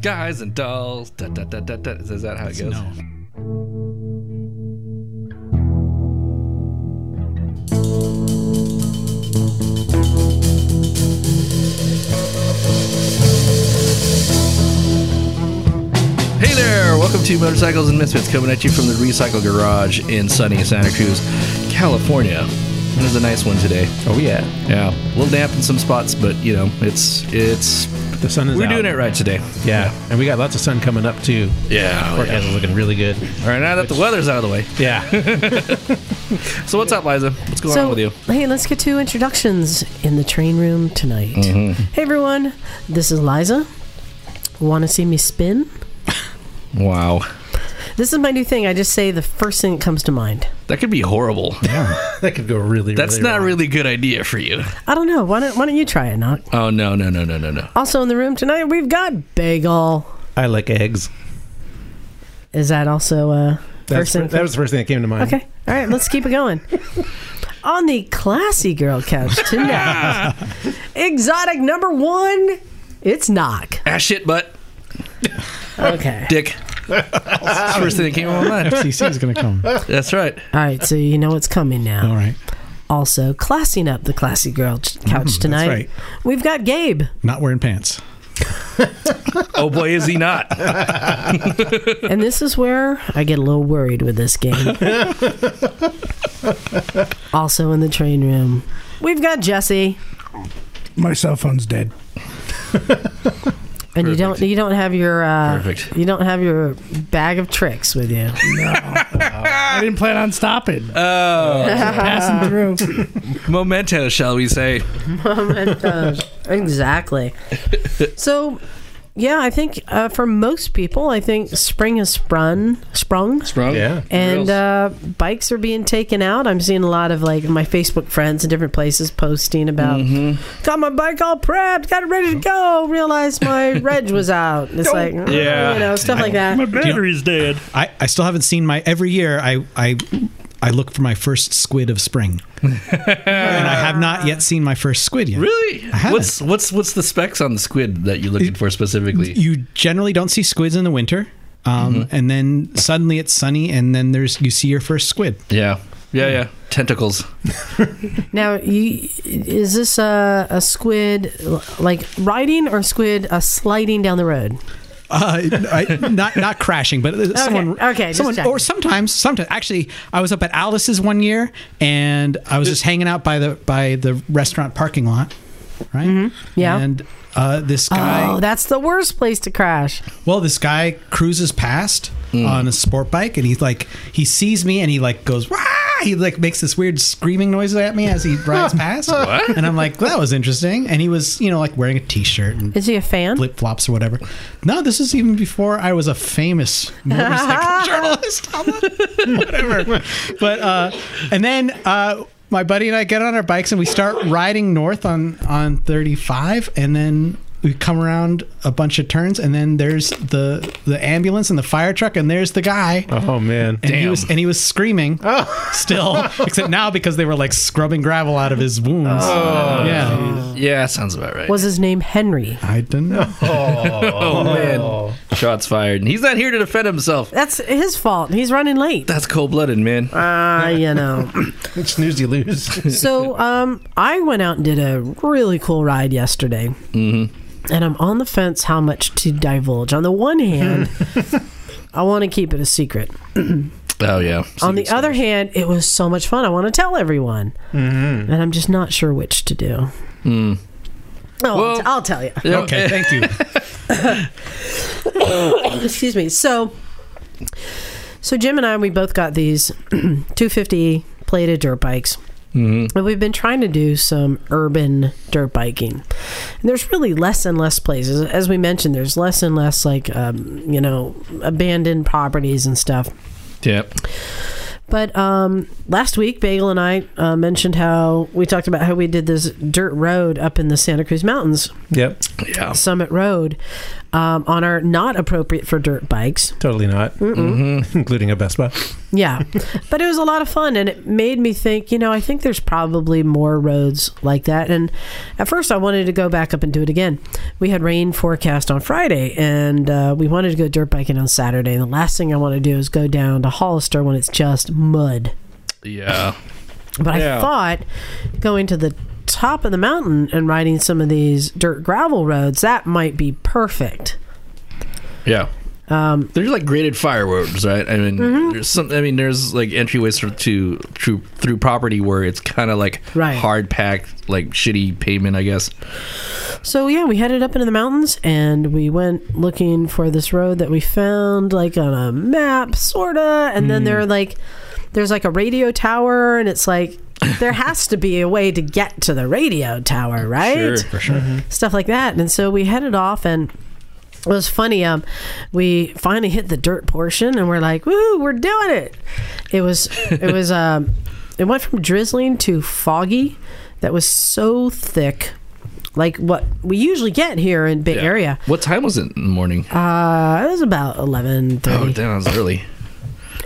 Guys and dolls. Da, da, da, da, da. Is that how it goes? No. Hey there! Welcome to Motorcycles and Misfits coming at you from the Recycle Garage in sunny Santa Cruz, California. It was a nice one today. Oh yeah. Yeah, a little damp in some spots, but you know, it's it's The sun is we're out. doing it right today. Yeah. And we got lots of sun coming up too. Yeah. oh, Forecast is looking really good. All right, now that the weather's out of the way. Yeah. So what's up, Liza? What's going on with you? hey, let's get to introductions in the train room tonight. Mm-hmm. Hey, everyone, this is Liza. Want to see me spin? Wow, This is my new thing. I just say the first thing that comes to mind. that could be horrible. that could go really. That's really not a wrong. really good idea for you. I don't know. Why don't Why don't you try it, Knock? Oh no no no no no no. Also in the room tonight, we've got Bagel. I like eggs. Is that also uh, That's first thing? that was the first thing that came to mind. okay. All right, let's keep it going. on the classy girl couch tonight, exotic number one. It's Knock. Ah shit, butt, Okay. dick. That's the first thing that came to my mind. CC is going to come. All That's right. All right, so you know what's coming now. right. also classing up the classy girl ch- Mm, couch tonight. right. We've got Gabe. Not wearing pants. Oh boy, is he not? And this is where I get a little worried with this game. also in the train room, we've got Jesse. My cell phone's dead. And you don't you don't have your uh, Perfect. you don't have your bag of tricks with you. I didn't plan on stopping. Oh, Passing through. memento, shall we say? Oh exactly. So, yeah, I think uh, for most people, I think spring has sprung, sprung, Sprung. Yeah. and uh, bikes are being taken out. I'm seeing a lot of like my Facebook friends in different places posting about got my bike all prepped, got it ready to go. Realized my reg was out. It's like uh, Yeah. you know stuff like My that. battery's dead. I, I still haven't seen my. Every year, I, I, I look for my first squid of spring. and I have not yet seen my first squid yet. Really? haven't. What's what's what's the specs on the squid that you're looking for specifically? You generally don't see squids in the winter. Um, Mm-hmm. And then suddenly it's sunny, and then there's you see your first squid. Yeah. Yeah, yeah. Tentacles. Now, you, is this a, a squid like riding or squid uh, sliding down the road? Uh, I, not not crashing, but uh, someone. okay, just someone, checking. or sometimes, sometimes actually, I was up at Alice's one year, and I was just hanging out by the by the restaurant parking lot, right? Mm-hmm. Yeah. And uh, this guy, Oh, that's the worst place to crash. well, this guy cruises past on a sport bike, and he's like, he sees me, and he like goes, Wah! he like makes this weird screaming noise at me as he rides past, What? and I'm like, that was interesting, and he was, you know, like wearing a t-shirt and Is he a fan? flip flops or whatever. No, this is even before I was a famous motorcycle journalist. I'm not- whatever. But uh, and then uh, my buddy and I get on our bikes and we start riding north on on 35, and then we come around a bunch of turns, and then there's the the ambulance and the fire truck, and there's the guy. Oh man. And he Damn. was and he was screaming still, except now because they were like scrubbing gravel out of his wounds. Yeah, Yeah, that sounds about right. Was his name Henry? I don't know. oh man. Shots fired. And he's not here to defend himself. That's his fault. He's running late. That's cold blooded, man. Ah, you know. Which snooze you lose. So um, I went out and did a really cool ride yesterday, mm-hmm. and I'm on the fence how much to divulge. On the one hand, I want to keep it a secret. Oh yeah. on the other hand, it was so much fun. I want to tell everyone, mm-hmm. Mm. and I'm just not sure which to do. Oh, Well- I'll, t- I'll tell you. Yeah, Okay, thank you. Excuse me. So, so Jim and I, we both got these 250 plated dirt bikes. Mm-hmm. And we've been trying to do some urban dirt biking. And there's really less and less places. As we mentioned, there's less and less, like, um, you know, abandoned properties and stuff. Yep. But um, last week, Bagel and I uh, mentioned how we talked about how we did this dirt road up in the Santa Cruz Mountains, yep. Yeah. Summit Road, um, on our not appropriate for dirt bikes. Mm-hmm. Totally not. Including a Best Buy. Yeah. but it was a lot of fun and it made me think, you know, I think there's probably more roads like that. And at first I wanted to go back up and do it again. We had rain forecast on Friday and uh, we wanted to go dirt biking on Saturday. And the last thing I want to do is go down to Hollister when it's just mud. Yeah. But I thought going to the top of the mountain and riding some of these dirt gravel roads, that might be perfect. Yeah. Um, there's like graded fire roads, right? I mean, Mm-hmm. there's some. I mean, there's like entryways through to through, through property where it's kind of like Right. hard packed, like shitty pavement, I guess. So yeah, we headed up into the mountains and we went looking for this road that we found like on a map, sorta. And then there are like there's like a radio tower, and it's like there has to be a way to get to the radio tower, right? Mm-hmm. for sure. stuff like that. And so we headed off and it was funny. Um, we finally hit the dirt portion and we're like, woo, we're doing it. It was, it was, um, it went from drizzling to foggy that was so thick, like what we usually get here in Big Yeah. Area. What time was it in the morning? Uh, it was about 11.30 oh, damn, it was early.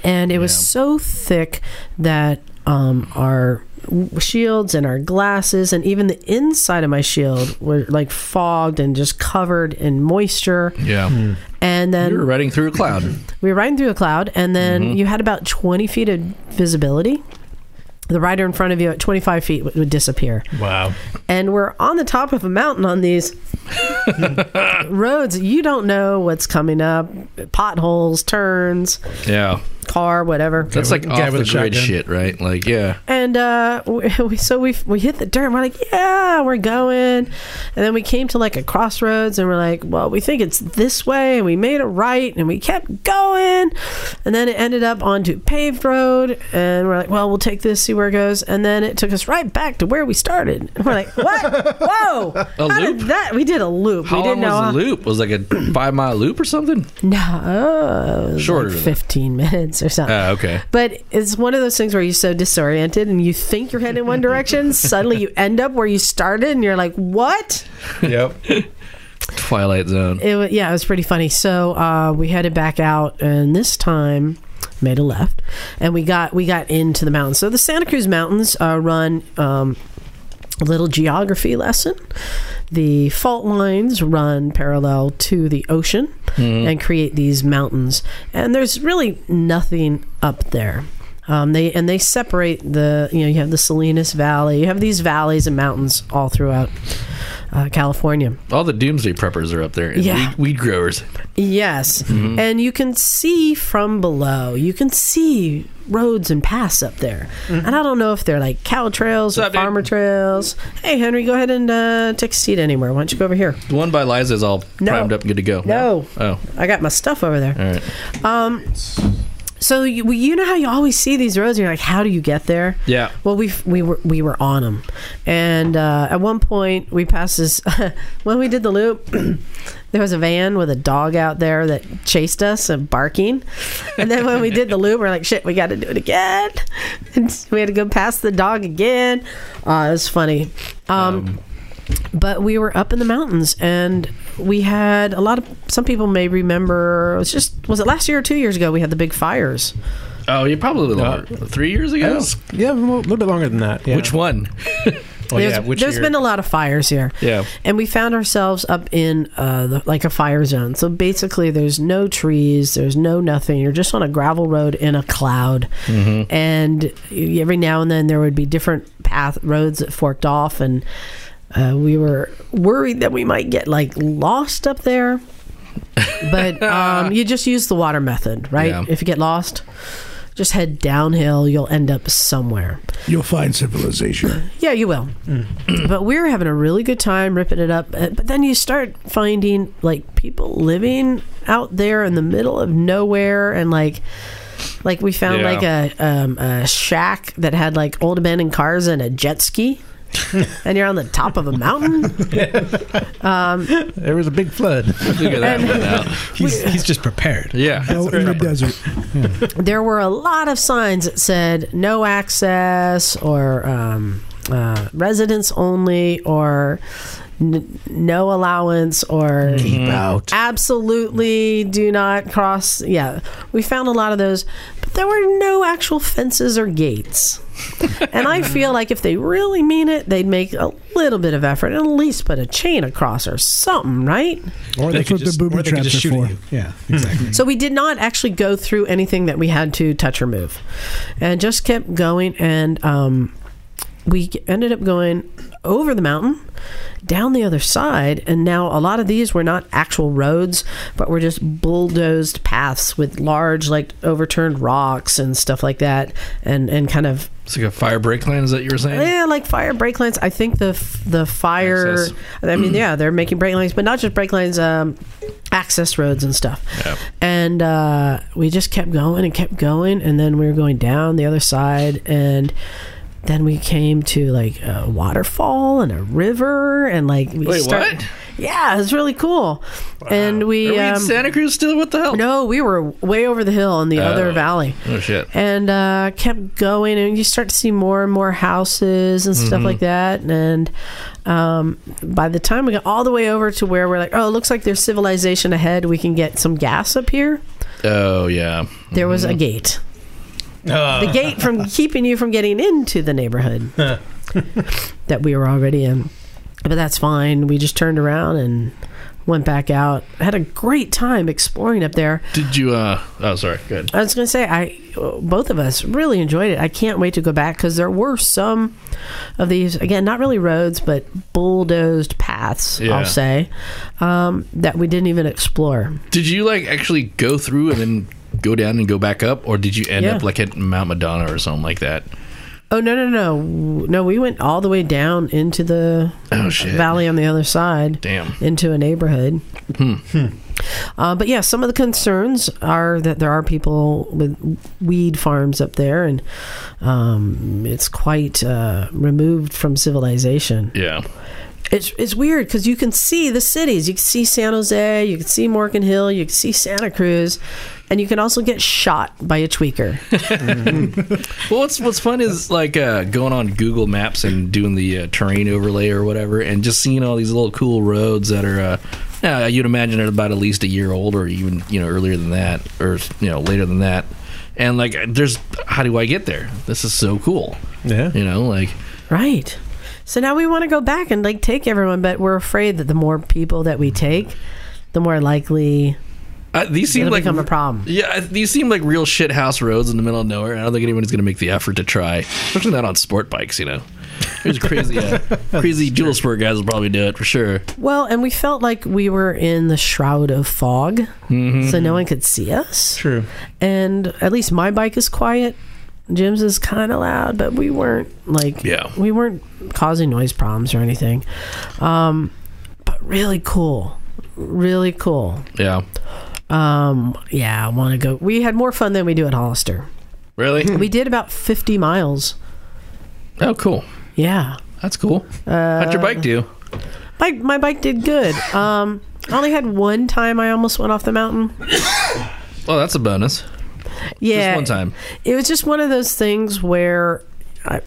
and it was Yeah. so thick that um, our w- shields and our glasses and even the inside of my shield were like fogged and just covered in moisture Yeah, Hmm. and then you were riding through a cloud. we were riding through a cloud and then Mm-hmm. you had about 20 feet of visibility the rider in front of you at 25 feet would, would disappear Wow. and we're on the top of a mountain on these roads you don't know what's coming up potholes turns Yeah, car whatever that's like Guy off the with a grid shotgun. shit, right? Like, yeah, And uh, we, we- so we we hit the dirt. And we're like, yeah, we're going. And then we came to like a crossroads, and we're like, well, we think it's this way, and we made a right, and we kept going, and then it ended up onto paved road, and we're like, well, we'll take this, see where it goes, and then it took us right back to where we started. And we're like, what? Whoa! A How did loop? that? We did a loop. how we long didn't know. was the loop? Was it like a five mile loop or something? No, it was Shorter like than that. fifteen minutes or something. Ah, okay. But it's one of those things where you're so disoriented and you think you're heading in one direction, suddenly you end up where you started and you're like, what? Yep. Twilight Zone. It wa yeah, it was pretty funny. So uh, we headed back out and this time made a left and we got we got into the mountains. So the Santa Cruz Mountains uh, run um, a little geography lesson. The fault lines run parallel to the ocean and create these mountains. And there's really nothing up there. Um, they and they separate the you know you have the Salinas Valley, you have these valleys and mountains all throughout uh, California. All the doomsday preppers are up there. and Yeah. weed, weed growers. Yes. And you can see from below. You can see roads and paths up there. And I don't know if they're like cow trails What's or up, dude? farmer trails. Hey, Henry, go ahead and uh, take a seat anywhere. Why don't you go over here? The one by Liza is all No. primed up and good to go. No. Oh, I got my stuff over there. all right. So you, well, you know how you always see these roads and you're like, how do you get there? Yeah. Well, we we were we were on them, and uh, at one point we passed this. when we did the loop, there was a van with a dog out there that chased us and barking. And then when we did the loop, we're like, "Shit, we got to do it again." And we had to go past the dog again. Uh, it was funny. um, but we were up in the mountains and we had a lot of some people may remember it was just was it last year or two years ago we had the big fires Oh, you probably longer. three years That ago. was- yeah, a little little bit longer than that. Yeah. Which one? Well, there's, Oh, yeah, which there's year? been a lot of fires here Yeah. and we found ourselves up in uh, the, like a fire zone so basically there's no trees there's no nothing you're just on a gravel road in a cloud Mm-hmm. and y- every now and then there would be different path roads that forked off and uh, we were worried that we might get like lost up there but um, you just use the water method right Yeah. if you get lost just head downhill you'll end up somewhere You'll find civilization. yeah, you will. but we were having a really good time ripping it up. Uh, But then you start finding like people living out there in the middle of nowhere, and like, like we found Yeah. like a um, a shack that had like old abandoned cars and a jet ski. and you're on the top of a mountain. There was a big flood. Figure that one out. He's, he's just prepared. Yeah. Out in the desert. There were a lot of signs that said no access or um, uh, residence only or n- no allowance or Mm. About. absolutely do not cross yeah we found a lot of those but there were no actual fences or gates. and I feel like if they really mean it, they'd make a little bit of effort and at least put a chain across or something, right? Or That's what the booby or they could traps just are shoot for. at you. Yeah, exactly. So we did not actually go through anything that we had to touch or move, and just kept going. And um, we ended up going over the mountain, down the other side, and now a lot of these were not actual roads, but were just bulldozed paths with large, like overturned rocks and stuff like that, and and kind of It's like a fire break line, is that you were saying? yeah, like fire brake lines. I think the f- the fire. Access. I mean, yeah, they're making brake lines, but not just brake lines, um, access roads and stuff. Yeah. And uh, we just kept going and kept going, and then we were going down the other side, and then we came to like a waterfall and a river, and like we Wait, start- what? Yeah, it's really cool. And Are we, we in um, Santa Cruz still? What the hell? no, we were way over the hill in the other Oh. valley Oh, shit. and uh, kept going and you start to see more and more houses and stuff like that and um, by the time we got all the way over to where we're like oh it looks like there's civilization ahead we can get some gas up here Oh, yeah. there was a gate the gate from keeping you from getting into the neighborhood that we were already in but that's fine we just turned around and went back out had a great time exploring up there Did you, uh, oh, sorry. Good. I was going to say, I both of us really enjoyed it. I can't wait to go back because there were some of these again, not really roads, but bulldozed paths. Yeah. I'll say um, that we didn't even explore. Did you, like, actually go through and then go down and go back up? Or did you end Yeah. up, like, at Mount Madonna or something like that? Oh no no no no! We went all the way down into the Oh, shit. valley on the other side. Damn. into a neighborhood. Uh, but yeah, some of the concerns are that there are people with weed farms up there, and um, it's quite uh, removed from civilization. Yeah. It's it's weird because you can see the cities, you can see San Jose, you can see Morgan Hill, you can see Santa Cruz, and you can also get shot by a tweaker. Well, what's what's fun is like uh, going on Google Maps and doing the uh, terrain overlay or whatever, and just seeing all these little cool roads that are. Uh, yeah, you'd imagine are about at least a year old, or even you know earlier than that, or you know later than that. And like, there's how do I get there? This is so cool. Yeah. You know, like right. So now we want to go back and like take everyone, but we're afraid that the more people that we take, the more likely uh, these seem it'll like become a problem. Yeah, I- these seem like real shit house roads in the middle of nowhere. and I don't think anyone's going to make the effort to try, especially not on sport bikes. You know, there's crazy, uh, crazy dual sport guys will probably do it for sure. Well, and we felt like we were in the shroud of fog, Mm-hmm. so no one could see us. True. And at least my bike is quiet. Jim's is kind of loud, but we weren't like Yeah. we weren't causing noise problems or anything. Um, but really cool, really cool. Yeah, Um, yeah, I want to go. We had more fun than we do at Hollister. really. We did about fifty miles. Oh, cool. Yeah, That's cool. Uh, How'd your bike do? my my bike did good. Um, I only had one time I almost went off the mountain. Well, that's a bonus. Yeah, Just one time. it was just one of those things where I'm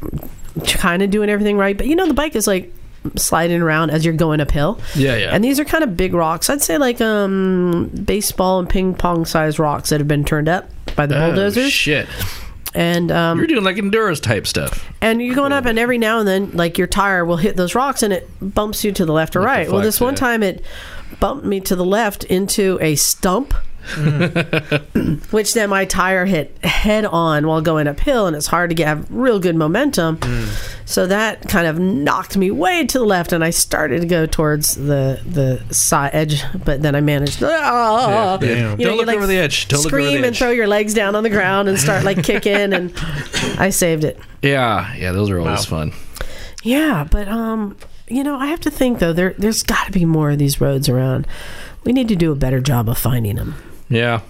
kind of doing everything right, but you know, the bike is like sliding around as you're going uphill. Yeah, yeah. And these are kind of big rocks. I'd say like um baseball and ping pong sized rocks that have been turned up by the Oh, bulldozers. shit. and um You're doing like endurance type stuff. and you're going up, and every now and then, like your tire will hit those rocks, and it bumps you to the left or right. well, flex, this one yeah. time, it bumped me to the left into a stump, which then my tire hit head on while going uphill, and it's hard to get have real good momentum. So that kind of knocked me way to the left, and I started to go towards the the side edge, but then I managed. Ah! Yeah. Damn. You Don't know, look you, like, over the edge. Don't look over Scream the and edge. throw your legs down on the ground and start like kicking, and I saved it. yeah, yeah. Those are always fun. Yeah, but um, you know, I have to think though. There, there's got to be more of these roads around. We need to do a better job of finding them. Yeah.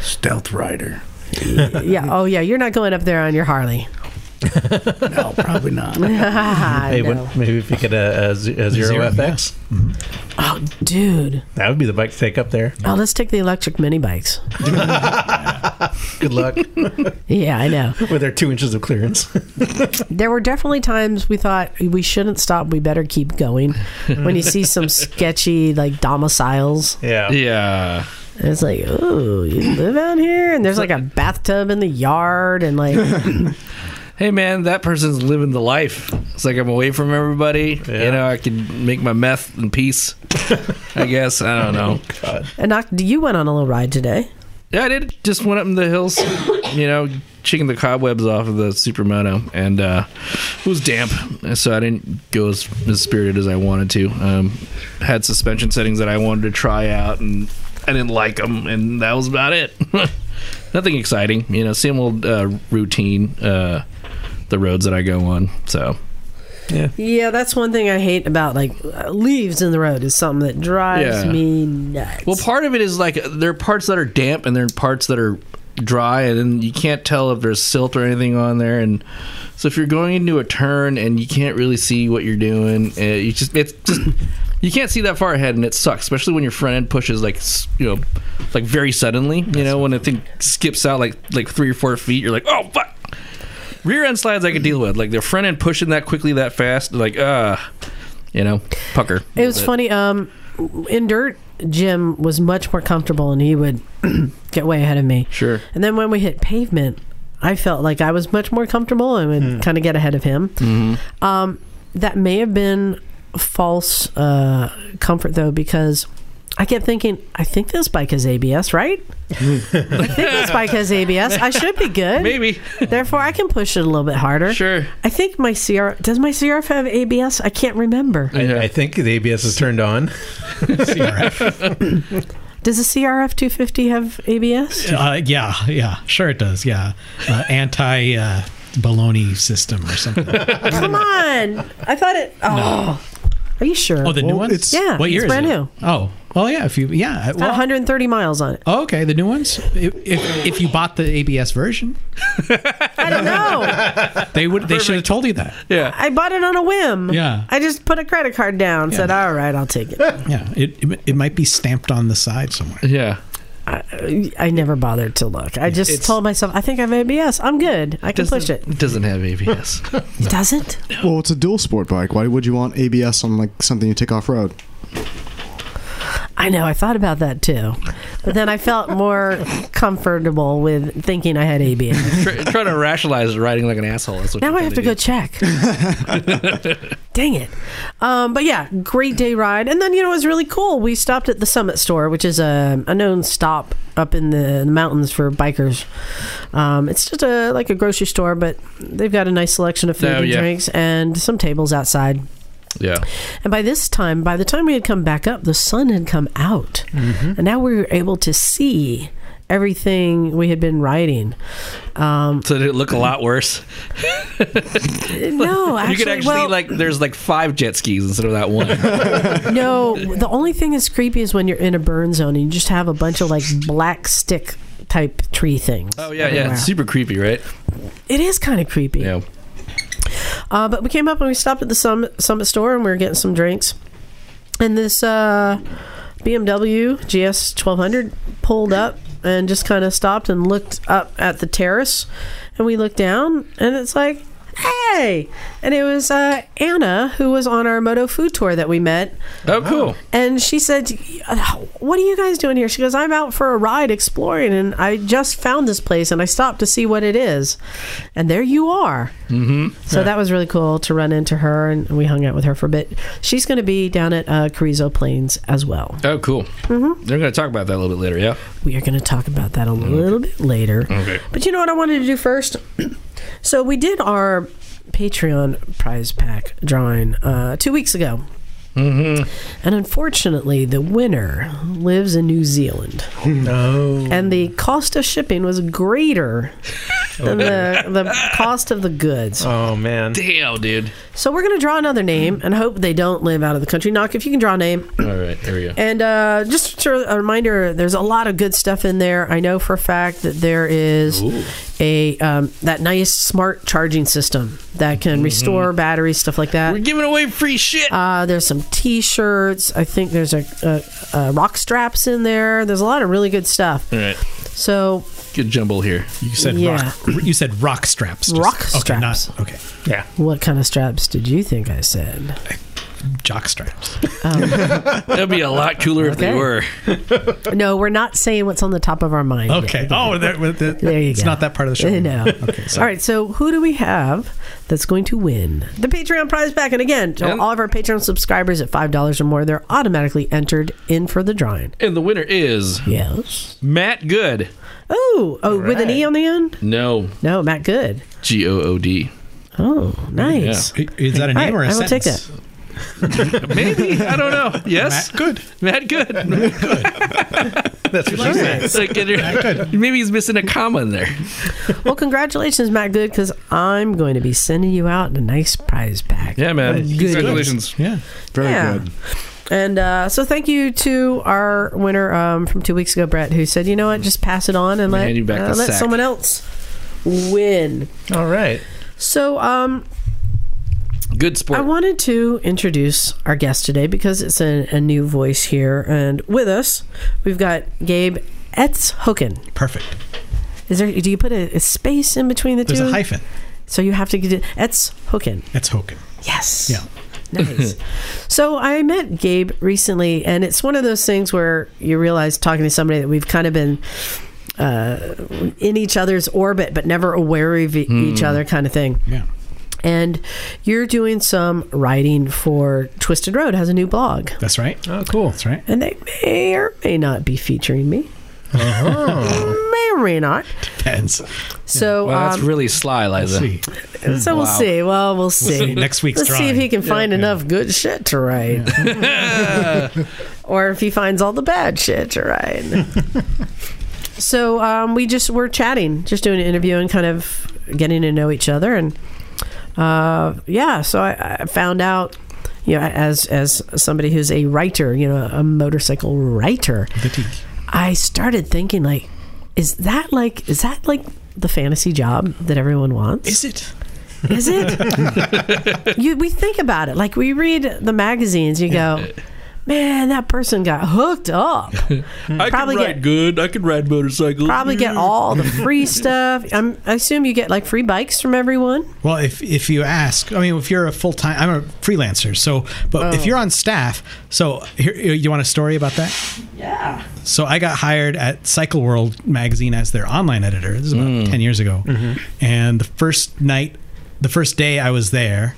Stealth Rider. yeah. Oh, yeah. You're not going up there on your Harley. No, probably not. Hey, hey, when, maybe if you could uh, a, z- a zero, Zero, FX, Oh, dude. that would be the bike to take up there. Oh, let's take the electric mini bikes. Good luck Yeah, I know. with their two inches of clearance. There were definitely times we thought we shouldn't stop. We better keep going. When you see some sketchy like domiciles, yeah. Yeah. And it's like, oh, you live out here, and there's like a bathtub in the yard, and like, hey man, that person's living the life. It's like I'm away from everybody. You Yeah. know, I can make my meth in peace. I guess I don't know. and Doc, you went on a little ride today. Yeah, I did. Just went up in the hills, you know, chicken the cobwebs off of the supermoto, and uh, it was damp, and so I didn't go as, as spirited as I wanted to. Um, had suspension settings that I wanted to try out, and I didn't like them, and that was about it. Nothing exciting, you know, same old uh, routine. Uh, the roads that I go on, so Yeah, that's one thing I hate about like uh, leaves in the road is something that drives Yeah. me nuts. Well, part of it is like there are parts that are damp and there are parts that are dry, and then you can't tell if there's silt or anything on there. And so, if you're going into a turn and you can't really see what you're doing, uh, you just it's just you can't see that far ahead, and it sucks, especially when your front end pushes like s- you know, like very suddenly. You know, when the thing skips out like like three or four feet, you're like, oh fuck. Rear end slides I could deal with, like the front end pushing that quickly, that fast, like uh, you know, pucker. it was funny. Um, in dirt, Jim was much more comfortable, and he would get way ahead of me. Sure. And then when we hit pavement, I felt like I was much more comfortable and would Hmm. kind of get ahead of him. Mm-hmm. Um, that may have been false uh, comfort though, because I kept thinking, I think this bike has ABS, right? I think this bike has ABS. I should be good. Maybe. Therefore, I can push it a little bit harder. Sure. I think my CR does my CRF have ABS? I can't remember. I, I think the ABS is turned on. Does the CRF 250 have ABS? Uh, yeah, yeah, sure it does. Yeah, uh, anti uh, baloney system or something. Come on. I thought it. Oh, are you sure? Oh, the new Well, ones. it's- Yeah, what it's year brand is it? new. Oh, well, yeah. If you, yeah, uh, Got well, 130 miles on it. oh, okay, the new ones. If, if if you bought the ABS version, I don't know. they would they should have told you that. Yeah. I bought it on a whim. Yeah. I just put a credit card down. and Said, all right, I'll take it. Yeah, it it, it might be stamped on the side somewhere. Yeah. I, I never bothered to look. I just It's- told myself, I think I have ABS. I'm good. I can push it. Doesn't have ABS. It doesn't. Well, it's a dual sport bike. Why would you want ABS on like something you take off road? I know. I thought about that too, but then I felt more comfortable with thinking I had ABS. Try, trying to rationalize riding like an asshole. That's what Now you I have to go check. Dang it. Um, but yeah, great day ride. And then, you know, it was really cool. We stopped at the Summit Store, which is a, a known stop up in the, mountains for bikers. Um, it's just a like a grocery store, but they've got a nice selection of food Oh, and yeah. drinks and some tables outside. Yeah. And by this time, by the time we had come back up, the sun had come out. Mm-hmm. And now we were able to see everything we had been riding. Um, So did it look a lot worse? no, actually, you could actually well, like there's like five jet skis instead of that one. No, the only thing that's creepy is when you're in a burn zone and you just have a bunch of like black stick type tree things. oh yeah, yeah. everywhere. It's super creepy, right? It is kind of creepy. Yeah. Uh, but we came up and we stopped at the summit, summit store and we were getting some drinks. And this uh, BMW GS 1200 pulled up and just kind of stopped and looked up at the terrace. And we looked down and it's like, hey! And it was uh, Anna who was on our Moto Food Tour that we met. Oh cool. And she said, What are you guys doing here? She goes, I'm out for a ride exploring, and I just found this place, and I stopped to see what it is. And there you are. Mm-hmm. So that was really cool to run into her, and we hung out with her for a bit. She's going to be down at uh, Carrizo Plains as well. Oh cool. Mm-hmm. They're gonna talk about that a little bit later. Yeah. We are going to talk about that a little bit later. Okay. But you know what I wanted to do first? so we did our Patreon prize pack drawing uh, two weeks ago. Mm-hmm. And unfortunately, the winner lives in New Zealand. No. And the cost of shipping was greater than the, the cost of the goods. Oh man. Damn, dude. So we're going to draw another name and hope they don't live out of the country. Knock, if you can draw a name, All right, here we go. and uh, just to- a reminder, there's a lot of good stuff in there. I know for a fact that there is a um, that nice smart charging system that can restore batteries, stuff like that. We're giving away free shit. Uh, there's some T-shirts. I think there's a, a, a rock straps in there. There's a lot of really good stuff. All right. So Good jumble here. You said Yeah. rock. You said rock straps. Rock okay, not- straps. okay. Yeah. what kind of straps did you think I said? jock straps. That'd be a lot cooler if they Okay. were. No, we're not saying what's on the top of our mind. Okay. Oh, that, that- There you it's go. not that part of the show. I know. All right, so who do we have that's going to win the Patreon prize pack? And again, to Yeah. all of our Patreon subscribers at five dollars or more, they're automatically entered in for the drawing. And the winner is Yes. Matt Good. Oh, oh, with an e on the end? No, No, Matt. Good. G O O D. Oh, nice. Is that a All name or right, a I will take sentence? that. Maybe I don't know. Yes, Matt, good. Matt Good. That's what she said. Like, maybe he's missing a comma in there. Well, congratulations, Matt Good, because I'm going to be sending you out a nice prize pack. Yeah, man. Congratulations. Yeah. Very Yeah. good. And uh, so, thank you to our winner um, from two weeks ago, Brett, who said, "You know what? Just pass it on and let Hand you back uh, the let sack." someone else win." All right. So, um, Good sport. I wanted to introduce our guest today because it's a, a new voice here, and with us we've got Gabe Etzhoken. Perfect. Is there? Do you put a, a space in between the There's two? a hyphen. So you have to get it Etzhoken. It's Hoken. Yes. Yeah. Nice. so I met Gabe recently, and it's one of those things where you realize talking to somebody that we've kind of been uh, in each other's orbit, but never aware of e- Hmm. each other, kind of thing. Yeah. And you're doing some writing for Twisted Road has a new blog, That's right. Oh, cool. That's right. and they may or may not be featuring me. may or may not. Depends. So, Wow, that's um, really sly, Liza. See. so we'll see. Well, we'll see. Next week's Let's see if drawing. he can find enough good shit to write. or if he finds all the bad shit to write. so um, we just were chatting, just doing an interview and kind of getting to know each other. And uh, yeah, so I, I found out. You know, as as somebody who's a writer, you know, a motorcycle writer, I started thinking like, is that like is that like the fantasy job that everyone wants? Is it? Is it? you, we think about it. Like we read the magazines, you go, man, that person got hooked up. I Probably can ride get- good. I can ride motorcycles. Probably get all the free stuff. I'm, I assume you get like free bikes from everyone. Well, if if you ask, I mean, if you're a full time, I'm a freelancer. So, but if you're on staff, so here you want a story about that? Yeah. So I got hired at Cycle World magazine as their online editor. This is about ten years ago, and the first night, the first day I was there,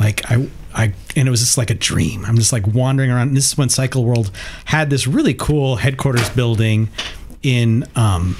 like I. I, and it was just like a dream. I'm just like wandering around. And this is when Cycle World had this really cool headquarters building in um,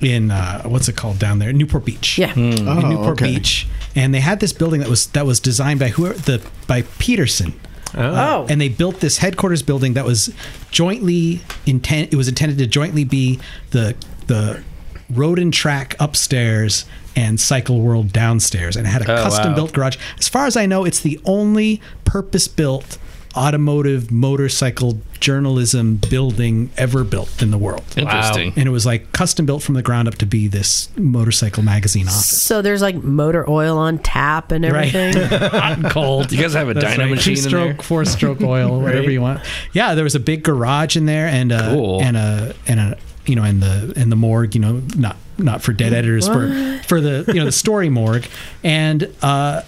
in uh, what's it called down there, Newport Beach Yeah. in Oh, Newport okay. Beach, and they had this building that was that was designed by whoever the by Peterson. Oh. Uh, And they built this headquarters building that was jointly intent. It was intended to jointly be the the road and track upstairs and cycle world downstairs, and it had a wow. custom built garage. As far as I know, it's the only purpose built automotive motorcycle journalism building ever built in the world. Interesting. And it was like custom built from the ground up to be this motorcycle magazine office. so there's like motor oil on tap and Right. everything. hot and cold. You guys have a dyno machine in stroke, there? four stroke oil, whatever you want. Yeah, there was a big garage in there, and a, Cool. and a and a you know, and the and the morgue. You know, not not for dead editors, for for the you know the story morgue, and uh,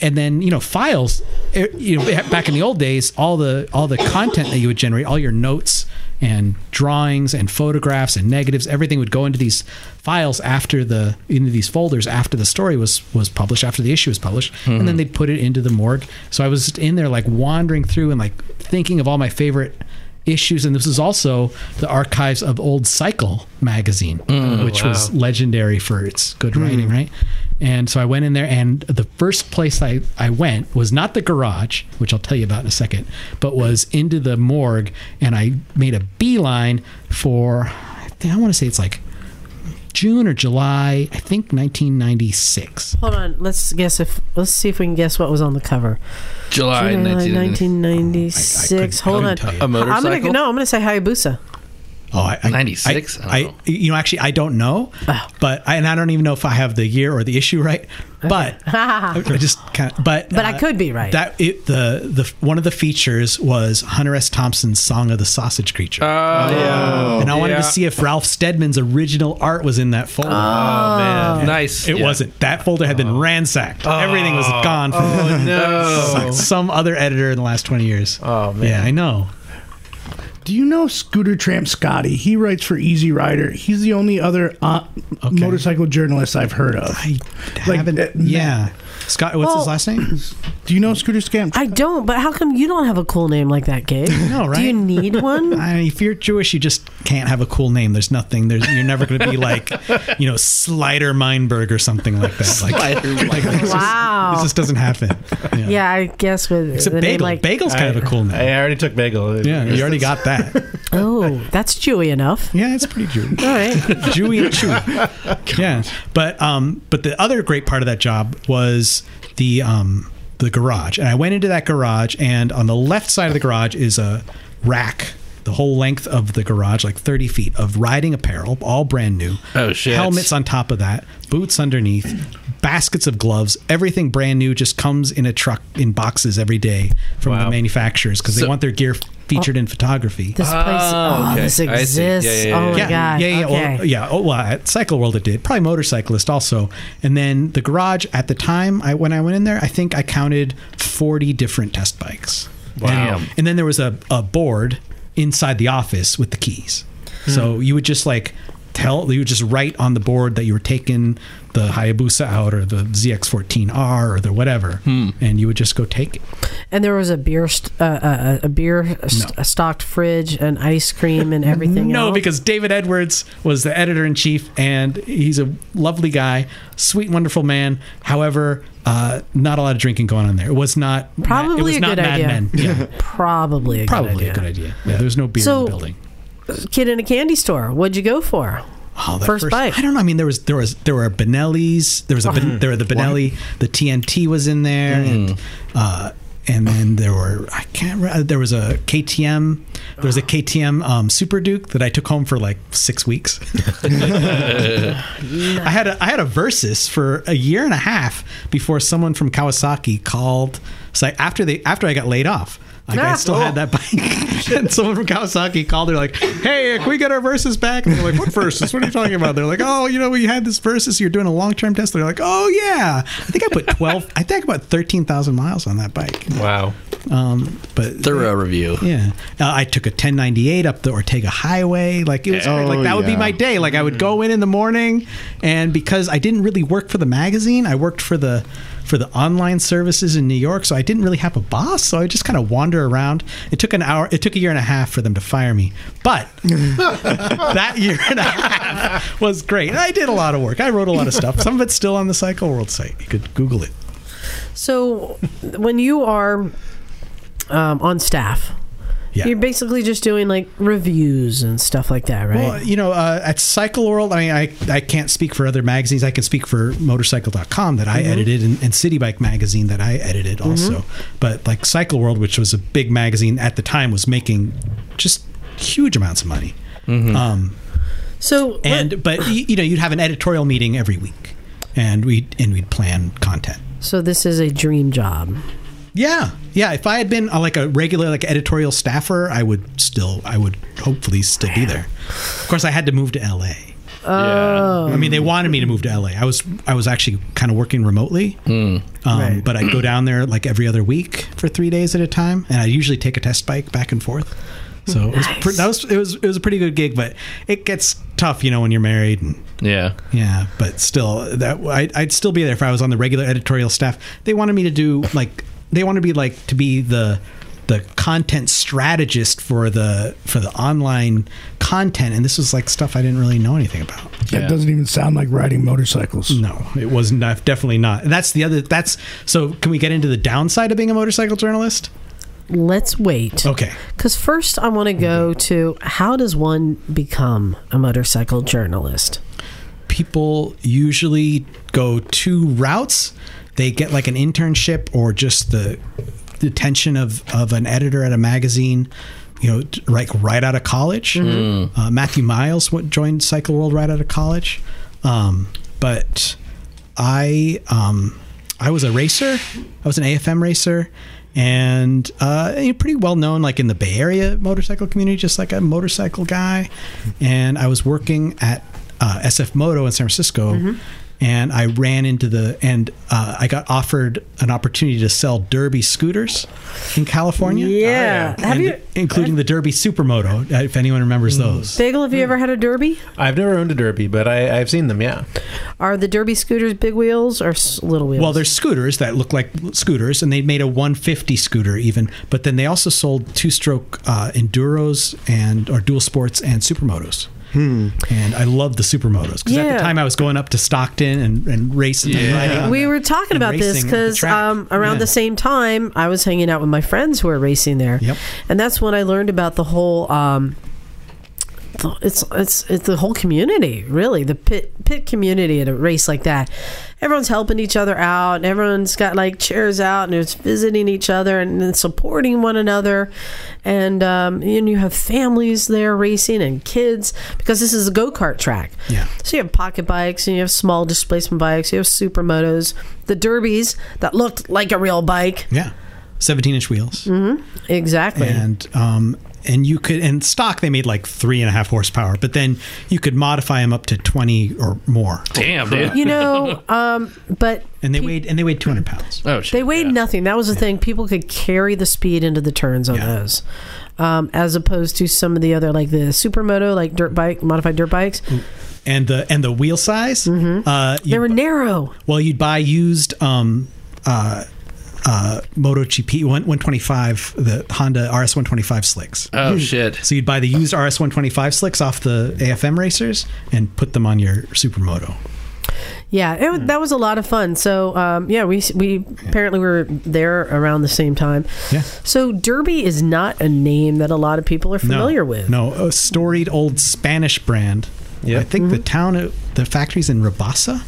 and then you know files. eh, You know, back in the old days, all the all the content that you would generate, all your notes and drawings and photographs and negatives everything would go into these files after the into these folders after the story was was published after the issue was published and then they'd put it into the morgue so i was just in there like wandering through and like thinking of all my favorite issues and this is also the archives of old cycle magazine Mm. Oh, which was legendary for its good Hmm. writing right and so i went in there and the first place I, I went was not the garage which i'll tell you about in a second but was into the morgue and i made a beeline for i, think- I want to say it's like june or july i think 1996 Hold on. Let's guess if, let's see if we can guess what was on the cover. July July 1990. 1996. Oh, I couldn't- I Hold on. couldn't tell you. A motorcycle? I'm gonna, no, I'm going to say Hayabusa. Oh, I, I, 96? I, I don't Oh. I- you know, actually, I don't know, but I, and I don't even know if I have the year or the issue right. But I I just kind of, but Ah. uh, But I could be right. That it, the the one of the features was Hunter S. Thompson's "Song of the Sausage Creature," Oh, Oh, yeah. and I wanted yeah. to see if Ralph Steadman's original art was in that folder. Ah. man. Nice. It Yeah. wasn't. That folder had been ransacked. Everything was gone. From Oh. No. Some other editor in the last twenty years. Oh, man. Yeah, I know. Do you know Scooter Tramp Scotty? He writes for Easy Rider. He's the only other uh, motorcycle journalist I've heard of. I Like, haven't. uh, yeah, Scott. What's Well- his last name? Do you know Scooter Scamp? I don't, but how come you don't have a cool name like that, Gabe? No, Do you right? need one? I mean, if you're Jewish, you just can't have a cool name. There's nothing. There's you're never going to be like, you know, Slider Meinberg or something like that. Like wow. it just doesn't happen. Yeah. yeah, I guess with Except the name Bagel. like Bagel's kind of a cool name. I already took bagel. yeah, you already got that. oh, that's Jewy enough. Yeah, it's pretty Jewish. All right. Jewy and Chewy. yeah, but um, but the other great part of that job was the um, the garage, and I went into that garage, and on the left side of the garage is a rack. The whole length of the garage, like 30 feet, of riding apparel, all brand new. Oh, shit. Helmets on top of that, boots underneath, baskets of gloves, everything brand new just comes in a truck in boxes every day from the Wow. manufacturers because they So- want their gear Oh, featured in photography. This place. Oh, okay. this I see. Yeah, exists. yeah, yeah, oh my yeah. god. Yeah, yeah, okay. well, yeah. Oh, well, at Cycle World it did. Probably Motorcyclist also. And then the garage at the time I when I went in there, I think I counted forty different test bikes. Wow. And, and then there was a, a board inside the office with the keys. Hmm. So you would just like tell you would just write on the board that you were taking the Hayabusa out or the ZX14R or the whatever, and you would just go take it. And there was a beer, st- uh, uh, a beer st- stocked fridge, and ice cream, and everything. No, else? because David Edwards was the editor in chief, and he's a lovely guy, sweet, wonderful man. However, uh, not a lot of drinking going on there. It was not Probably it was a not good Mad idea. Men. Yeah, probably a probably good idea. a good idea. Yeah, there's no beer in So- the building. Kid in a candy store. What'd you go for? Oh, that First bite. I don't know. I mean, there was there was there were Benelli's. There was a ben, there were the Benelli. The TNT was in there, and uh, and then there were I can't. re- There was a KTM. There was a KTM um, Super Duke that I took home for like six weeks. I had a I had a Versus for a year and a half before someone from Kawasaki called. So I- after they after I got laid off. Like I Ah. still had that bike, and someone from Kawasaki called. They're like, "Hey, can we get our verses back?" And they're like, "What verses? What are you talking about?" They're like, "Oh, you know, we had this versus. You're doing a long term test." They're like, "Oh yeah, I think I put twelve. I think about thirteen thousand miles on that bike." Wow. Um, but Thorough review. yeah, uh, I took a 1098 up the Ortega Highway. Like it was Yeah. great. like Oh, that would be yeah. Mm-hmm. my day. Like I would go in in the morning, and because I didn't really work for the magazine, I worked for the for the online services in New York. So I didn't really have a boss. So I just kind of wander around. It took an hour. It took a year and a half for them to fire me, but that year and a half was great. And I did a lot of work. I wrote a lot of stuff. Some of it's still on the Cycle World site. You could Google it. So, when you are um, on staff, Yeah. you're basically just doing like reviews and stuff like that, right? Well, you know, uh, at Cycle World, I mean, I, I can't speak for other magazines. I can speak for Motorcycle.com that I edited and, and City Bike magazine that I edited also. But like Cycle World, which was a big magazine at the time, was making just huge amounts of money. Um, so, and but y- you know, you'd have an editorial meeting every week, and we and we'd plan content. so this is a dream job. Yeah, yeah. If I had been uh, like a regular like editorial staffer, I would still, I would hopefully still be there. Of course, I had to move to LA. Oh. Yeah. I mean, they wanted me to move to LA. I was I was actually kind of working remotely, um, Right. but I'd go down there like every other week for three days at a time, and I usually take a test bike back and forth. So it was pre- that was it was it was a pretty good gig, but it gets tough, you know, when you're married. And, Yeah. yeah, but still, that I, I'd still be there if I was on the regular editorial staff. They wanted me to do like they wanted me like to be the the content strategist for the for the online content, and this was like stuff I didn't really know anything about. That Yeah. doesn't even sound like riding motorcycles. No, it was not, definitely not. And that's the other. That's so. Can we get into the downside of being a motorcycle journalist? Let's wait. Okay. Because first, I want to go to how does one become a motorcycle journalist? People usually go two routes. They get like an internship or just the the attention of of an editor at a magazine you know, t- like right out of college. Uh, Matthew Miles what joined Cycle World right out of college, um, but I um, I was a racer. I was an AFM racer. And uh, you know, pretty well known, like in the Bay Area motorcycle community, just like a motorcycle guy. And I was working at uh, SF Moto in San Francisco, Mm-hmm. and I ran into the and uh, I got offered an opportunity to sell Derby scooters in California. Yeah. Oh, yeah. Have And- you- Mm. including the Derby Supermoto? uh, If anyone remembers those, Bagel, have you ever had a derby? I've never owned a derby, but I, I've seen them. Yeah, Are the derby scooters big wheels or s- little wheels? well, there's scooters that look like scooters, and they made a 150 scooter even. But then they also sold two-stroke uh, enduros and or dual sports and supermotos. And I love the supermotos because at Yeah. the time I was going up to Stockton and, and racing. and riding on we the- were talking and about this racing at the because track. um, around Yeah. the same time I was hanging out with my friends who were racing there, Yep. and that's when I learned about the whole. Um, the- it's it's it's the whole community, really, the pit pit community at a race like that. Everyone's helping each other out, and everyone's got like chairs out, and it's visiting each other and, then supporting one another, and um, and you have families there racing and kids because this is a go kart track. Yeah. So you have pocket bikes and you have small displacement bikes, you have supermotos, the derbies that looked like a real bike. Yeah, seventeen inch wheels, Mm-hmm. Exactly. and um, and you could and stock they made like three and a half horsepower, but then you could modify them up to twenty or more, Damn, dude. you know, um, but and they pe- weighed and they weighed two hundred pounds. Oh, shit. they weighed nothing. That was the thing. People could carry the speed into the turns on Yeah. those. Um, as opposed to some of the other like the supermoto, like dirt bike, modified dirt bikes. And the and the wheel size, uh, They Mm, you, Mm-hmm. were narrow. well, you'd buy used um, uh, uh, Moto GP one one twenty five, the Honda RS one twenty five slicks. Oh, shit. So you'd buy the used RS one twenty five slicks off the AFM racers and put them on your supermoto. Yeah, it, Mm. wa- that was a lot of fun. So um, yeah, we s- we apparently were there around the same time. Yeah. So Derby is not a name that a lot of people are familiar no, with. No, a storied old Spanish brand. Yeah. I think Mm-hmm. the town, the factory's in Rabasa,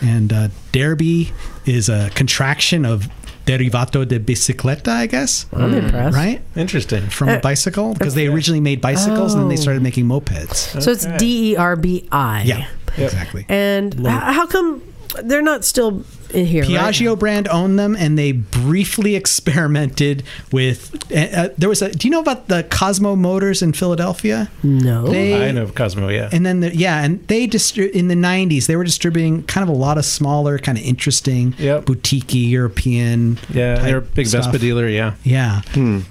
and uh, Derby is a contraction of derivato de bicicleta, I guess. I'm impressed. Mm. Right interesting. from a bicycle because they originally made bicycles and then they Oh. started making mopeds. So it's D E R B I. Yeah, exactly. And h- how come they're not still in here? right? Piaggio brand owned them, and they briefly experimented with. Uh, uh, there was a. Do you know about the Cosmo Motors in Philadelphia? No. They- I know of Cosmo. Yeah, And then, the, yeah, and they distri- in the '90s they were distributing kind of a lot of smaller, kind of interesting, Yep. boutique European. yeah, type they're a big stuff. Vespa dealer. Yeah, Yeah,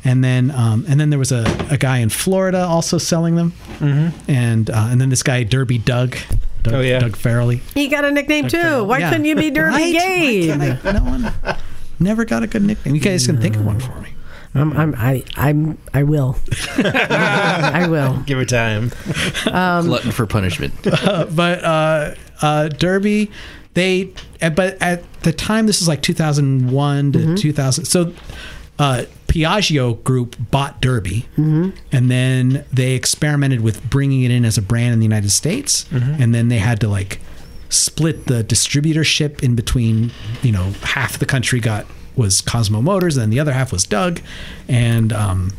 and then um, and then there was a, a guy in Florida also selling them, mm-hmm. and uh, and then this guy Derby Doug, Doug, Oh, yeah. Doug Farrelly. He got a nickname too. Why Yeah. couldn't you be Derby Right? Why Gabe? can't I- no one never got a good nickname. You guys can think of one for me. I'm, I'm, I, I'm, I will. I will. give it time. Um, Glutton for punishment. but uh, uh, Derby, they uh, but at the time this is like 2001 to Mm-hmm. 2000. So uh, Piaggio Group bought Derby, Mm-hmm. and then they experimented with bringing it in as a brand in the United States, Mm-hmm. and then they had to like split the distributorship in between. You know, half the country got was Cosmo Motors, and then the other half was Doug, and um,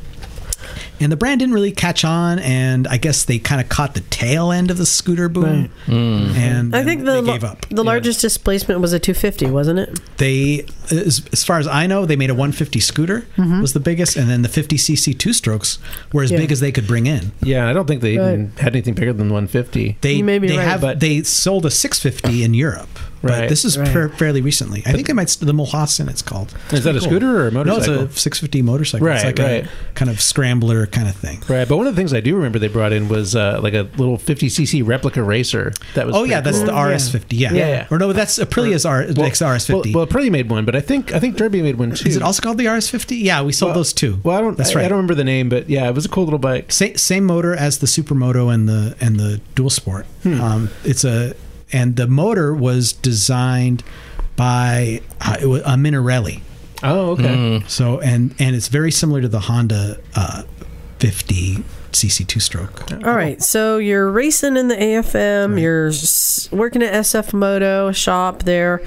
and the brand didn't really catch on and i guess they kind of caught the tail end of the scooter boom Mm. and I think the they lo- gave up the largest displacement was a 250, wasn't it? they as, as far as i know they made a 150 scooter was the biggest and then the 50cc two strokes were as Mm-hmm. Yeah. big as they could bring in Yeah, I don't think they even had anything bigger than 150. they You may be they right. have But- they sold a 650 in europe Right. but this is Right. fair- fairly recently i think it might the mulhassan it's called Is that a scooter or a motorcycle? no it's a 650 motorcycle it's Right, like right. a kind of scrambler kind of thing Right, but one of the things I do remember they brought in was uh, like a little 50cc replica racer. That was Oh yeah, pretty that's cool. the RS50. Yeah. Yeah, yeah. Or no, that's Aprilia's R, XRS50. Well, well, Pretty made one, but I think I think Derby made one too. Is it also called the RS50? Yeah, we sold Well- those two. Well, I don't. That's I- right. I don't remember the name, but yeah, it was a cool little bike. Sa- same motor as the supermoto and the and the dual sport. Hmm. Um, it's a and the motor was designed by uh, it was a Minarelli. Oh, okay. So and and it's very similar to the Honda uh, 50 CC two stroke. All right, so you're racing in the AFM. You're s- working at SF Moto a shop there.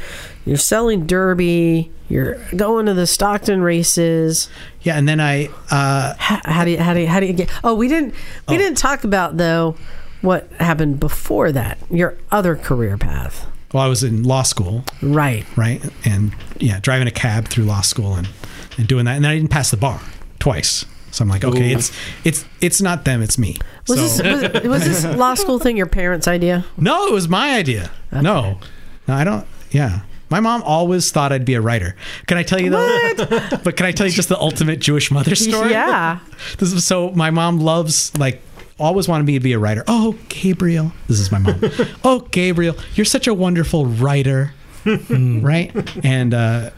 You're selling derby. You're going to the Stockton races. Yeah, and then I uh, How, how do you how do you, how do you get? Oh, we didn't we didn't talk about though what happened before that. Your other career path, well I was in law school, right? right? And yeah, driving a cab through law school and, and doing that. And then I didn't pass the bar twice. So I'm like, okay, it's it's it's not them, it's me. Was so, this was, was this law school thing your parents' idea? No, it was my idea. No. No, I don't yeah. My mom always thought I'd be a writer. Can I tell you that? but can I tell you just the ultimate Jewish mother story? Yeah. This is, so my mom loves like always wanted me to be a writer. Oh, Gabriel. This is my mom. oh, Gabriel, you're such a wonderful writer. right? And uh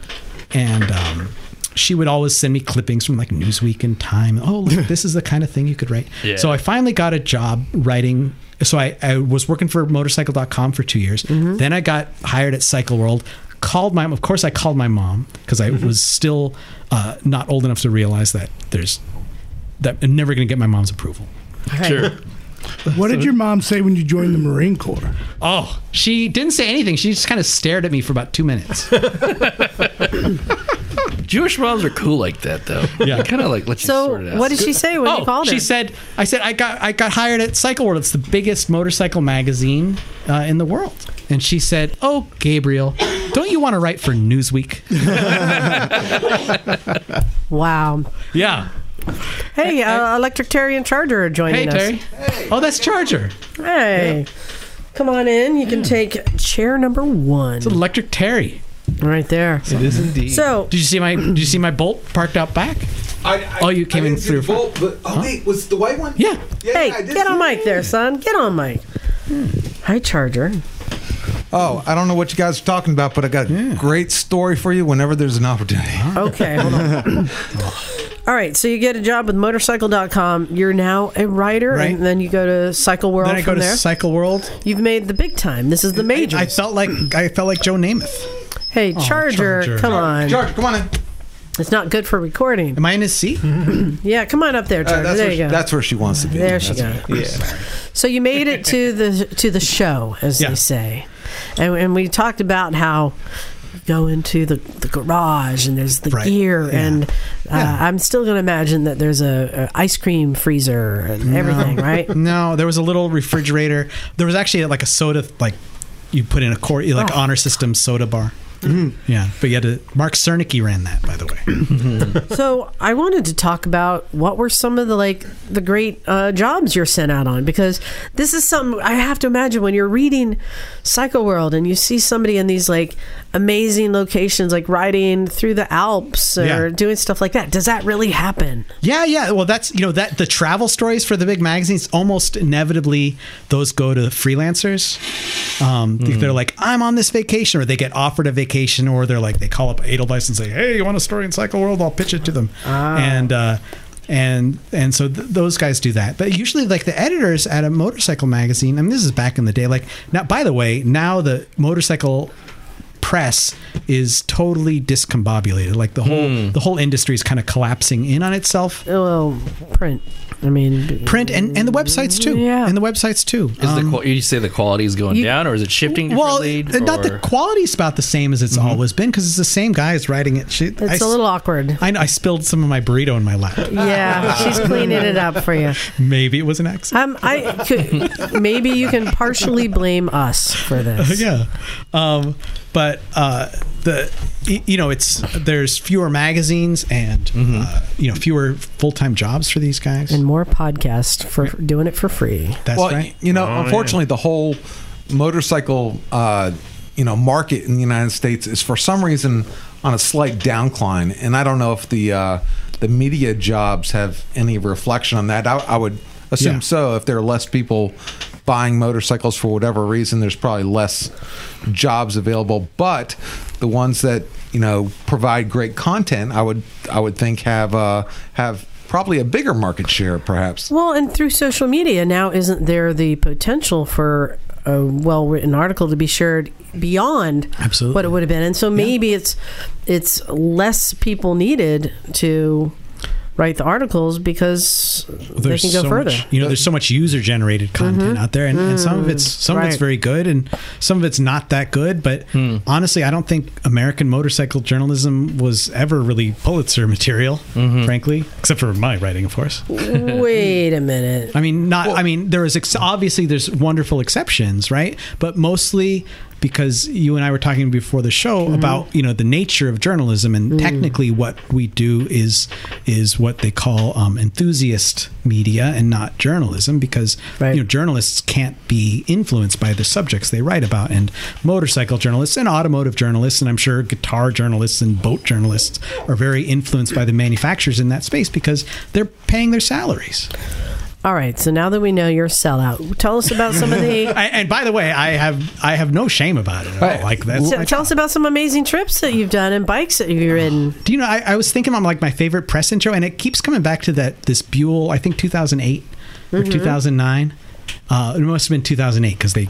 and um she would always send me clippings from like Newsweek and Time. Oh, look, this is the kind of thing you could write. Yeah. So I finally got a job writing. So I, I was working for motorcycle.com for two years. Then I got hired at Cycle World. Called my, of course, I called my mom because I was still uh, not old enough to realize that there's that I'm never going to get my mom's approval. Sure. What did your mom say when you joined the Marine Corps? Oh, she didn't say anything. She just kind of stared at me for about two minutes. Jewish moms are cool like that, though. Yeah, kind of like let you sort it So out. what did she say when you oh, called her? she said, I said I got I got hired at Cycle World. It's the biggest motorcycle magazine uh, in the world. And she said, "Oh, Gabriel, don't you want to write for Newsweek?" "Wow, Yeah. hey, uh, Electric Terry and Charger are Hey, joining us. Terry. Oh, that's Charger. Hey, come on in. You can take chair number one It's Electric Terry. right there. It is indeed. So Did you see my Did you see my Bolt parked out back? I, I, Oh, you came I in didn't see through- the Bolt, but, oh wait, was the white one? Yeah. yeah Hey, yeah, I did get see on it. mic there, son. Get on mic. Hi, Charger. Oh, I don't know what you guys are talking about, but I got a great story for you whenever there's an opportunity. Okay. hold on. All right, so you get a job with motorcycle.com. You're now a writer, Right. and then you go to Cycle World Then I go from to there. Cycle World. You've made the big time. This is the majors. I felt like I felt like Joe Namath. hey, Charger, Charger. come on. George, come on in. Uh, It's not good for recording. Am I in his seat? Yeah, come on up there, Charger. Uh, that's, there where you she, go. that's where she wants to be. there she That's- goes. So you made it to the to the show, as Yeah. they say, and, and we talked about how you go into the, the garage and there's the Right. gear, and uh, I'm still going to imagine that there's a, a ice cream freezer and everything, right? No, there was a little refrigerator. There was actually like a soda, like you put in a court, like Oh. honor system soda bar. Yeah, but you had to. Mark Cernicky ran that, by the way. So I wanted to talk about what were some of the like the great uh, jobs you're sent out on because this is something I have to imagine when you're reading Psycho World and you see somebody in these like amazing locations like riding through the Alps or Yeah. doing stuff like that. Does that really happen? Yeah, yeah. Well, that's you know that the travel stories for the big magazines almost inevitably those go to freelancers. Um, They're like, I'm on this vacation, or they get offered a vacation, or they're like, they call up Edelweiss and say, Hey, you want a story in Cycle World? I'll pitch it to them. And uh, and and so th- those guys do that. But usually, like the editors at a motorcycle magazine. I mean, this is back in the day. Like now, by the way, now the motorcycle press is totally discombobulated. Like the whole Hmm. the whole industry is kind of collapsing in on itself. Well, Oh, print. I mean, Print and, and the websites too. Yeah. And the websites too. Is Um, the qual- you say the quality is going you- down, or is it shifting? well, differently, uh, not the or- Mm-hmm. quality's about the same as it's always been because it's the same guy is writing it. She, I it's s- a little awkward. I know I spilled some of my burrito in my lap. Yeah, she's cleaning it up for you. Maybe it was an accident. Um, I could, maybe you can partially blame us for this. yeah um, but uh, the y- you know it's there's fewer magazines and Mm-hmm. uh, you know fewer full-time jobs for these guys And more podcasts for doing it for free. that's well, right you know, unfortunately, the whole motorcycle, uh, you know, market in the United States is for some reason on a slight downcline, and I don't know if the uh, the media jobs have any reflection on that. I, I would assume Yeah. so. If there are less people buying motorcycles for whatever reason, there's probably less jobs available. But the ones that you know provide great content, I would I would think have uh, have probably a bigger market share, perhaps. Well, and through social media now, isn't there the potential for a well written article to be shared beyond Absolutely. what it would have been? And so maybe it's it's less people needed to write the articles because they there's can go so further. Mm-hmm. much- you know, there's so much user generated content out there, and, and some of it's some of it's right. very good, and some of it's not that good. But honestly, I don't think American motorcycle journalism was ever really Pulitzer material, frankly, except for my writing, of course. Wait a minute. I mean, not. I mean, there is ex- obviously there's wonderful exceptions, right? But mostly because you and I were talking before the show about you know the nature of journalism and technically what we do is is what they call um, enthusiast media and not journalism because Right. you know journalists can't be influenced by the subjects they write about and motorcycle journalists and automotive journalists and I'm sure guitar journalists and boat journalists are very influenced by the manufacturers in that space because they're paying their salaries. All right. So now that we know you're a sellout, tell us about some of the. I, and by the way, I have I have no shame about it. At all. Right. Like that's. t- tell us about some amazing trips that you've done and bikes that you've ridden. Do you know? I, I was thinking on like my favorite press intro, and it keeps coming back to that this Buell. I think 2008 or 2009. Uh, it must have been 2008 because they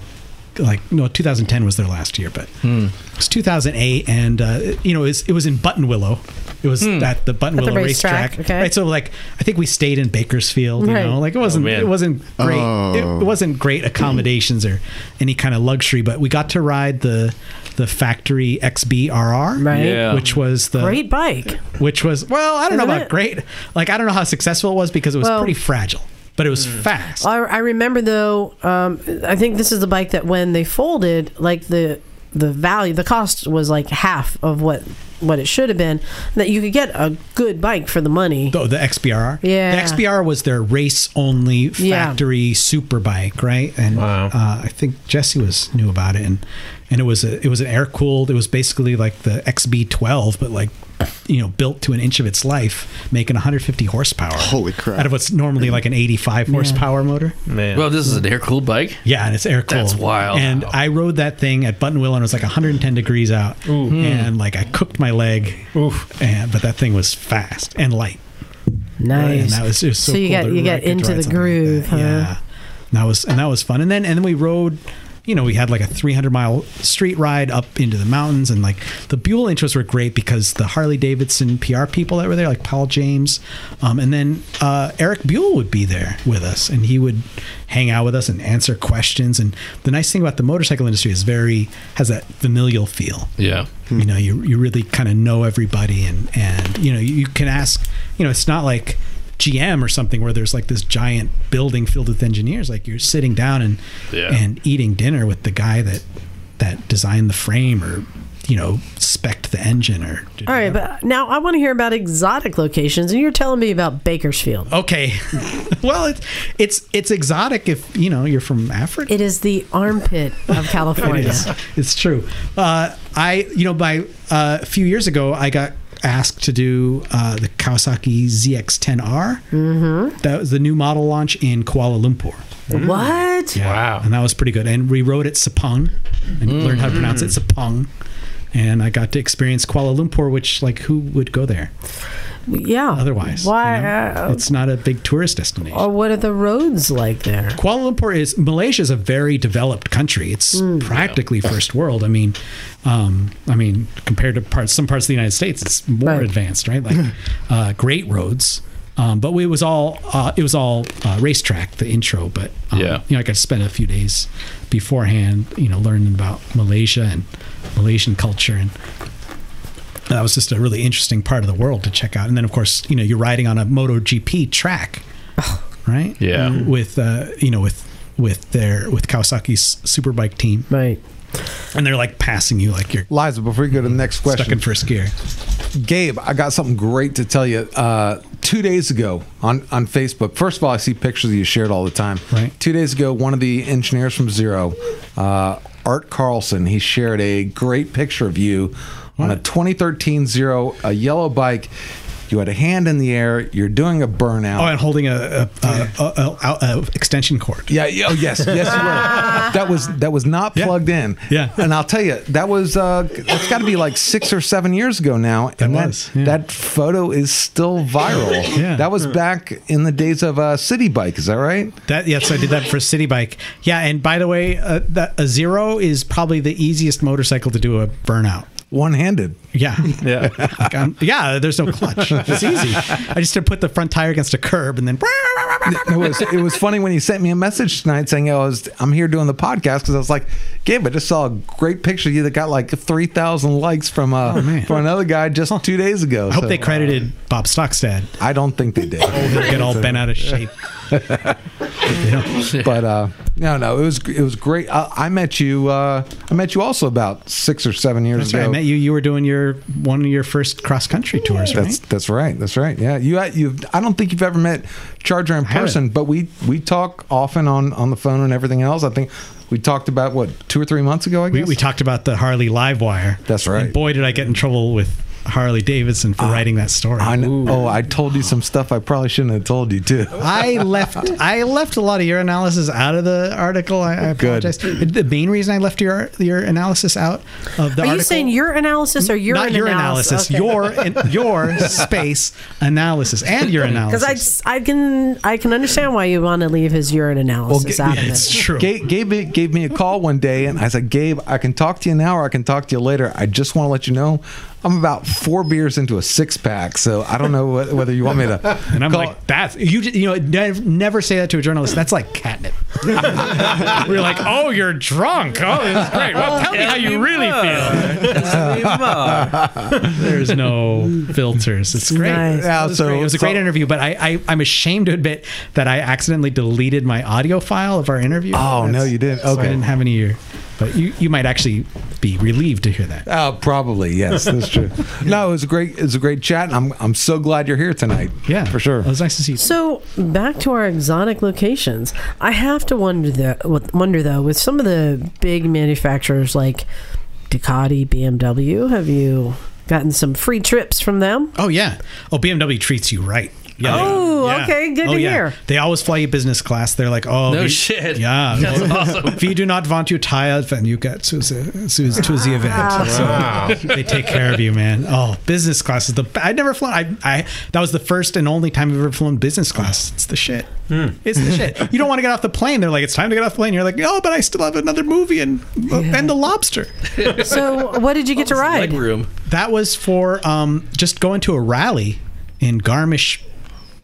like no 2010 was their last year, but it was 2008, and uh, you know it was, it was in Buttonwillow. It was at the Buttonwillow racetrack, racetrack. okay. Right. So like I think we stayed in Bakersfield. You Right. know, like it wasn't man. it wasn't great. Oh. It, it wasn't great accommodations or any kind of luxury, but we got to ride the the factory XBRR, Right. Yeah. which was the Great bike. which was well, I don't know Isn't about it? great. Like I don't know how successful it was because it was Well- pretty fragile, but it was Mm. fast. I, I remember though. Um, I think this is the bike that when they folded, like the the value, the cost was like half of what what it should have been. That you could get a good bike for the money. Though the XBR, Yeah. the XBR was their race only Yeah. factory super bike, right? And Wow. uh, I think Jesse was knew about it, and and it was a it was an air cooled. It was basically like the XB12, but like you know built to an inch of its life, making 150 horsepower. Holy crap. Out of what's normally like an 85 horsepower motor. Man. Well, this is an air cooled bike. Yeah, and it's air cooled. That's wild. And Wow. I rode that thing at Buttonwillow, and it was like 110 degrees out, and like I cooked my leg. Oof! And but that thing was fast and light. And nice. that was, it was so, So you cool got- that you I got could into ride the something groove, that. huh? Yeah, and that was and that was fun. And then and then we rode. You know, we had like a 300 mile street ride up into the mountains, and like the Buell intros were great because the Harley Davidson PR people that were there, like Paul James, um, and then uh, Eric Buell would be there with us, and he would hang out with us and answer questions. And the nice thing about the motorcycle industry is very has that familial feel Yeah. you know you, you really kind of know everybody and and you know you, you can ask you know it's not like GM or something where there's like this giant building filled with engineers like you're sitting down and Yeah. and eating dinner with the guy that that designed the frame or you know spec'd the engine or All right, but now I want to hear about exotic locations, and you're telling me about Bakersfield. okay well it's it's it's exotic if you know you're from Africa It is the armpit of California. It's true. Uh, I, you know, by uh, a few years ago, I got asked to do uh, the Kawasaki ZX10R. Mm-hmm. That was the new model launch in Kuala Lumpur. What? wow. And that was pretty good. And we rode at Sepang and learned how to pronounce it Sepang. And I got to experience Kuala Lumpur, which, like, who would go there Yeah. otherwise? you Why? know? uh, it's not a big tourist destination. or what are the roads like there? Kuala Lumpur is Malaysia is a very developed country. It's practically first world. I mean, um, I mean, compared to parts some parts of the United States, it's more Right. advanced, right? Like uh, great roads. Um, but it was all uh, it was all uh, racetrack the intro. But um, Yeah. you know, I got to spend a few days beforehand, you know, learning about Malaysia and Malaysian culture and that was just a really interesting part of the world to check out. And then, of course, you know, you're riding on a MotoGP track, right? Yeah. Mhm. With uh, you know, with with their with Kawasaki's superbike team, Right. and they're like passing you like you're Liza, before you go to the next question, stuck in first gear. Gabe, I got something great to tell you. Uh, two days ago on, on Facebook, first of all, I see pictures you shared all the time. Right. Two days ago, one of the engineers from Zero, uh, Art Carlson, he shared a great picture of you on a 2013 Zero, a yellow bike. You had a hand in the air. You're doing a burnout. Oh, and holding a a, a, a, a, a, a extension cord. Yeah. yeah, Oh, yes. Yes, you were. That was that was not Yeah. plugged in. Yeah. And I'll tell you, that was uh, that's got to be like six or seven years ago now. And that was, yeah. that photo is still viral. Yeah. That was back in the days of uh, City Bike. Is that right? That yes, I did that for City Bike. Yeah, and by the way, uh, that, a zero is probably the easiest motorcycle to do a burnout. one handed. Yeah, yeah, Like, I'm- yeah. There's no clutch. It's easy. I just to put the front tire against a curb and then. It was it was funny when he sent me a message tonight saying "Oh, I was I'm here doing the podcast because I was like, Gabe, I just saw a great picture of you that got like three thousand likes from uh from another guy just two days ago. Oh, I hope they credited Bob Stockstad. I don't think uh, they did. He'll get all bent out of shape. but uh, no, no, it was it was great. I, I met you. Uh, I met you also about six or seven years That's ago. right. I met you. You were doing your one of your first cross country tours, right? That's that's right. That's right. Yeah, you you. I don't think you've ever met Charger in haven't. person, but we we talk often on on the phone and everything else. I think we talked about what two or three months ago. I guess we, we talked about the Harley Livewire. That's right. And boy, did I get in trouble with Harley Davidson for writing that story. I I, know, oh, I told you some stuff I probably shouldn't have told you too. left. I left a lot of your analysis out of the article. I, I Good. apologize. The main reason I left your your analysis out of the Are article, you saying your analysis or your not your analysis, Okay. your your space analysis and your analysis? Because I, I can I can understand why you want to leave his urine analysis out of it's it. true. Gabe, Gabe gave me a call one day, and I said, "Gabe, I can talk to you now, or I can talk to you later. I just want to let you know, I'm about four beers into a six pack, so I don't know wh- whether you want me to." And I'm call- like, that's you. j- You know, nev- never say that to a journalist. That's like catnip. We're like, oh, you're drunk. Oh, this is great. Well, tell me how you really feel. There's no filters. It's great. Nice. Yeah, It was so- great. It was a great so- interview, but I, I I'm ashamed to admit that I accidentally deleted my audio file of our interview. Oh, no, you didn't. so I Okay. didn't have any. of your- But you you might actually be relieved to hear that. Oh, probably yes. That's true. no, it was a great. It was a great chat. and I'm I'm so glad you're here tonight. Yeah, for sure. It was nice to see you. So back to our exotic locations. I have to wonder the wonder though with some of the big manufacturers like Ducati, BMW. Have you gotten some free trips from them? Oh yeah. Oh, BMW treats you right. Yeah. they- Oh, okay, good to hear. They always fly you business class. They're like, oh, No shit. Yeah. That's awesome. If you do not want your tire, then you get to the, to, to the event. So they take care of you, man. Oh, business class is the. I'd never flown. I, I that was the first and only time I've ever flown business class. It's the shit. Hmm. It's the shit. You don't want to get off the plane. They're like, it's time to get off the plane. You're like, oh, but I still have another movie and uh, and the lobster. So what did you get to Leg ride? room. That was for um, just going to a rally in Garmisch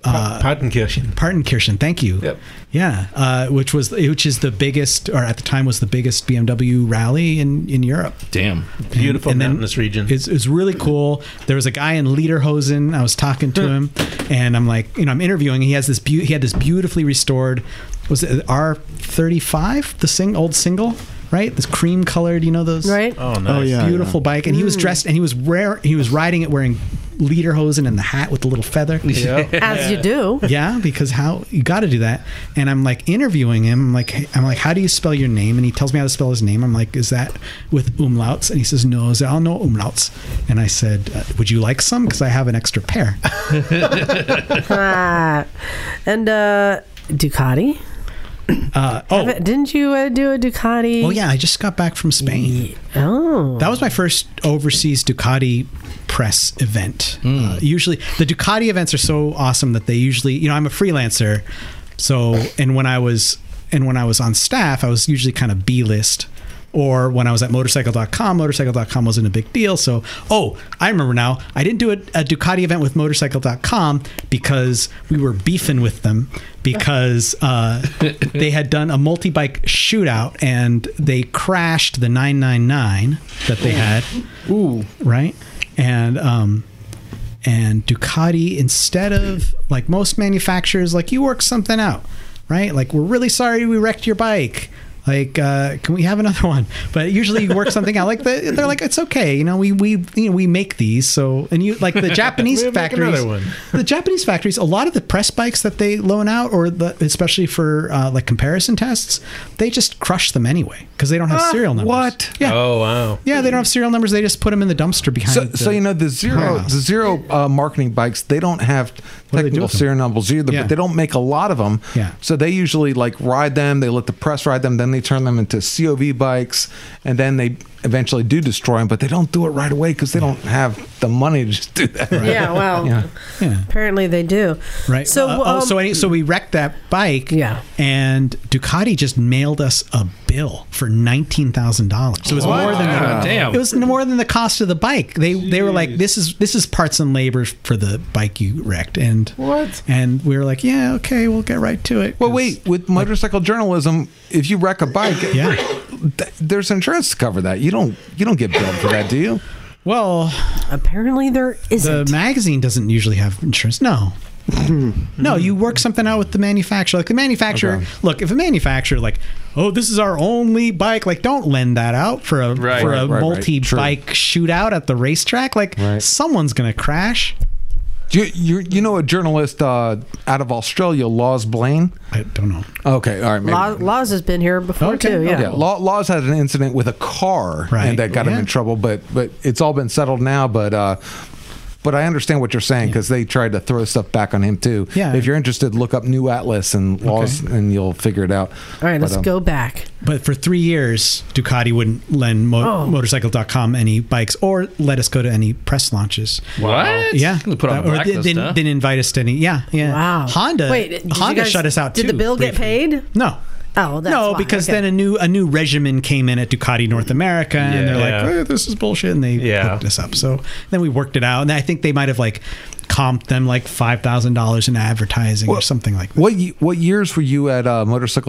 Uh, Partenkirchen. Partenkirchen. Thank you. Yep. Yeah, uh, which was which is the biggest, or at the time was the biggest BMW rally in in Europe. Damn. Beautiful And then mountainous region. It's, it's really cool. There was a guy in Lederhosen. I was talking Hmm. to him, and I'm like, you know, I'm interviewing. He has this beau- he had this beautifully restored was it R35, the sing old single, right? This cream colored, you know those Right. oh, nice. Oh, yeah. beautiful bike and he was dressed and he was rare he was riding it wearing lederhosen and the hat with the little feather Yeah. As you do. yeah because how you got to do that and i'm like interviewing him I'm like i'm like how do you spell your name and he tells me how to spell his name i'm like is that with umlauts and he says no there are no umlauts and i said uh, would you like some because i have an extra pair Uh, Ah. and uh, Ducati. uh, oh Didn't you uh, do a Ducati? oh yeah i just got back from spain Oh. That was my first overseas Ducati press event. Uh, usually, the Ducati events are so awesome that they usually, you know, I'm a freelancer, so and when I was and when I was on staff, I was usually kind of B list. Or when I was at motorcycle.com, motorcycle.com wasn't a big deal. So, oh, I remember now. I didn't do a, a Ducati event with motorcycle.com because we were beefing with them because uh, they had done a multi bike shootout and they crashed the 999 that they had. Ooh. Right? And, um, and Ducati, instead of like most manufacturers, like you work something out, right? Like, we're really sorry we wrecked your bike. Like, uh, can we have another one? But usually you work something out. Like the, they're like, it's okay, you know. We we you know, we make these. So and you like the Japanese We'll make factories another one. the Japanese factories, a lot of the press bikes that they loan out, or the, especially for uh, like comparison tests, they just crush them anyway because they don't Ah, have serial numbers. what? Yeah, Oh wow. yeah, they don't have serial numbers. They just put them in the dumpster behind. So, the, so you know the zero uh, Huh. the zero uh, marketing bikes they don't have do they do technical with them? serial numbers either Yeah. but they don't make a lot of them Yeah. so they usually like ride them they let the press ride them then they turn them into cov bikes and then they eventually do destroy them, but they don't do it right away because they don't have the money to just do that. Yeah, well, Yeah. Yeah. apparently they do. Right. So, So, oh, um, so, any, so we wrecked that bike. Yeah. And Ducati just mailed us a bill for nineteen thousand dollars. So it was more than Ah, damn. it was more than the cost of the bike. They they were like, this is this is parts and labor for the bike you wrecked, and What? And we were like, yeah, okay, we'll get right to it. Well, 'cause- wait. With motorcycle journalism, if you wreck a bike, Yeah. th- there's insurance to cover that. You don't you don't get billed for that, do you? Well, Apparently there the isn't. magazine doesn't usually have insurance. No. no, you work something out with the manufacturer. Like the manufacturer, Okay. look, if a manufacturer like, oh, this is our only bike, like don't lend that out for a Right. for Right, a right, right. multi-bike shootout at the racetrack. Like Right. someone's gonna crash. Do you you, you know a journalist uh, out of Australia, Laws Blaine? I don't know. Okay, all right. Maybe. Laws, Laws has been here before Okay, too. Yeah. yeah, Law, Laws had an incident with a car Right. and that got him Yeah. in trouble, but but it's all been settled now. But uh, but I understand what you're saying because they tried to throw stuff back on him too. Yeah. If you're interested, look up New Atlas and Laws, and you'll figure it out. All right, But, let's um, go back. But for three years, Ducati wouldn't lend mo- Oh. motorcycle.com any bikes or let us go to any press launches. What? Yeah, They Put on That- or blacklist, didn't, huh? didn't invite us to any. Yeah, yeah. Wow. Honda. Wait, did you Honda guys- shut us out. did the too, bill get briefly. paid? No. Oh, that's no, why. because Okay. then a new a new regimen came in at Ducati North America, and they're like, Yeah. "Eh, "This is bullshit," and they Yeah. hooked us up. So then we worked it out, and I think they might have like comped them like five thousand dollars in advertising or Well, something like that. What ye- what years were you at uh,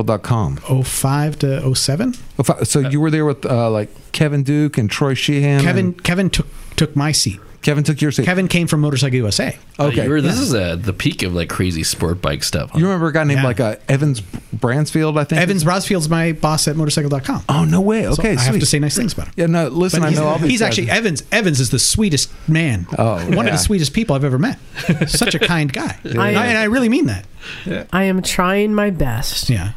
motorcycle.com? Oh five to oh seven. If I- So you were there with uh, like Kevin Duke and Troy Sheehan. Kevin and- Kevin took took my seat. Kevin took your seat. Kevin came from Motorcycle USA. Okay. Okay. You were, this is uh, the peak of like crazy sport bike stuff. huh? You remember a guy named Yeah. like uh, Evans Bransfield, I think. Evans Rosfield's my boss at Motorcycle.com. Oh no way. Okay, So I have sweet. to say nice things about him. Yeah, no. Listen, But I he's, know all these he's guys. actually Evans. Evans is the sweetest man. Oh, one of yeah. the sweetest people I've ever met. Such a kind guy, I- and, I, and I really mean that. I am trying my best Yeah.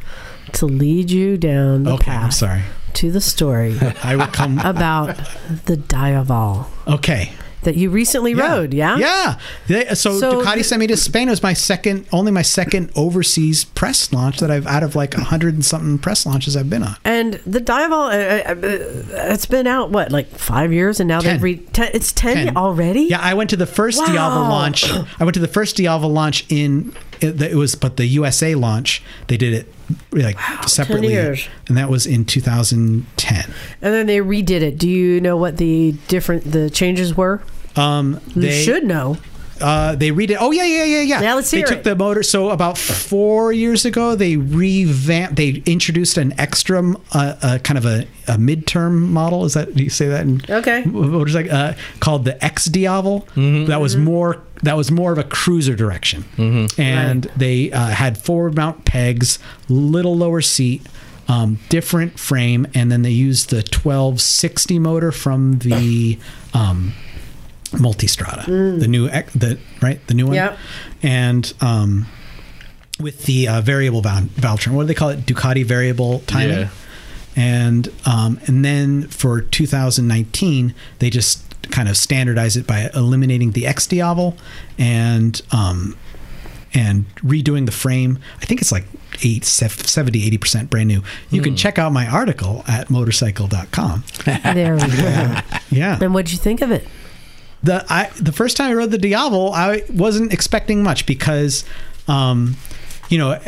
to lead you down the Okay. path I'm sorry. to the story I will come. about the Diaval okay. that you recently rode. Yeah. Yeah. They, so, So Ducati the- sent me to Spain. It was my second, only my second overseas press launch that I've out of like a hundred and something press launches I've been on. And the Diaval, uh, uh, uh, it's been out what like five years, and now Ten. they've re- ten, it's ten, 10. already. Yeah, I went to the first Wow. Diava launch. I went to the first Diava launch in it, it was, but the USA launch they did it like separately, years. and that was in 2010. And then they redid it. Do you know what the different the changes were? Um, You they should know. Uh, they read it. Oh yeah, yeah, yeah, yeah. Yeah, let's they hear took it. the motor. So about four years ago, they revamped. They introduced an extra, uh, uh, kind of a, a midterm model. Is that do you say that? In, Okay. Mm-hmm. What is that? Uh, called the X Diavel. That was more. That was more of a cruiser direction, Mm-hmm. and they uh, had forward mount pegs, little lower seat. Um, different frame, and then they used the 1260 motor from the um, Multistrada, the new ec- the right the new one, Mm. Yep. and um, with the uh, variable val- valve trim. What do they call it? Ducati variable timing. Yeah. And um, and then for 2019, they just kind of standardized it by eliminating the X Diavel and um, and redoing the frame. I think it's like eight, sef- 70, 80% brand new. You can check out my article at motorcycle.com. There we go. Yeah. and what'd you think of it? the I the first time I rode the Diavel, I wasn't expecting much because, um, you know,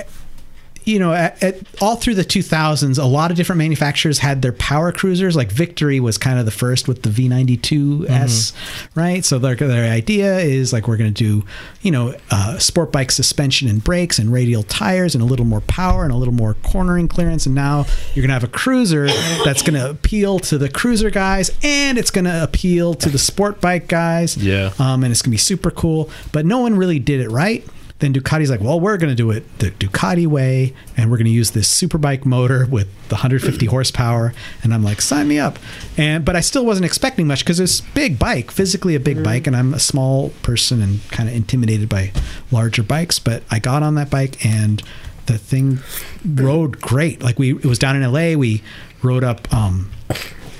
you know, at, at, all through the 2000s, a lot of different manufacturers had their power cruisers. Like Victory was kind of the first with the V92S, right? So their, their idea is like we're going to do, you know, uh, sport bike suspension and brakes and radial tires and a little more power and a little more cornering clearance. And now you're going to have a cruiser that's going to appeal to the cruiser guys and it's going to appeal to the sport bike guys Yeah. um, and it's gonna be super cool. But no one really did it right. Then Ducati's like, well, we're gonna do it the Ducati way, and we're gonna use this superbike motor with the 150 horsepower. And I'm like, sign me up. And but I still wasn't expecting much because it's big bike, physically a big bike, and I'm a small person and kind of intimidated by larger bikes. But I got on that bike and the thing rode great. Like we, it was down in LA. We rode up. Um,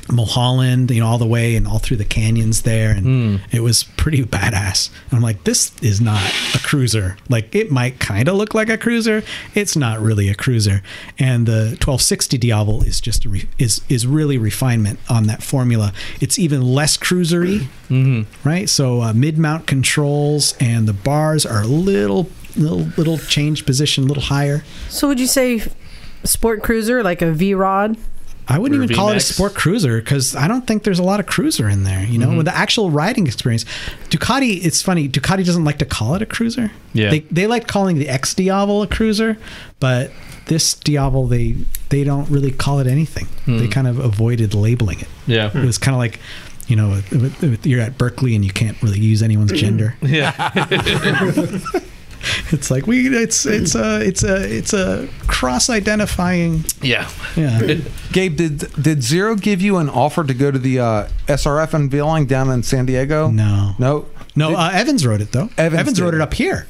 Mulholland, you know, all the way and all through the canyons there, and it was pretty badass. And I'm like, this is not a cruiser. Like, it might kind of look like a cruiser. It's not really a cruiser. And the 1260 Diablo is just a re- is is really refinement on that formula. It's even less cruisery, right? So uh, mid mount controls and the bars are a little little little change position, a little higher. So would you say sport cruiser like a V Rod? I wouldn't Or even call it a VMAX. sport cruiser because I don't think there's a lot of cruiser in there. You know, with the actual riding experience, Ducati. It's funny. Ducati doesn't like to call it a cruiser. Yeah. they they like calling the X Diablo a cruiser, but this Diablo they they don't really call it anything. They kind of avoided labeling it. Yeah. It was kind of like, you know, with- with- you're at Berkeley and you can't really use anyone's gender. Hmm. Yeah. It's like we it's it's a it's a it's a cross identifying. Yeah. Yeah. Gabe, did did Zero give you an offer to go to the uh, SRF unveiling down in San Diego? No. no, No, Did- uh, Evans wrote it though. Evans Evans did. wrote it up here,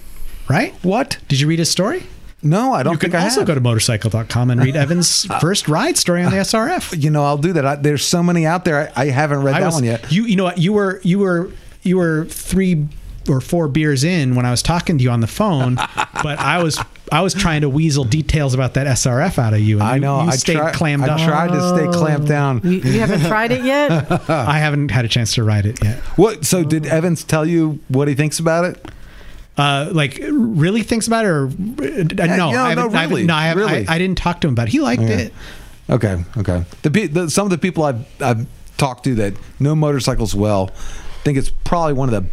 right? what? Did you read his story? No, I don't You think can I also have. go to motorcycle.com and read Evans' first ride story on the SRF. you know, I'll do that. I, there's so many out there. I, I haven't read I that was- one yet. You you know what? You were you were you were three or four beers in when I was talking to you on the phone, but I was I was trying to weasel details about that SRF out of you. And I you- know. You I stayed try- clammed I up. tried to stay clamped down. You, you haven't tried it yet. I haven't had a chance to ride it yet. What? So Oh. did Evans tell you what he thinks about it? uh, like really thinks about it or uh, no, no, I haven't, no, I haven't- really, no, I, haven't- I- really. I didn't talk to him about it. He liked Yeah. it. Okay, okay. The, pe- the some of the people I've I've talked to that know motorcycles well think it's probably one of the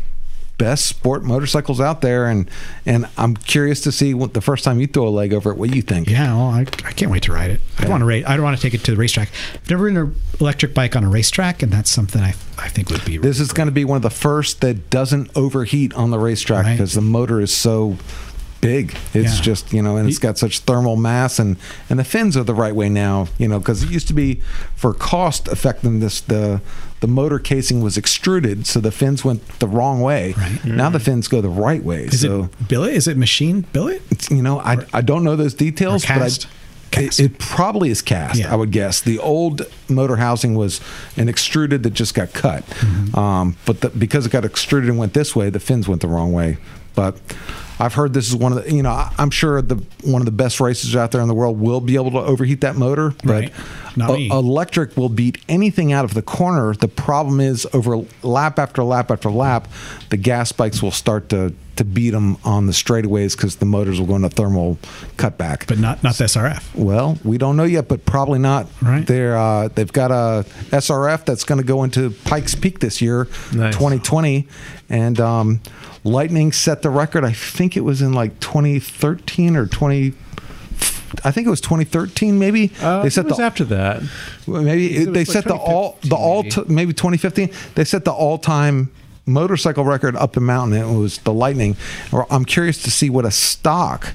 best sport motorcycles out there, and and I'm curious to see what the first time you throw a leg over it, what you think. Yeah, well, I, I can't wait to ride it. I want to ride. I don't want to take it to the racetrack. I've never ridden an electric bike on a racetrack, and that's something I I think would be. This is going to be one of the first that doesn't overheat on the racetrack Right. because the motor is so big. It's Yeah. just you know, and it's got such thermal mass, and and the fins are the right way now. You know, because it used to be for cost effectiveness, the the motor casing was extruded, so the fins went the wrong way. Right. Mm-hmm. Now the fins go the right way. is so it billet? Is it machine billet? it's, you know, I, I don't know those details, Or cast? but I, it- Cast. It, probably is cast. Yeah. I would guess the old motor housing was an extruded that just got cut, Mm-hmm. um, but the, because it got extruded and went this way, the fins went the wrong way. But I've heard this is one of the you know I, I'm sure the one of the best races out there in the world will be able to overheat that motor, but Right. Not e- me. electric will beat anything out of the corner. The problem is over lap after lap after lap, the gas bikes will start to to beat them on the straightaways because the motors will go into thermal cutback. But not not the SRF. well, we don't know yet, but probably not. Right. They're uh, they've got a SRF that's going to go into Pikes Peak this year, Nice. 2020, and um, Lightning set the record. I think it was in like 2013 or 20. I think it was 2013, maybe. Uh, they said was after that. Well, maybe It it, they was like set the all the all t- maybe 2015. They set the all time motorcycle record up the mountain. It was the Lightning. Or I'm curious to see what a stock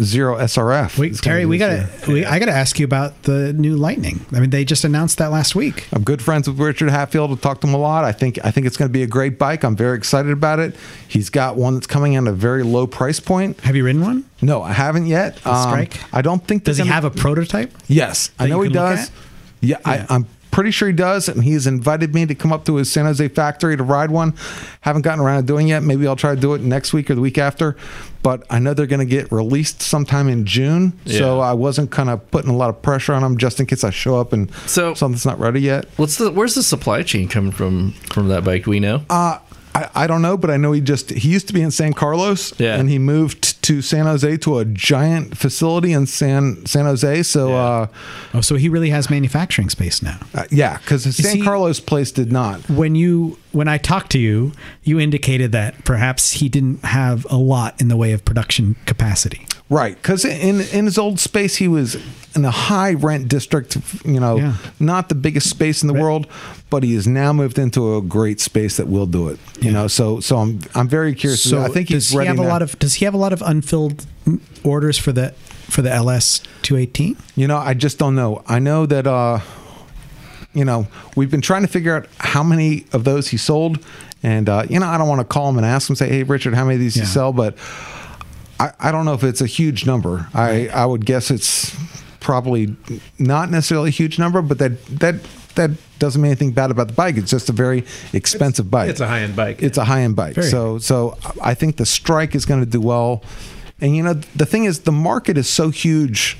zero SRF. Wait, is gonna Terry, do we this gotta year. we, I gotta ask you about the new Lightning. I mean, they just announced that last week. I'm good friends with Richard Hatfield. I've talked to him a lot. I think I think it's going to be a great bike. I'm very excited about it. He's got one that's coming in at a very low price point. Have you ridden one? No, I haven't yet. Um, Strike? I don't think Does they're he gonna- have a prototype? Yes, I that you know he can look does. at? Yeah, I, I'm pretty sure he does, and he's invited me to come up to his San Jose factory to ride one. Haven't gotten around to doing it yet. Maybe I'll try to do it next week or the week after. But I know they're going to get released sometime in June, so Yeah. I wasn't kind of putting a lot of pressure on them just in case I show up and So- something's not ready yet. What's the where's the supply chain coming from from that bike? Do we know? Uh, I, I don't know, but I know he just he used to be in San Carlos, Yeah. and he moved to San Jose to a giant facility in San San Jose. So uh, Oh, so he really has manufacturing space now. uh, yeah, because San he- Carlos place did not. when you when I talked to you, you indicated that perhaps he didn't have a lot in the way of production capacity. Right, because in in his old space, he was in a high rent district. You know, Yeah. not the biggest space in the world, but he has now moved into a great space that will do it. You know, so so I'm I'm very curious. So I think does he's he ready have a now. lot of does he have a lot of unfilled mm, orders for the for the LS two eighteen? You know, I just don't know. I know that uh you know, we've been trying to figure out how many of those he sold and uh you know, I don't want to call him and ask him say, "Hey Richard, how many of these Yeah. you sell?" but I, I don't know if it's a huge number. I I would guess it's probably not necessarily a huge number, but that that that doesn't mean anything bad about the bike. It's just a very expensive bike. it's a high-end bike. It's a high end bike. so so I think the Strike is going to do well. And you know the thing is the market is so huge.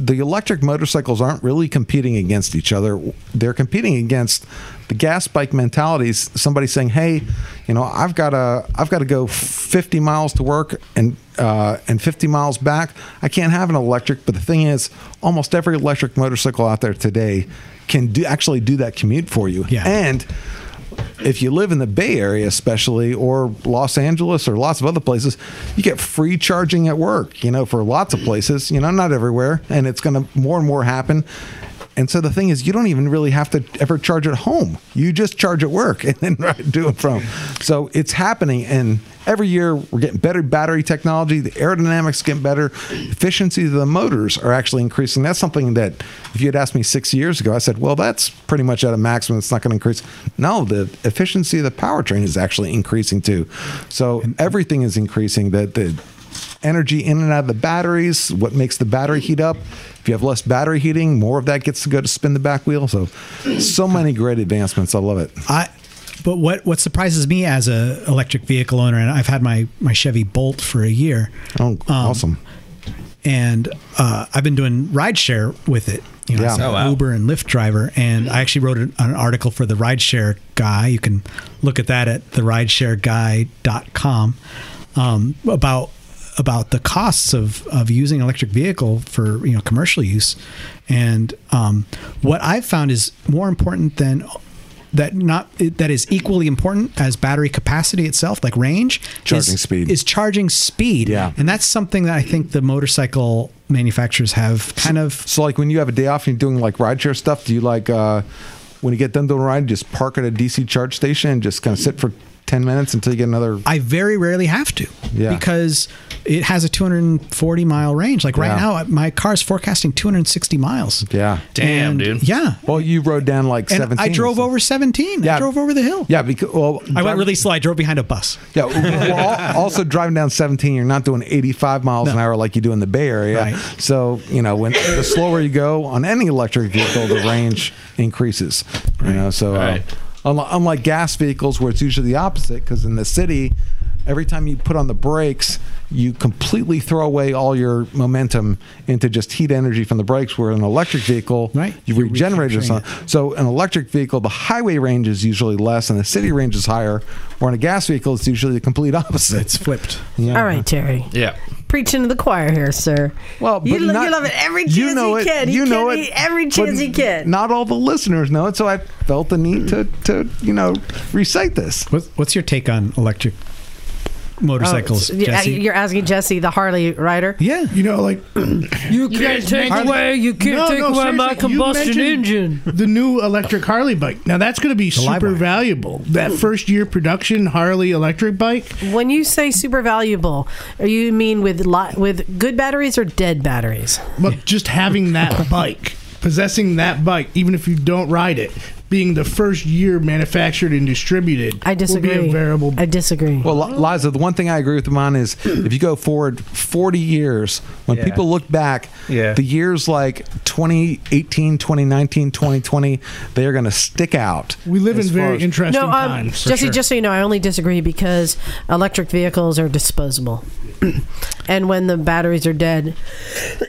The electric motorcycles aren't really competing against each other. They're competing against the gas bike mentalities. Somebody saying, "Hey, you know, I've got to I've got to go 50 miles to work and uh, and 50 miles back. I can't have an electric." But the thing is, almost every electric motorcycle out there today can do actually do that commute for you. Yeah. And if you live in the Bay Area, especially, or Los Angeles, or lots of other places, you get free charging at work, you know, for lots of places, you know, not everywhere. And it's going to more and more happen. And so the thing is, you don't even really have to ever charge at home. You just charge at work and then right, do it from. So it's happening. And every year we're getting better battery technology. The aerodynamics get better. Efficiency of the motors are actually increasing. That's something that if you had asked me six years ago, I said, well, that's pretty much at a maximum. It's not going to increase. No, the efficiency of the powertrain is actually increasing too. So everything is increasing. The, the energy in and out of the batteries, what makes the battery heat up. If you have less battery heating, more of that gets to go to spin the back wheel. So, so many great advancements. I love it. I, but what what surprises me as a electric vehicle owner, and I've had my my Chevy Bolt for a year. Oh, awesome. and uh, I've been doing rideshare with it. You know, Yeah. as an Oh, wow. Uber and Lyft driver, and I actually wrote an, an article for the rideshare guy. You can look at that at the rideshareguy.com um, about about the costs of of using an electric vehicle for you know commercial use, and um, what I've found is more important than that not that is equally important as battery capacity itself, like range, Charging is- speed. is charging speed. Yeah. And that's something that I think the motorcycle manufacturers have kind of. So, like when you have a day off and you're doing like rideshare stuff, do you like uh, when you get done doing a ride, just park at a DC charge station and just kind of sit for 10 minutes until you get another? I very rarely have to Yeah. because it has a 240 mile range. Like right Yeah. now, my car is forecasting 260 miles. Yeah. Damn, And- dude. Yeah. Well, you rode down like And 17. I or drove something. over 17. I Yeah. drove over the hill. Yeah, because well, I went drive- really slow. I drove behind a bus. Yeah. Well, al- also driving down 17, you're not doing 85 miles an hour like you do in the Bay Area. Right. So you know, when the slower you go on any electric vehicle, the range increases. You know, so Right. uh, unlike, unlike gas vehicles, where it's usually the opposite, because in the city, every time you put on the brakes, you completely throw away all your momentum into just heat energy from the brakes. Where in an electric vehicle, Right. you You're regenerate recapturing yourself. it. So an electric vehicle, the highway range is usually less, and the city range is higher. Where in a gas vehicle, it's usually the complete opposite. It's flipped. Yeah. All right, Terry. Yeah. Preaching to the choir here, sir. Well, you, but lo- not- you love it every chance you, can. You, know it every but chance you can. Not all the listeners know it, so I felt the need to, to you know, recite this. What, what's your take on electric motorcycles, Oh, it's- Jesse? You're asking Jesse, the Harley rider. yeah. You know, like you guys mentioned- you No, no, seriously, you mentioned The new electric Harley bike. Now that's going to be super Livewire. valuable. That first year production Harley electric bike. When you say super valuable, are you mean with lot with good batteries or dead batteries? But just having that bike, possessing that bike, even if you don't ride it, being the first year manufactured and distributed, I disagree. Will be a variable. I disagree. Well, Li- Liza, the one thing I agree with Iman is if you go forward 40 years, when Yeah. people look back, Yeah. the years like 2018, 2019, 2020, they are going to stick out. we live in as far very as- interesting no, um, times. for Jesse. sure. Just so you know, I only disagree because electric vehicles are disposable, and when the batteries are dead,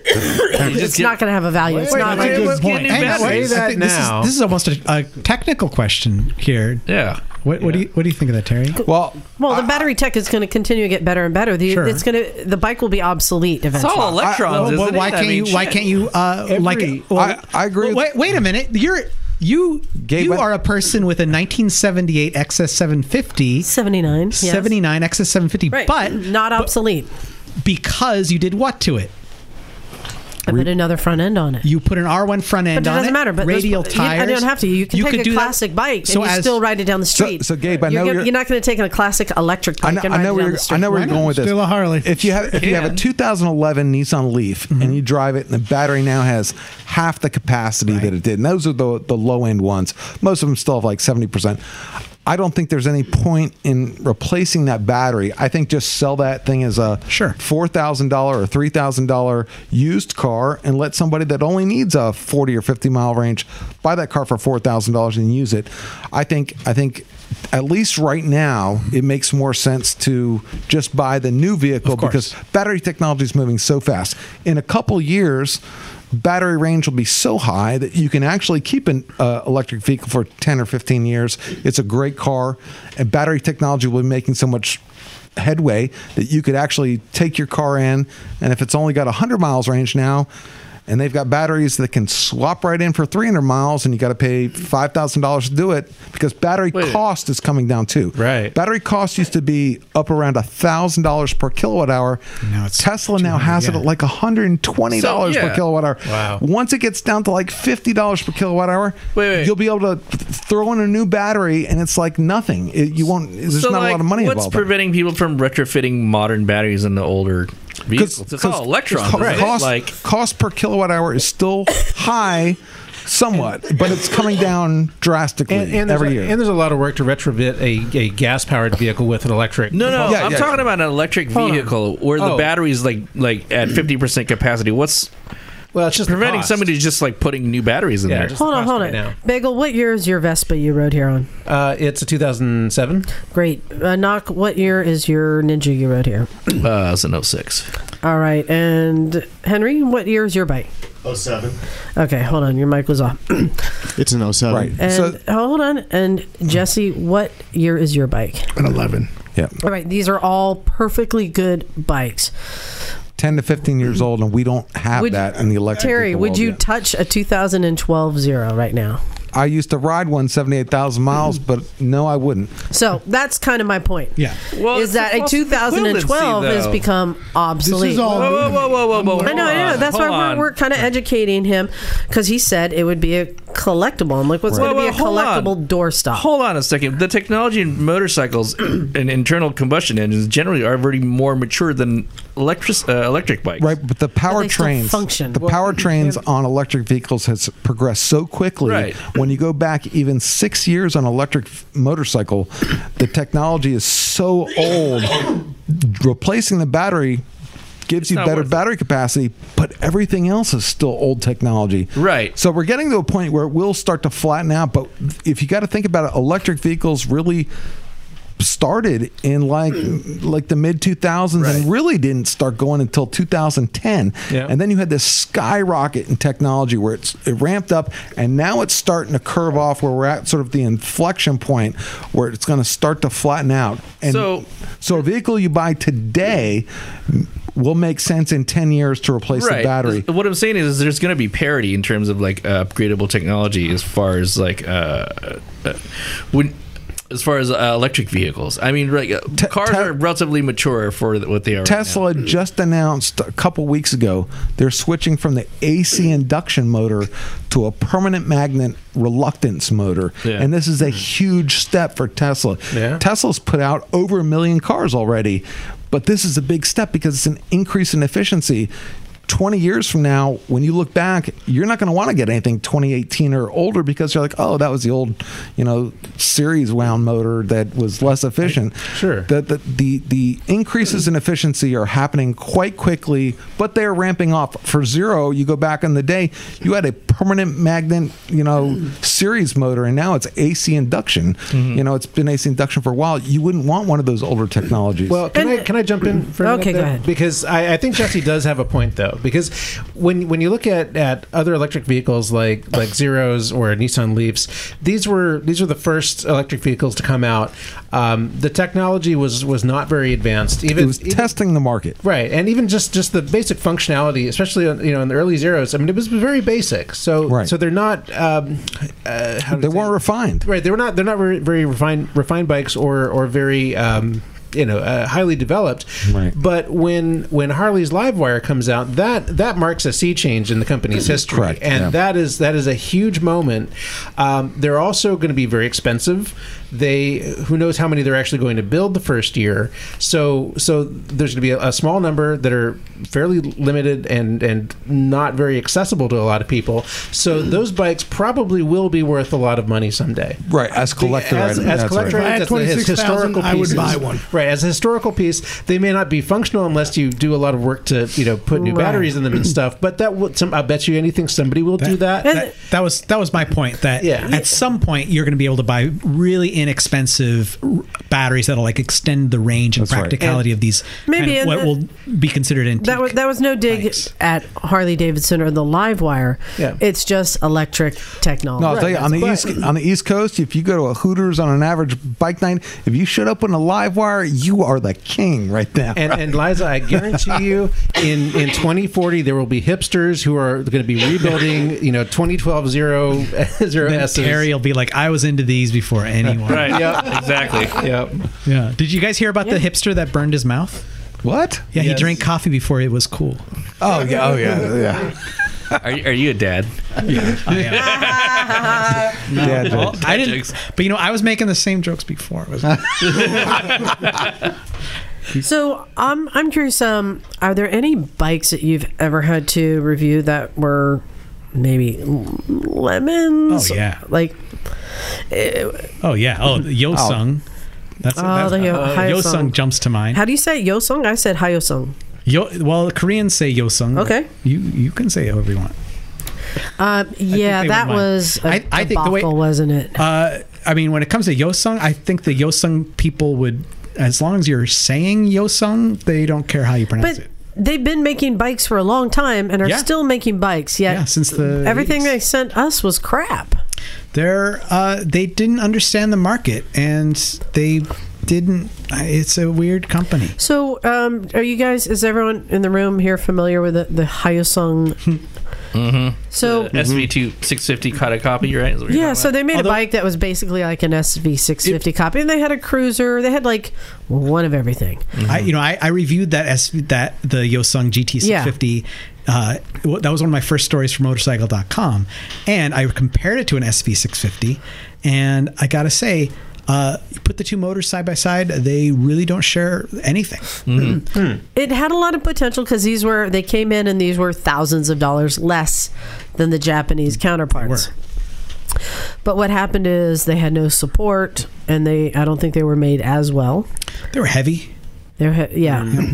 it's get- not going to have a value. it's wait, not wait, like wait, Let's get point. new Hang on, batteries. wait. I that think this is- now. This is, almost a, a technical question here. Yeah. What, what do you what do you think of that, Terry? Well, Well, the battery tech is going to continue to get better and better. The, Sure. It's going to the bike will be obsolete It's eventually. all electrons, Oh, Well, isn't but it? why I can't mean, you? Why shit. can't you? Uh, like, I- I agree with- wait, wait a minute. You're you Gay you wed- are a person with a 1978 XS750. Seventy nine. 79 XS750, Right. but not obsolete. because you did what to it? I put another front end on it. You put an R1 front end But it on doesn't it, matter. But those- radial you- tires. I don't have to. You can could take a do that- classic bike So and you as- still ride it down the street. so, Gabe, I you're, know gonna- you're, you're not going to take a classic electric bike I know, and I ride know it where down you're, the street. I know where Why you're going not? with this. Still a Harley. If you have if you have a can. 2011 Nissan Leaf Mm-hmm. and you drive it, and the battery now has half the capacity that it did. And those are the the low end ones. Most of them still have like 70 percent. I don't think there's any point in replacing that battery. I think just sell that thing as a Sure. four thousand dollar or three thousand dollar used car, and let somebody that only needs a forty or fifty mile range buy that car for four thousand dollars and use it. I think I think at least right now it makes more sense to just buy the new vehicle Of course. because battery technology is moving so fast. In a couple years, battery range will be so high that you can actually keep an uh, electric vehicle for 10 or 15 years. It's a great car, and battery technology will be making so much headway that you could actually take your car in, and if it's only got 100 miles range now, and they've got batteries that can swap right in for 300 miles, and you got to pay $5,000 to do it because battery Wait. cost is coming down too. Right. Battery cost used to be up around $1,000 per kilowatt hour. Now it's Tesla now has it 200, at like $120 So, yeah. per kilowatt hour. Wow. Once it gets down to like $50 per kilowatt hour, Wait, wait. you'll be able to th- throw in a new battery and it's like nothing. It, you won't, there's So, not a like, lot of money What's involved. preventing people from retrofitting modern batteries into older vehicles? It's all electrons. co- isn't it? cost, Like cost per kilowatt hour is still high somewhat, but it's coming down drastically And, and, there's every a, year. and there's a lot of work to retrofit a, a gas powered vehicle with an electric. No, no, Yeah, I'm yeah. talking about an electric on. vehicle where the Oh. battery's like like Hmm. at 50% capacity. What's Well, it's just the preventing cost. somebody just like putting new batteries in Yeah, there? just- Hold on, cost hold right on. now. Bagel, what year is your Vespa you rode here on? Uh, it's a 2007. Great. Uh, knock, what year is your Ninja you rode here? uh, it's an 06. All right. And Henry, what year is your bike? 07. Okay, hold on. Your mic was off. It's an 07. right. And so, hold on. And Jesse, what year is your bike? An 11. All right, these are all perfectly good bikes. 10 to 15 years old, and we don't have Would- that in the electric. Terry, vehicle would world you yet. touch a 2012 Zero right now? I used to ride one 78,000 miles, but no, I wouldn't. So that's kind of my point. Yeah. Well, is that a 2012 has become obsolete? This is Oh, all- Whoa, whoa, whoa, whoa, whoa! whoa I know, I know. That's why we're, we're kind of educating him because he said it would be a collectible. I'm like, what's Well, going to well, be a hold on. collectible doorstop? Hold on a second. The technology in motorcycles and internal combustion engines generally are already more mature than electric uh, electric bikes. Right, but the they still powertrains, function. the Well, powertrains on electric vehicles has progressed so quickly. Right. When you go back even six years on electric f- motorcycle, the technology is so old. Replacing the battery gives you not better worth it. battery capacity, but everything else is still old technology. Right. So we're getting to a point where it will start to flatten out. But if you got to think about it, electric vehicles really started in like like the mid 2000s and really didn't start going until 2010 Yeah. and then you had this skyrocket in technology where it's it ramped up and now it's starting to curve off where we're at sort of the inflection point where it's going to start to flatten out and So- so a vehicle you buy today will make sense in 10 years to replace the battery What I'm saying is, there's going to be parity in terms of like upgradable technology as far as like uh, uh, when. As far as uh, electric vehicles, I mean, like, uh, cars te- are relatively mature for th- what they are. right now. Tesla just announced a couple weeks ago they're switching from the AC induction motor to a permanent magnet reluctance motor. Yeah. Hmm. And this is a huge step for Tesla. Yeah. Tesla's put out over a million cars already, but this is a big step because it's an increase in efficiency. 20 years from now, when you look back, you're not going to want to get anything 2018 or older because you're like, oh, that was the old, you know, series wound motor that was less efficient. Sure. The the, the the increases in efficiency are happening quite quickly, but they're ramping up. For zero, you go back in the day, you had a permanent magnet, you know, series motor, and now it's AC induction. Mm-hmm. You know, it's been AC induction for a while. You wouldn't want one of those older technologies. Well, can I can I jump in for a minute Okay, go there? ahead. Because I, I think Jesse does have a point though. Because when when you look at, at other electric vehicles like like Zeros or Nissan Leafs, these were these were the first electric vehicles to come out. Um, the technology was was not very advanced. Even it was even- testing the market. Right, and even just just the basic functionality, especially on, you know in the early zeros. I mean, it was very basic. So Right. so they're not um, uh, how to They say- weren't refined. right. They were not they're not very, very refined refined bikes or or very um, you know uh, highly developed. Right. But when when Harley's Livewire comes out, that that marks a sea change in the company's history, Correct, and yeah. that is that is a huge moment. Um, they're also going to be very expensive. They who knows how many they're actually going to build the first year. So so there's going to be a, a small number that are fairly limited and and not very accessible to a lot of people. So those bikes probably will be worth a lot of money someday. Right, as collector as, item, as that's collector right. items, If I had as his 26,000, historical I would pieces. buy one. Right, as a historical piece, they may not be functional unless you do a lot of work to you know put new Right. batteries in them and stuff. But that will, some, I bet you anything somebody will do that. that, that was that was my point. That Yeah. at some point you're going to be able to buy really inexpensive r- batteries that'll like extend the range and That's right. practicality of these. Maybe kind of in what will be considered antique. That was that was no dig Thanks. at Harley Davidson or the Live Wire. Yeah. It's just electric technology. No, I'll tell you on the But- east on the East Coast, if you go to a Hooters on an average bike night, if you showed up on a live wire, you are the king right now. And, and Liza, I guarantee you, in, in 2040, there will be hipsters who are going to be rebuilding, you know, 2012 zero zero then S's. Terry will be like, "I was into these before anyone." Right. Exactly. Yep. Yeah. Did you guys hear about the hipster that burned his mouth? what? Yeah, Yes. he drank coffee before it was cool. Oh yeah, oh yeah, yeah. Are you, are you a dad? Dad Well, jokes. uh, I didn't. jokes. But you know, I was making the same jokes before. It was- So I'm I'm curious. Um, are there any bikes that you've ever had to review that were maybe l- lemons? Oh, yeah. like oh yeah. Oh, Yosung. That's, Oh, the Yo- Hyosung. Yosung jumps to mind. how do you say it? Yosung? I said Hyosung. Yo, well, Koreans say Yosung. but Okay. You you can say however you want. Um, yeah, they were that mine. was a I- I think the way- debacle, wasn't it? Uh, I mean, when it comes to Yosung, I think the Yosung people would, as long as you're saying Yosung, they don't care how you pronounce But it. they've been making bikes for a long time and are Yeah. still making bikes. Yet Yeah, since the everything 80s. they sent us was crap. They're uh, they didn't understand the market and they didn't. It's a weird company. So, um, are you guys? Is everyone in the room here familiar with the, the Hyosung? mm-hmm. So. SV2 650 caught a copy, right? Is what you're yeah, talking so they made Although- a bike that was basically like an SV650 copy, and they had a cruiser. They had like one of everything. I you know I, I reviewed that S that the Yosung GT650. Uh, w- that was one of my first stories from motorcycle.com and I compared it to an SV650 and I got to say uh, you put the two motors side by side they really don't share anything. It had a lot of potential because these were they came in and these were thousands of dollars less than the Japanese counterparts. were. But what happened is they had no support, and they I don't think they were made as well. They were heavy. They're he- yeah,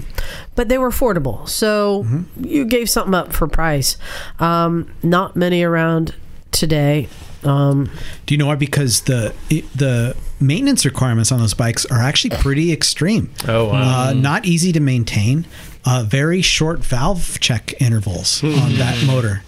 but they were affordable, so you gave something up for price. Um, not many around today. Um, Do you know why? Because the it, the maintenance requirements on those bikes are actually pretty extreme. Oh, wow. Uh, not easy to maintain. Uh, very short valve check intervals on that motor.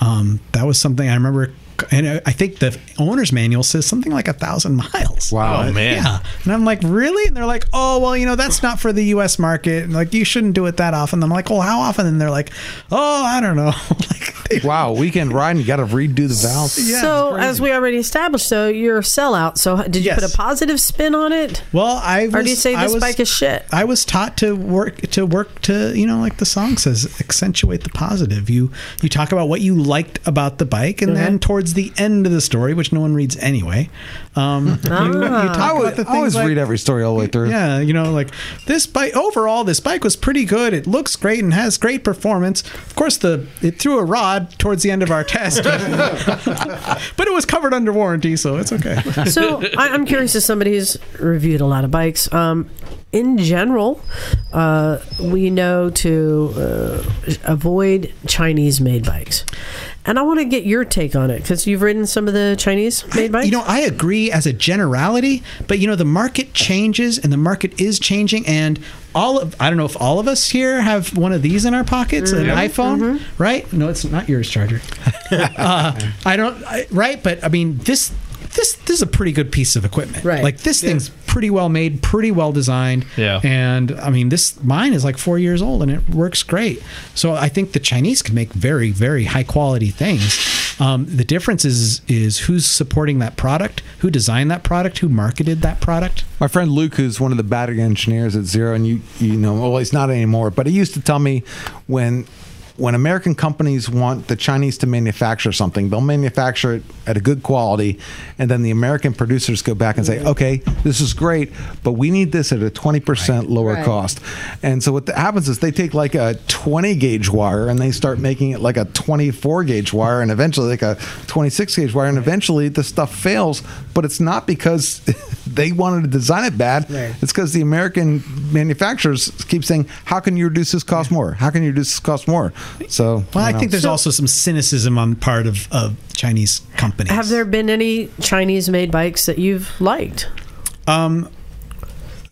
Um, that was something I remember, and I I think the owner's manual says something like a thousand miles. Uh, Wow. Oh, man. Yeah, and I'm like, really? And they're like, oh well, you know, that's not for the U.S. market. And like, you shouldn't do it that often. I'm like, well, how often? And they're like, oh, I don't know. like, they Wow, weekend riding, you got to redo the valve. Yeah, so it's crazy. as we already established, though you're a sellout. So h- did you Yes. put a positive spin on it, Well, I was, or do you say I this was- bike is shit? I was taught to work to work to you know like the song says accentuate the positive. You you talk about what you liked about the bike, and Mm-hmm. then towards the end of the story, which no one reads anyway, um, you, you Ah. talk about I always, the I things always like, read every story all the way through. yeah, you know, like this bike overall, this bike was pretty good. It looks great and has great performance. Of course, the it threw a rod towards the end of our test, but it was covered under warranty, so it's okay. so I, I'm curious as somebody who's reviewed a lot of bikes. Um, in general, uh, we know to uh, avoid Chinese-made bikes, and I want to get your take on it because you've ridden some of the Chinese-made bikes. You know, I agree as a generality, but you know, the market changes and the market is changing. And all of, I don't know if all of us here have one of these in our pockets, an iPhone, right? No, it's not yours, Charger. uh, I don't, I, right? But I mean, this. This, this is a pretty good piece of equipment. Right. Like this thing's pretty well made, pretty well designed. Yeah. And I mean, this mine is like four years old and it works great. So I think the Chinese can make very, very high quality things. Um, the difference is is who's supporting that product, who designed that product, who marketed that product. My friend Luke, who's one of the battery engineers at Zero, and you you know, well, he's not anymore, but he used to tell me when when American companies want the Chinese to manufacture something, they'll manufacture it at a good quality, and then the American producers go back and say, "Okay, this is great, but we need this at a twenty percent lower Right. cost." And so what th- happens is they take like a twenty gauge wire and they start making it like a twenty four gauge wire, and eventually like a twenty six gauge wire, and eventually the stuff fails. But it's not because they wanted to design it bad. It's because the American manufacturers keep saying, "How can you reduce this cost more? How can you reduce this cost more?" So, Well, you I know. think there's also some cynicism on part of, of Chinese companies. Have there been any Chinese made bikes that you've liked? Um,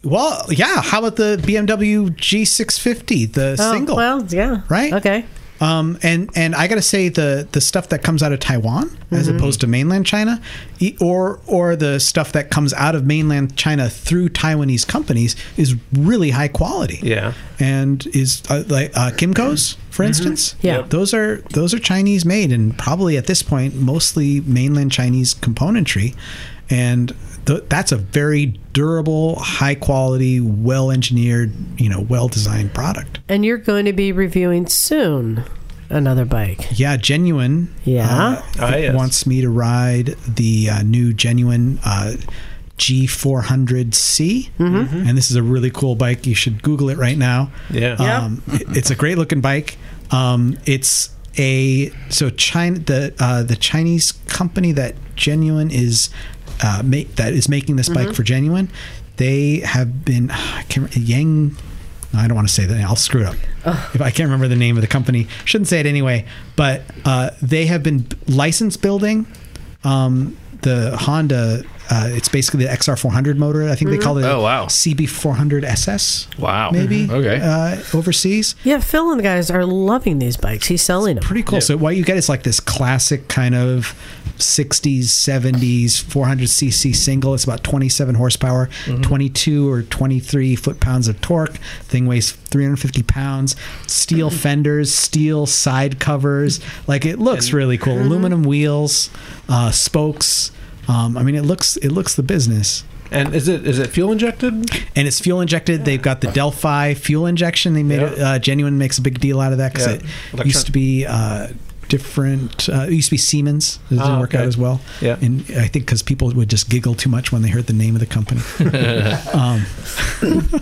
well, yeah. How about the BMW G650, the Oh, single? Well, yeah. Right? Okay. Um, and and I gotta say the the stuff that comes out of Taiwan as opposed to mainland China, e- or or the stuff that comes out of mainland China through Taiwanese companies is really high quality. Yeah. and is uh, like uh, Kimco's for instance. Yeah. Yep. those are those are Chinese made and probably at this point mostly mainland Chinese componentry, and th- that's a very durable, high quality, well engineered, you know, well designed product. And you're going to be reviewing soon another bike. Yeah, genuine. Yeah. uh, Ah, yes. wants me to ride the uh, new genuine uh, G400C, Mm-hmm. and this is a really cool bike. You should Google it right now. Mm-hmm. Yeah. Yeah. Um, it- it's a great looking bike. Um, it's a so China the uh, the Chinese company that genuine is uh, make that is making this bike for genuine. They have been I can't, re- Yang. I don't want to say that. I'll screw it up. If I can't remember the name of the company, shouldn't say it anyway. But uh, they have been license building um, the Honda. Uh, it's basically the XR400 motor. I think they call it Oh, wow. CB400SS Wow. maybe Okay. uh, overseas. Yeah, Phil and the guys are loving these bikes. He's selling them. Pretty cool. So what you get is like this classic kind of 60s, 70s 400cc single. It's about 27 horsepower, 22 or 23 foot pounds of torque. Thing weighs 350 pounds. Steel fenders, steel side covers. Like it looks really cool. Aluminum wheels, uh, spokes. Um, I mean, it looks it looks the business. And is it is it fuel injected? and it's fuel injected. They've got the Delphi fuel injection. They made it, Yeah. uh, genuine makes a big deal out of that because Yeah. it Electron- used to be uh, different. Uh, it used to be Siemens. It didn't Ah, work okay. out as well. Yeah. and I think because people would just giggle too much when they heard the name of the company. um,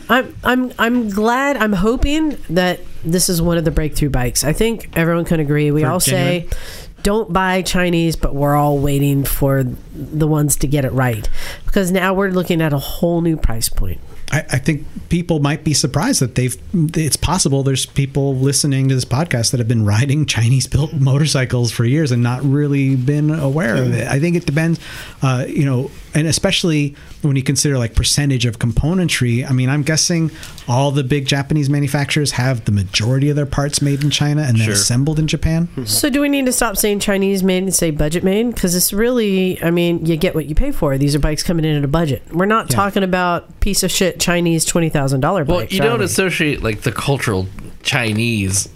I'm I'm I'm glad I'm hoping that this is one of the breakthrough bikes. I think everyone can agree. We For all genuine? say don't buy Chinese, but we're all waiting for the ones to get it right. Because now we're looking at a whole new price point. I, I think people might be surprised that they've. It's possible there's people listening to this podcast that have been riding Chinese-built motorcycles for years and not really been aware of it. I think it depends, uh, you know, and especially when you consider like percentage of componentry. I mean, I'm guessing all the big Japanese manufacturers have the majority of their parts made in China and then Sure. Mm-hmm. assembled in Japan. So do we need to stop saying Chinese made and say budget made? Because it's really, I mean, you get what you pay for. These are bikes coming in at a budget. We're not talking about piece of shit Chinese twenty thousand dollar bikes. Well, you are don't we? associate like the cultural Chinese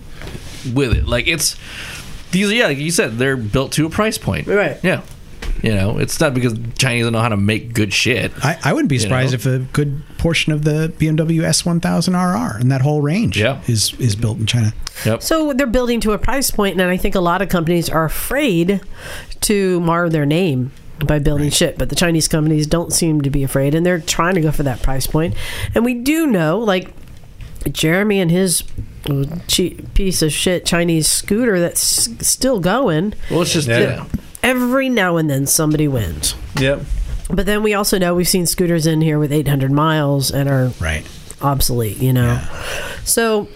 with it. Like it's these. Yeah, like you said, they're built to a price point. Right. Yeah. You know, it's not because Chinese don't know how to make good shit. I, I wouldn't be You surprised know? if a good portion of the BMW S1000RR and that whole range Yeah. is is built in China. Yep. So they're building to a price point, and I think a lot of companies are afraid to mar their name by building shit. But the Chinese companies don't seem to be afraid, and they're trying to go for that price point. And we do know, like Jeremy and his cheap piece of shit Chinese scooter that's s- still going. Well, it's just yeah. Yeah. Every now and then somebody wins. Yep. But then we also know we've seen scooters in here with 800 miles and are Right. obsolete, you know. So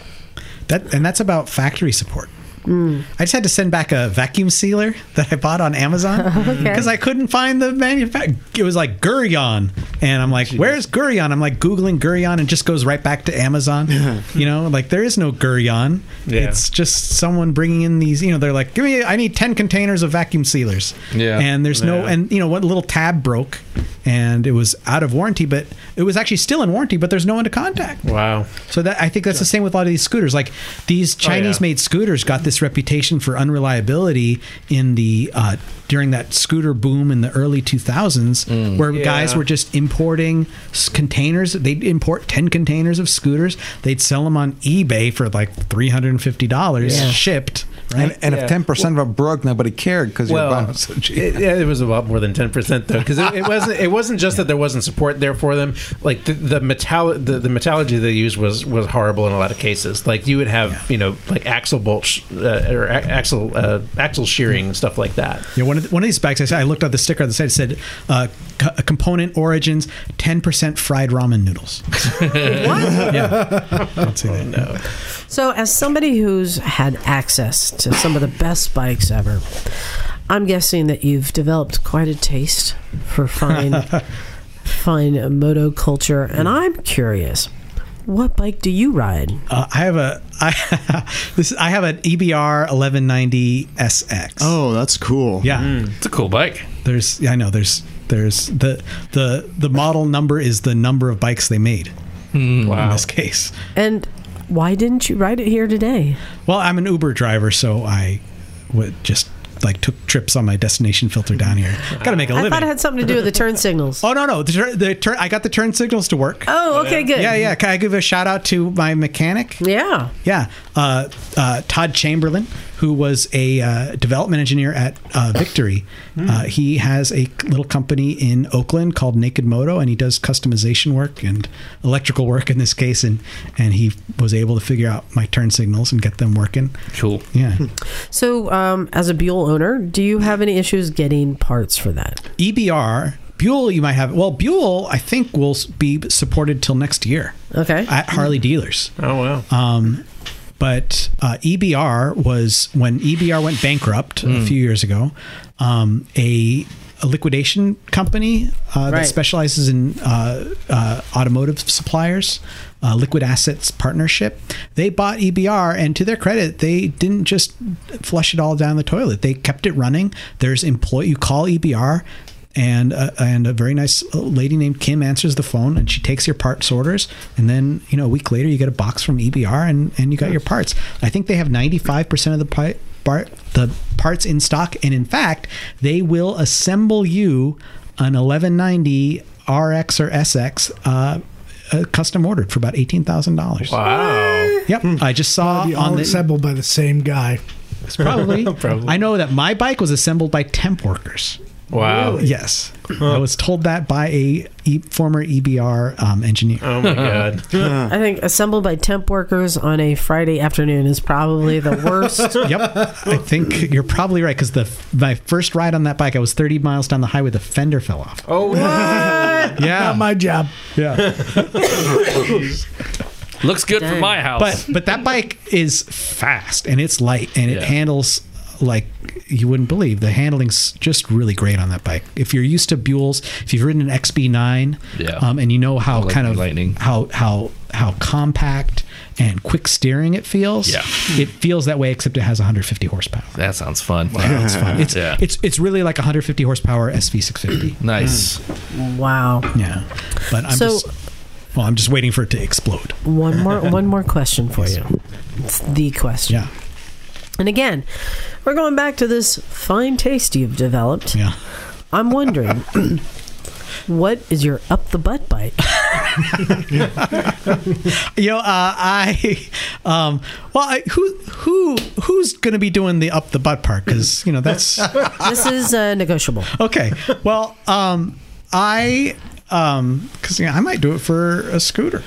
That and that's about factory support. I just had to send back a vacuum sealer that I bought on Amazon because I couldn't find the manufacturer. It was like Gurion, And I'm like, where's Gurion? I'm like Googling Gurion and it just goes right back to Amazon. you know, like there is no Gurion. Yeah. It's just someone bringing in these, you know, they're like, give me, I need 10 containers of vacuum sealers. Yeah. And there's no, Yeah. and you know, what little tab broke and it was out of warranty, but it was actually still in warranty, but there's no one to contact. Wow. So that I think that's the same with a lot of these scooters. Like these Chinese-made scooters got this reputation for unreliability in the uh, during that scooter boom in the early 2000s, where guys Yeah. were just importing s- containers. They'd import 10 containers of scooters. They'd sell them on eBay for like 350 dollars shipped. Right? And, and if ten percent of it broke, nobody cared because you're buying Well, them so cheap. it, yeah, it was a lot more than ten percent though, because it, it wasn't. It wasn't just that there wasn't support there for them. Like the the metal the, the metallurgy they used was was horrible in a lot of cases. Like you would have you know like axle bolt sh- uh, or a- axle uh, axle shearing and stuff like that. Yeah, one of, the, one of these bags, I, said, I looked at the sticker on the side, it said uh, co- component origins 10% fried ramen noodles. What? I'll say that. so, as somebody who's had access to some of the best bikes ever, I'm guessing that you've developed quite a taste for fine, fine moto culture, and I'm curious. What bike do you ride? Uh, I have a I this I have an E EBR 1190 SX. Oh, that's cool. yeah. It's a cool bike. There's yeah, I know there's there's the the the model number is the number of bikes they made in Wow. this case. And why didn't you ride it here today? Well, I'm an Uber driver, so I would just like took trips on my destination filter down here. Got to make a I living. thought it had something to do with the turn signals. oh no no the, tur- the turn I got the turn signals to work. Oh, okay, good. yeah yeah. Can I give a shout out to my mechanic? Yeah. Yeah, uh, uh, Todd Chamberlain, who was a uh, development engineer at uh, Victory, uh, he has a little company in Oakland called Naked Moto, and he does customization work and electrical work in this case, and and he was able to figure out my turn signals and get them working. Cool. Yeah, So, um, as a Buell owner, do you have any issues getting parts for that? EBR. E Buell, you might have. Well, Buell, I think will s- be supported till next year Okay. at Harley dealers. Um, Oh wow. but uh, EBR was when EBR went bankrupt Hmm. a few years ago. Um, a, a liquidation company uh, that Right. specializes in uh, uh, automotive suppliers, uh, Liquid Assets Partnership. They bought EBR, and to their credit, they didn't just flush it all down the toilet. They kept it running. There's employee you call EBR. And uh, and a very nice lady named Kim answers the phone, and she takes your parts orders, and then you know a week later you get a box from EBR, and and you got your parts. I think they have ninety five percent of the pi- bar, the parts in stock, and in fact, they will assemble you an 1190 RX or SX uh, uh, custom ordered for about eighteen thousand dollars. wow. Yep, I just saw Uh, Be on all the assembled by the same guy. probably, Probably. I know that my bike was assembled by temp workers. Wow. Yes, I was told that by a e- former EBR um, engineer. Oh my god. Uh. I think assembled by temp workers on a Friday afternoon is probably the worst. yep. I think you're probably right because the my first ride on that bike, I was 30 miles down the highway, the fender fell off. Oh. Not my job. yeah. Looks good for Dang. my house. But but that bike is fast and it's light and it Yeah. handles like you wouldn't believe. The handling's just really great on that bike. If you're used to Buells, if you've ridden an XB9, Yeah. um, and you know how like kind the of Lightning. how how how compact and quick steering it feels. Yeah. It feels that way except it has 150 horsepower. that sounds fun. It's fun. It's Yeah. it's it's really like 150 horsepower SV650. Nice. Mm. wow. Yeah, but I'm So- just well, I'm just waiting for it to explode. One more one more question for you. It's the question. Yeah, And again, we're going back to this fine taste you've developed. yeah. I'm wondering what is your up the butt bike? You know, uh, I um, well, I, who who who's gonna be doing the up the butt part? Because you know that's This is uh, negotiable. okay. Well, um, I um, because you know, I might do it for a scooter,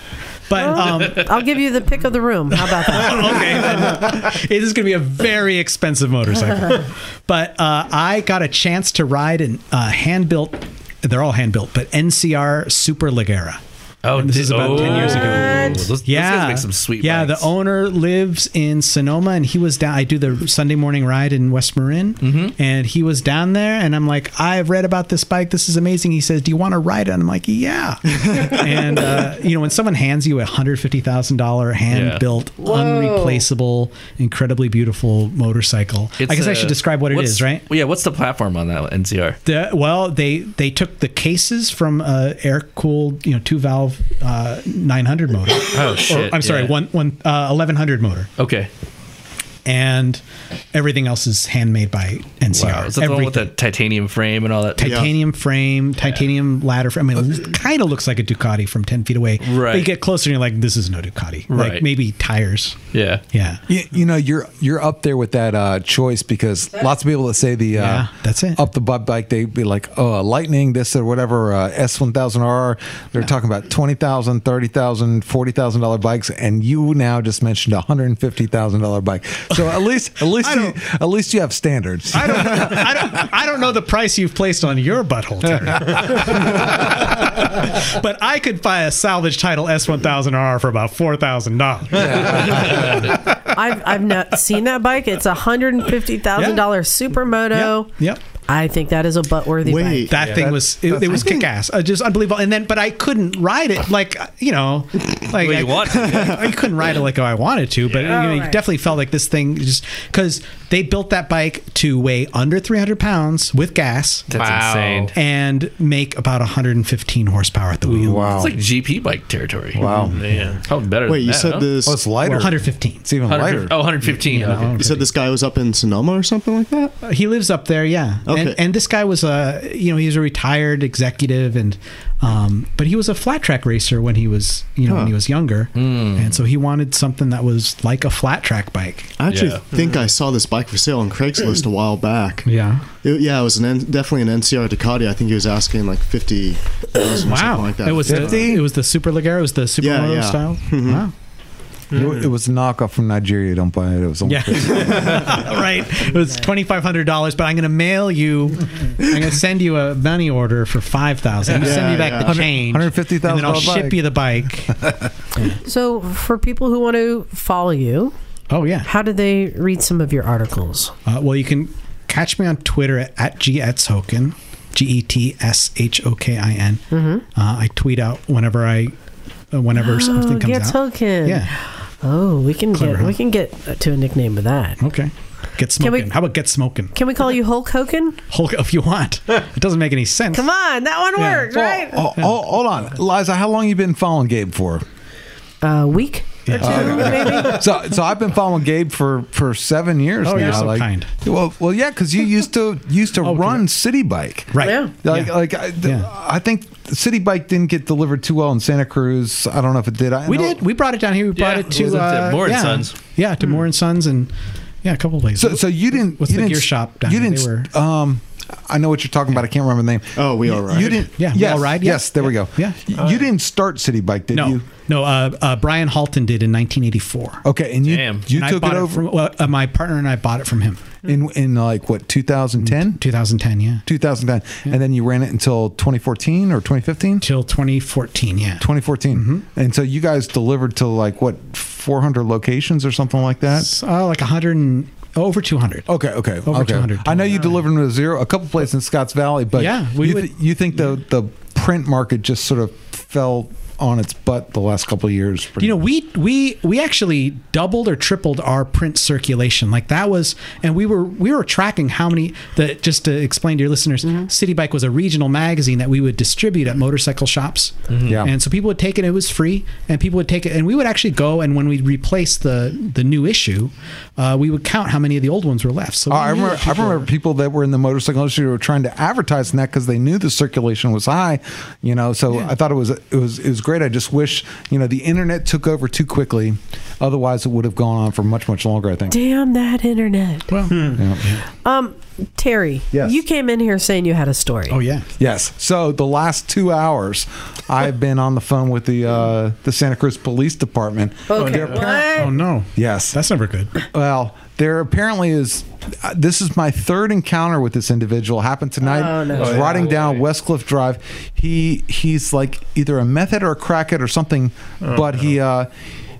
but um, I'll give you the pick of the room. How about that? okay. then. It is going to be a very expensive motorcycle. But uh, I got a chance to ride an uh, hand built, they're all hand built, but NCR Super Ligera. Oh, this did- is about oh, ten years ago. Those, those Yeah, guys make some sweet. Yeah, bikes. the owner lives in Sonoma, and he was down. I do the Sunday morning ride in West Marin, Mm-hmm. and he was down there, and I'm like, I've read about this bike. This is amazing. He says, Do you want to ride it? And I'm like, Yeah. and uh, you know, when someone hands you a hundred fifty thousand dollar hand built, unreplaceable, incredibly beautiful motorcycle, I guess I uh, should describe what it what's- is, right? Yeah, what's the platform on that NCR? The, well, they they took the cases from uh, air cooled, you know, two valve uh, 900 motor. Oh shit! Or, I'm sorry, yeah. one one uh, 1100 motor, Okay. and everything else is handmade by NCR. Wow. Is that the one with the Everything. titanium frame and all that? titanium frame, titanium ladder frame? I mean, it kind of looks like a Ducati from 10 feet away. But you Right. get closer and you're like, this is no Ducati. Like Right. maybe tires. Yeah. Yeah. You, you know, you're you're up there with that uh, choice because lots of people that say the uh, Yeah, that's it. up the butt bike they be like oh lightning this or whatever uh, S one thousand R they're talking about twenty thousand thirty thousand forty thousand dollar bikes and you now just mentioned a hundred and fifty thousand dollar bike so at least at least you, at least you have standards I don't, I don't, I don't know the price you've placed on your butthole, Terry. but I could buy a salvage title S1000R for about four thousand dollars. I've I've not seen that bike. It's a hundred and fifty thousand dollar supermoto. Yep. I think that is a butt worthy Wait. bike. That thing was it, it was kick ass, uh, just unbelievable. And then, but I couldn't ride it like you know, like Well, I, you want to, I couldn't ride it like I wanted to. But you, know, you Alright. definitely felt like this thing just because they built that bike to weigh under 300 pounds with gas That's Wow. insane. and make about 115 horsepower at the wheel. wow It's like GP bike territory. Wow. Yeah. Probably better. Wait, than you that, said huh? this. oh, it's lighter 115. it's even 150 lighter Oh, 115. okay. You said this guy was up in Sonoma or something like that. He lives up there, yeah. Okay. And, and this guy was a, you know, he was a retired executive, and um, but he was a flat track racer when he was, you know, when he was younger, and so he wanted something that was like a flat track bike. I actually Yeah. think I saw this bike for sale on Craigslist a while back. Yeah. It, yeah, it was an N, definitely an NCR Ducati. I think he was asking like fifty thousand, something like that. it was the, it was the super Ligero, it was the supermoto Yeah, yeah. style. Wow. it, it was a knockoff from Nigeria don't buy it it was only Yeah. right. It was twenty five hundred dollars, but I'm gonna mail you I'm gonna send you a money order for five thousand. You send me Yeah, back the yeah. change. $150,000 and then I'll ship bike. you the bike. So for people who want to follow you, Oh yeah. how do they read some of your articles? Uh, well, you can catch me on Twitter at, at E getshokin, G E T S H O K I N. Mm-hmm. Uh, I tweet out whenever I, uh, whenever something comes Oh, Get out. Token. Yeah. Oh, we can Clever, get huh? we can get to a nickname with that. Okay. Get Can we- smoking. How about get smoking? Can we call you Hulk Hogan? Hulk, if you want. It doesn't make any sense. Come on, that one Yeah. worked, right? Oh, oh, oh, hold on, Liza. How long you been following Gabe for? Uh, week or two, maybe. So, so I've been following Gabe for for seven years Oh, now. you're so kind. Well, well, yeah, because you used to used to run City Bike, Right. Yeah. Like, like I, th- Yeah. I think City Bike didn't get delivered too well in Santa Cruz. I don't know if it did. I We know- did. We brought it down here. We brought Yeah, it to was it uh, the Moore and yeah. Sons? Yeah, Hmm. to Moore and Sons and yeah, a couple places. So, so you didn't. What's you the didn't, gear shop down you there? didn't. They were- um, I know what you're talking about. I can't remember the name. Oh, We You- All Ride. Uh, You didn't. Yeah, We Yes, All Ride, yeah. Yes. There we go. Yeah. You, you didn't start City Bike, did no, you? no. Uh, uh, Brian Halton did in 1984. Okay, and you Damn. you And I took bought it over from, well, uh, my partner and I bought it from him. in in like what 2010. 2010, yeah. 2010 and then you ran it until 2014 or 2015 Till 2014, yeah. 2014 and so you guys delivered to like what 400 locations or something like that Uh, like 100 and over 200. okay okay Over okay 200. i know you delivered to zero a couple places in scotts valley but Yeah, we you, would- th- you think the the print market just sort of fell on its butt the last couple of years You know, we we we actually doubled or tripled our print circulation. Like that was, and we were we were tracking how many. The just to explain to your listeners, City Bike was a regional magazine that we would distribute at motorcycle shops. Mm-hmm. Yeah. and so people would take it. It was free, and people would take it, and we would actually go and when we replace the the new issue, uh, we would count how many of the old ones were left. So Oh, we I knew remember, that I people remember people that were in the motorcycle industry who were trying to advertise in that because they knew the circulation was high, you know. So I thought it was it was it was great. I just wish you know the internet took over too quickly, otherwise it would have gone on for much much longer. I think. Damn that internet. Well, um, Terry, Yes. you came in here saying you had a story. Oh yeah. Yes. So the last two hours, I've been on the phone with the uh, the Santa Cruz Police Department. Okay. They're apparent- What? Oh no, Yes. that's never good. Well, There apparently is. uh, This is my third encounter with this individual. Happened tonight. Oh, no. I was Oh, yeah. riding down Westcliff Drive. He he's like either a meth head or a crackhead or something, Oh, but he uh,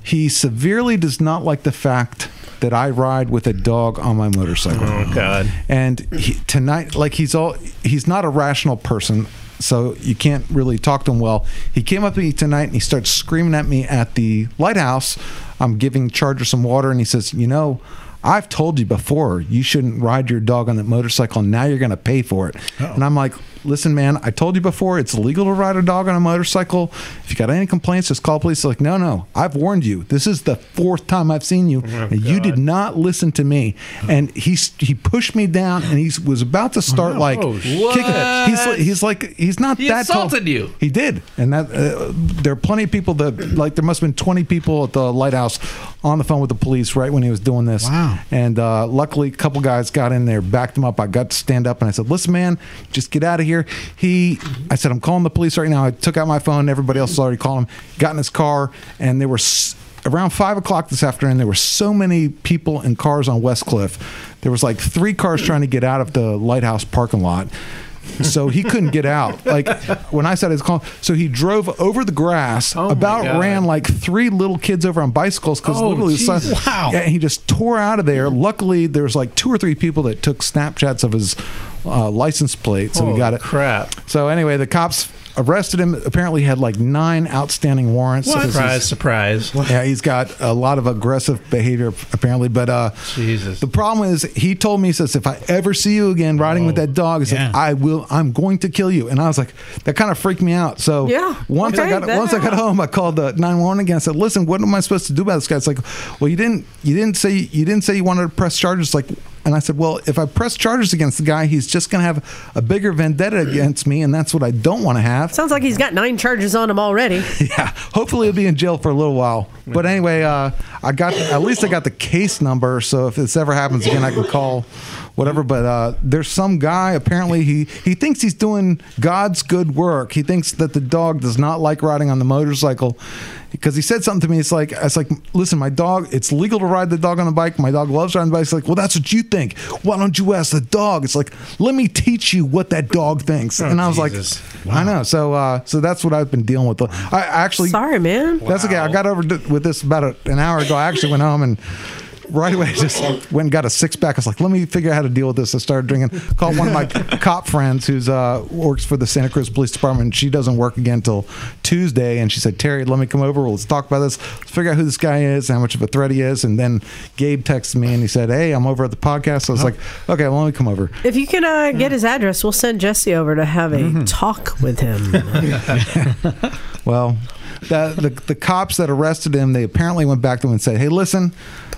he severely does not like the fact that I ride with a dog on my motorcycle Oh God. and he, tonight like he's all he's not a rational person so you can't really talk to him well he came up to me tonight and he starts screaming at me at the lighthouse i'm giving charger some water and he says you know i've told you before you shouldn't ride your dog on that motorcycle and now you're going to pay for it and i'm like listen man i told you before it's illegal to ride a dog on a motorcycle if you got any complaints just call police They're like no no i've warned you this is the fourth time i've seen you and you did not listen to me and he s- he pushed me down and he was about to start like Oh, kicking it. he's like- he's like he's not He that tall. insulted you. he did and that uh, there are plenty of people that like there must have been 20 people at the lighthouse on the phone with the police right when he was doing this Wow. and uh, luckily, a couple guys got in there, backed him up. I got to stand up and I said, "Listen, man, just get out of here." He, I said, "I'm calling the police right now." I took out my phone. Everybody else was already calling him. Got in his car, and there were s- around five o'clock this afternoon. There were so many people in cars on West Cliff. There was like three cars trying to get out of the lighthouse parking lot. So he couldn't get out. Like when I said his call, so he drove over the grass, Oh my about God. ran like three little kids over on bicycles because Oh, literally the sun- Jesus. Wow. Yeah, and he just tore out of there. Luckily, there was like two or three people that took Snapchats of his uh, license plate, so we Holy got it. crap. So anyway, the cops arrested him. Apparently, he had like nine outstanding warrants. What? This is- Surprise, surprise. yeah, he's got a lot of aggressive behavior apparently, but uh, Jesus. the problem is he told me he says if I ever see you again riding with that dog, he says, Yeah. I will, I'm going to kill you, and I was like, that kind of freaked me out. So Yeah. once I Okay, uh-huh. got that- once I got home, I called the 911 again. I said, listen, what am I supposed to do about this guy? It's like, well, you didn't you didn't say you didn't say you wanted to press charges, like. And I said, "Well, if I press charges against the guy, he's just going to have a bigger vendetta against me, and that's what I don't want to have." Sounds like he's got nine charges on him already. yeah hopefully he'll be in jail for a little while but anyway uh, i got at least i got the case number so if this ever happens again i can call whatever but uh, there's some guy apparently he he thinks he's doing god's good work he thinks that the dog does not like riding on the motorcycle because he said something to me it's like it's like listen my dog it's legal to ride the dog on the bike my dog loves riding the bike it's like well that's what you think why don't you ask the dog it's like let me teach you what that dog thinks and i was Jesus. like I know. So uh, so that's what I've been dealing with. I actually Sorry, man. that's okay. I got over d- with this about a, an hour ago. I actually went home and right away just went and got a six pack. I was like, let me figure out how to deal with this. I started drinking. Called one of my cop friends who's uh, works for the Santa Cruz Police Department. She doesn't work again till Tuesday, and she said, Terry, let me come over. Let's talk about this. Let's figure out who this guy is and how much of a threat he is. And then Gabe texted me and he said, Hey, I'm over at the podcast. So I was like, Okay, well, let me come over. If you can uh, get his address, we'll send Jesse over to have a Mm-hmm. talk with him. Well, the, the the cops that arrested him, they apparently went back to him and said, "Hey, listen,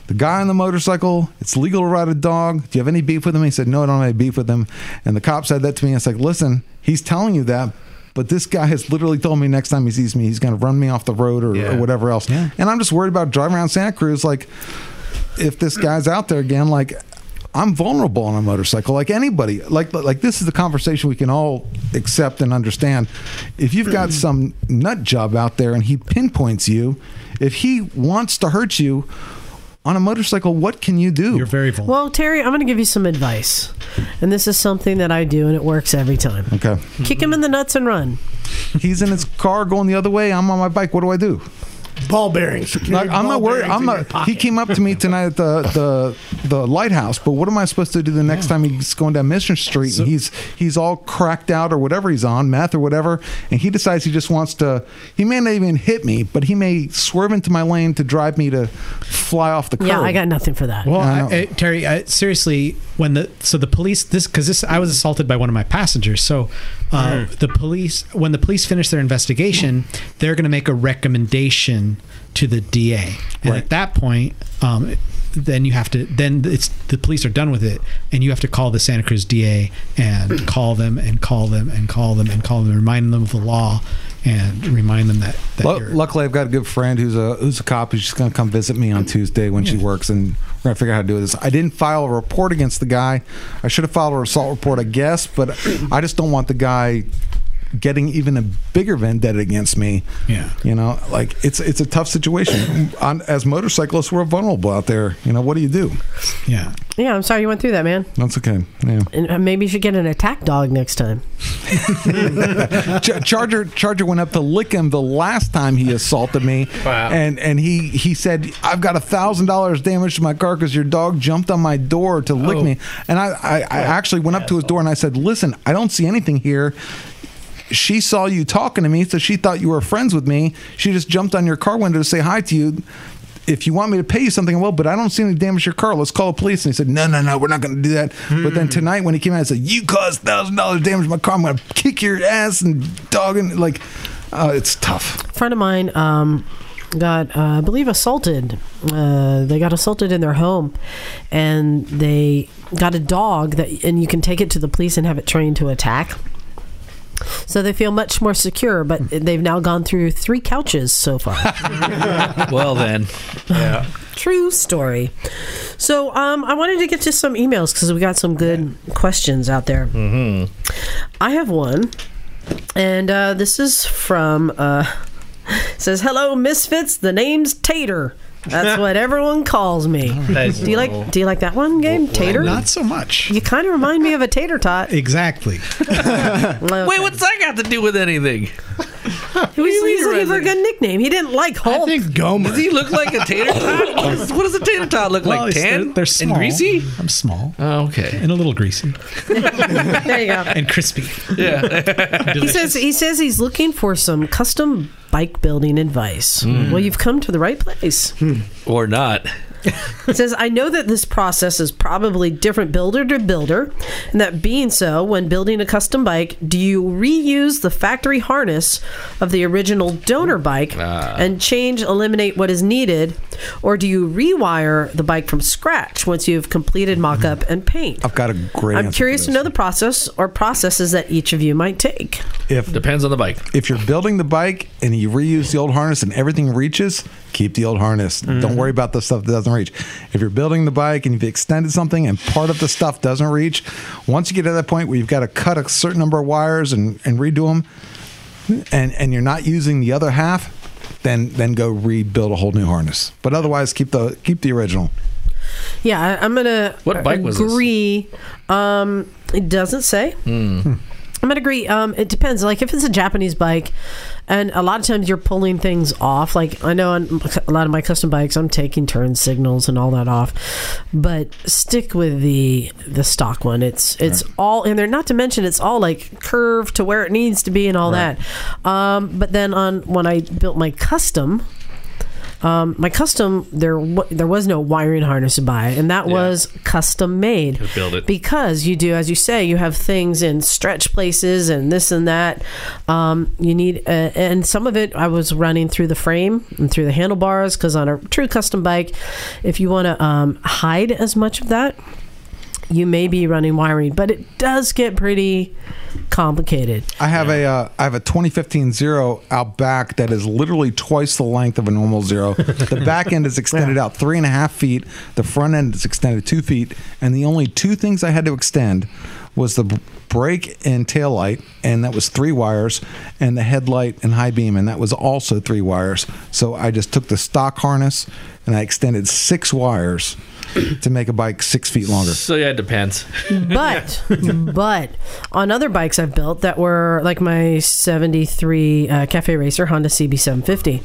the guy on the motorcycle, it's legal to ride a dog. Do you have any beef with him?" He said, "No, I don't have any beef with him." And the cop said that to me. It's like, "Listen, he's telling you that." But this guy has literally told me next time he sees me, he's going to run me off the road or, Yeah. or whatever else. Yeah. And I'm just worried about driving around Santa Cruz. Like, if this guy's out there again, like I'm vulnerable on a motorcycle, like anybody. Like like this is the conversation we can all accept and understand. If you've got some nut job out there and he pinpoints you, if he wants to hurt you on a motorcycle, what can you do? You're very vulnerable. well, Terry, I'm going to give you some advice. And this is something that I do, and it works every time. okay. Mm-hmm. Kick him in the nuts and run. He's in his car going the other way. I'm on my bike. What do I do? Ball bearings. Like, I'm not worried. I'm not. He came up to me tonight at the, the the lighthouse. But what am I supposed to do the next time he's going down Mission Street and he's he's all cracked out or whatever he's on meth or whatever, and he decides he just wants to. He may not even hit me, but he may swerve into my lane to drive me to fly off the curb. Yeah, Oh, I got nothing for that. Well, I know. I, I, Terry, I, seriously, when the so the police this because this I was assaulted by one of my passengers. So uh, the police when the police finish their investigation, they're going to make a recommendation to the DA, and at that point, um, then you have to then it's the police are done with it, and you have to call the Santa Cruz DA and call them and call them and call them and call them, remind them of the law, and remind them that that Lu- you're- luckily, I've got a good friend who's a who's a cop who's just gonna come visit me on Tuesday when she works, and we're gonna figure out how to do this. I didn't file a report against the guy. I should have filed an assault report, I guess, but I just don't want the guy getting even a bigger vendetta against me. Yeah. You know, like it's it's a tough situation. On, as motorcyclists, we're vulnerable out there. You know, what do you do? Yeah. Yeah, I'm sorry you went through that, man. That's okay. Yeah. And uh, maybe you should get an attack dog next time. Ch- Charger Charger went up to lick him the last time he assaulted me, Wow. and and he he said I've got a thousand dollars damage to my car because your dog jumped on my door to lick Oh. me, and I I, I actually went up to his door and I said, listen, I don't see anything here. She saw you talking to me, so she thought you were friends with me. She just jumped on your car window to say hi to you. If you want me to pay you something, I will, but I don't see any damage to your car. Let's call the police. And he said, No, no, no, we're not going to do that. But then tonight, when he came out, I said, You caused thousand dollars damage to my car. I'm going to kick your ass and dog and like, uh, it's tough. friend of mine um, got, uh, I believe, assaulted. Uh, they got assaulted in their home, and they got a dog that, and you can take it to the police and have it trained to attack. So they feel much more secure, but they've now gone through three couches so far. well then, True story. So um, I wanted to get to some emails because we got some good questions out there. Mm-hmm. I have one, and uh, this is from uh, says, "Hello, misfits. The name's Tater. That's what everyone calls me. That's- do you like Do you like that one game, Tater? Not so much. you kind of remind me of a tater tot. Exactly. wait, what's that got to do with anything? He was, he's looking for a good nickname. He didn't like I Hulk. think Gomer. Does he look like a tater tot? What, is, what does a tater tot look Well, like? it's- Tan? They're, they're small. and greasy? I'm small Oh, okay. and a little greasy there you go. and crispy. Yeah. He says he says he's looking for some custom bike building advice. Hmm. Well, you've come to the right place. or not. It says, I know that this process is probably different builder to builder, and that being so, when building a custom bike, do you reuse the factory harness of the original donor bike Ah. and change, eliminate what is needed, or do you rewire the bike from scratch once you've completed mock up and paint? I've got a great I'm answer curious for to this. know the process or processes that each of you might take. If, Depends on the bike. if you're building the bike and you reuse the old harness and everything reaches, keep the old harness. Don't worry about the stuff that doesn't reach. If you're building the bike and you've extended something and part of the stuff doesn't reach, once you get to that point where you've got to cut a certain number of wires and, and redo them, and and you're not using the other half, then then go rebuild a whole new harness. But otherwise, keep the keep the original. Yeah, I, I'm gonna What bike was this? agree. Um, it doesn't say. I'm gonna agree. Um, it depends. Like if it's a Japanese bike, and a lot of times you're pulling things off. Like I know on a lot of my custom bikes, I'm taking turn signals and all that off. But stick with the the stock one. It's it's all in there. Not to mention it's all like curved to where it needs to be and all that. Um, but then on when I built my custom, um, my custom there w- there was no wiring harness to buy, and that was custom made. build it. because you do, as you say, you have things in stretch places and this and that. Um, you need uh, and some of it I was running through the frame and through the handlebars because on a true custom bike, if you want to um, hide as much of that, you may be running wiring, but it does get pretty complicated. I have a uh, I have a 2015 Zero out back that is literally twice the length of a normal Zero. the back end is extended out three and a half feet. The front end is extended two feet. And the only two things I had to extend was the b- brake and tail light, and that was three wires, and the headlight and high beam, and that was also three wires. So I just took the stock harness and I extended six wires to make a bike six feet longer. So yeah, it depends. But but on other bikes I've built that were like my 73 uh, Cafe Racer Honda CB750,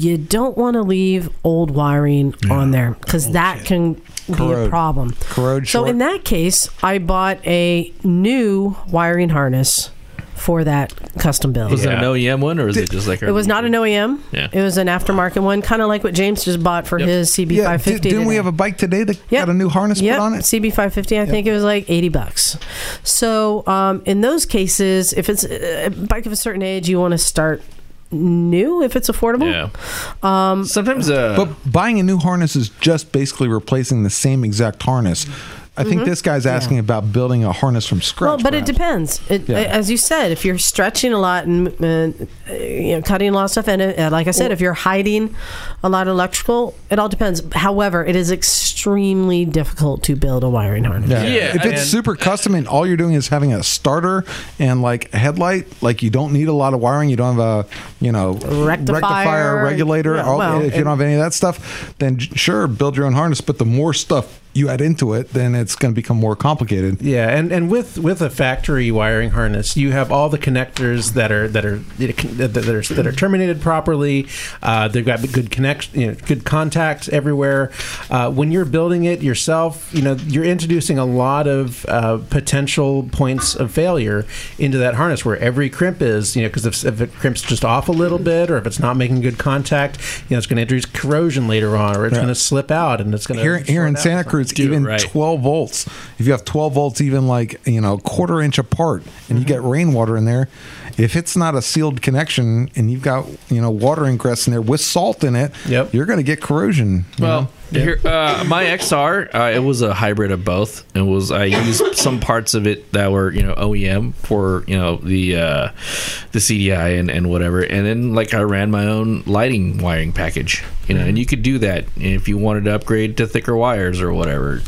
you don't want to leave old wiring on there because that can be a Corrode. problem. Corrode So in short. that case, I bought a new wiring harness for that custom build. Was it an OEM one or is it just like It was not an OEM. Yeah. It was an aftermarket one, kind of like what James just bought for Yep. his CB550. Yeah, di- didn't we today. have a bike today that Yep. got a new harness Yep, put on it? CB five fifty. I think it was like eighty bucks. So um, in those cases, if it's uh, a bike of a certain age, you want to start new if it's affordable. Yeah. Um, Sometimes uh, But buying a new harness is just basically replacing the same exact harness. I think this guy's asking about building a harness from scratch. Mm-hmm. Well, but it perhaps. depends. It, Yeah. As you said, if you're stretching a lot and uh, you know, cutting a lot of stuff, and uh, like I said, if you're hiding a lot of electrical, it all depends. However, it is extremely difficult to build a wiring harness. Yeah. Yeah, If it's and- super custom and all you're doing is having a starter and like a headlight, like you don't need a lot of wiring. You don't have a, you know, Rectifier. regulator. Yeah, all, well, if you don't have any of that stuff, then j- sure, build your own harness. But the more stuff you add into it, then it's going to become more complicated. Yeah, and, and with with a factory wiring harness, you have all the connectors that are that are that are that are terminated properly. Uh, they've got good connect, you know, good contacts everywhere. Uh, when you're building it yourself, you know you're introducing a lot of uh, potential points of failure into that harness where every crimp is, you know, because if, if it crimps just off a little bit or if it's not making good contact, you know, it's going to introduce corrosion later on, or it's going to slip out and it's going to Here, here in Santa Cruz, even right. 12 volts. If you have 12 volts, even like you know, quarter inch apart, and you get rainwater in there, if it's not a sealed connection and you've got you know water ingress in there with salt in it, Yep. you're going to get corrosion. you know? Well, here, uh, my XR, uh, it was a hybrid of both. It was I used some parts of it that were you know OEM for you know the uh, the CDI and, and whatever, and then like I ran my own lighting wiring package, you know, and you could do that if you wanted to upgrade to thicker wires or whatever.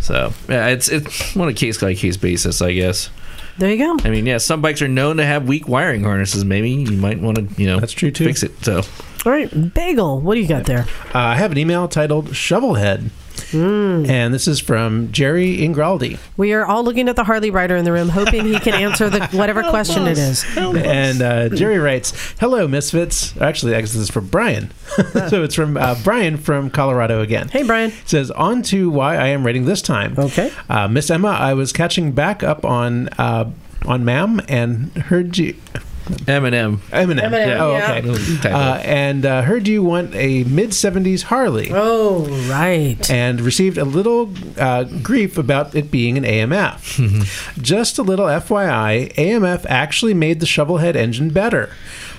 So yeah, it's it's on a case by case basis, I guess. There you go. I mean, yeah, some bikes are known to have weak wiring harnesses. Maybe you might want to you know That's true, too. Fix it. So All right, bagel. What do you got there? Uh, I have an email titled Shovelhead. Hmm. And this is from Jerry Ingraldi. We are all looking at the Harley rider in the room, hoping he can answer the whatever question it is. And uh, Jerry writes, Hello, Misfits. Actually, I guess this is from Brian. so it's from uh, Brian from Colorado again. Hey, Brian. says on to why I am rating this time. Okay. uh, Miss Emma, I was catching back up on uh, on Ma'am and heard you Eminem. Eminem. Eminem, Oh, yeah. okay. Typo. Uh, and uh, heard you want a mid '70s Harley. Oh, right. and received a little uh, grief about it being an AMF. Just a little FYI, AMF actually made the shovelhead engine better.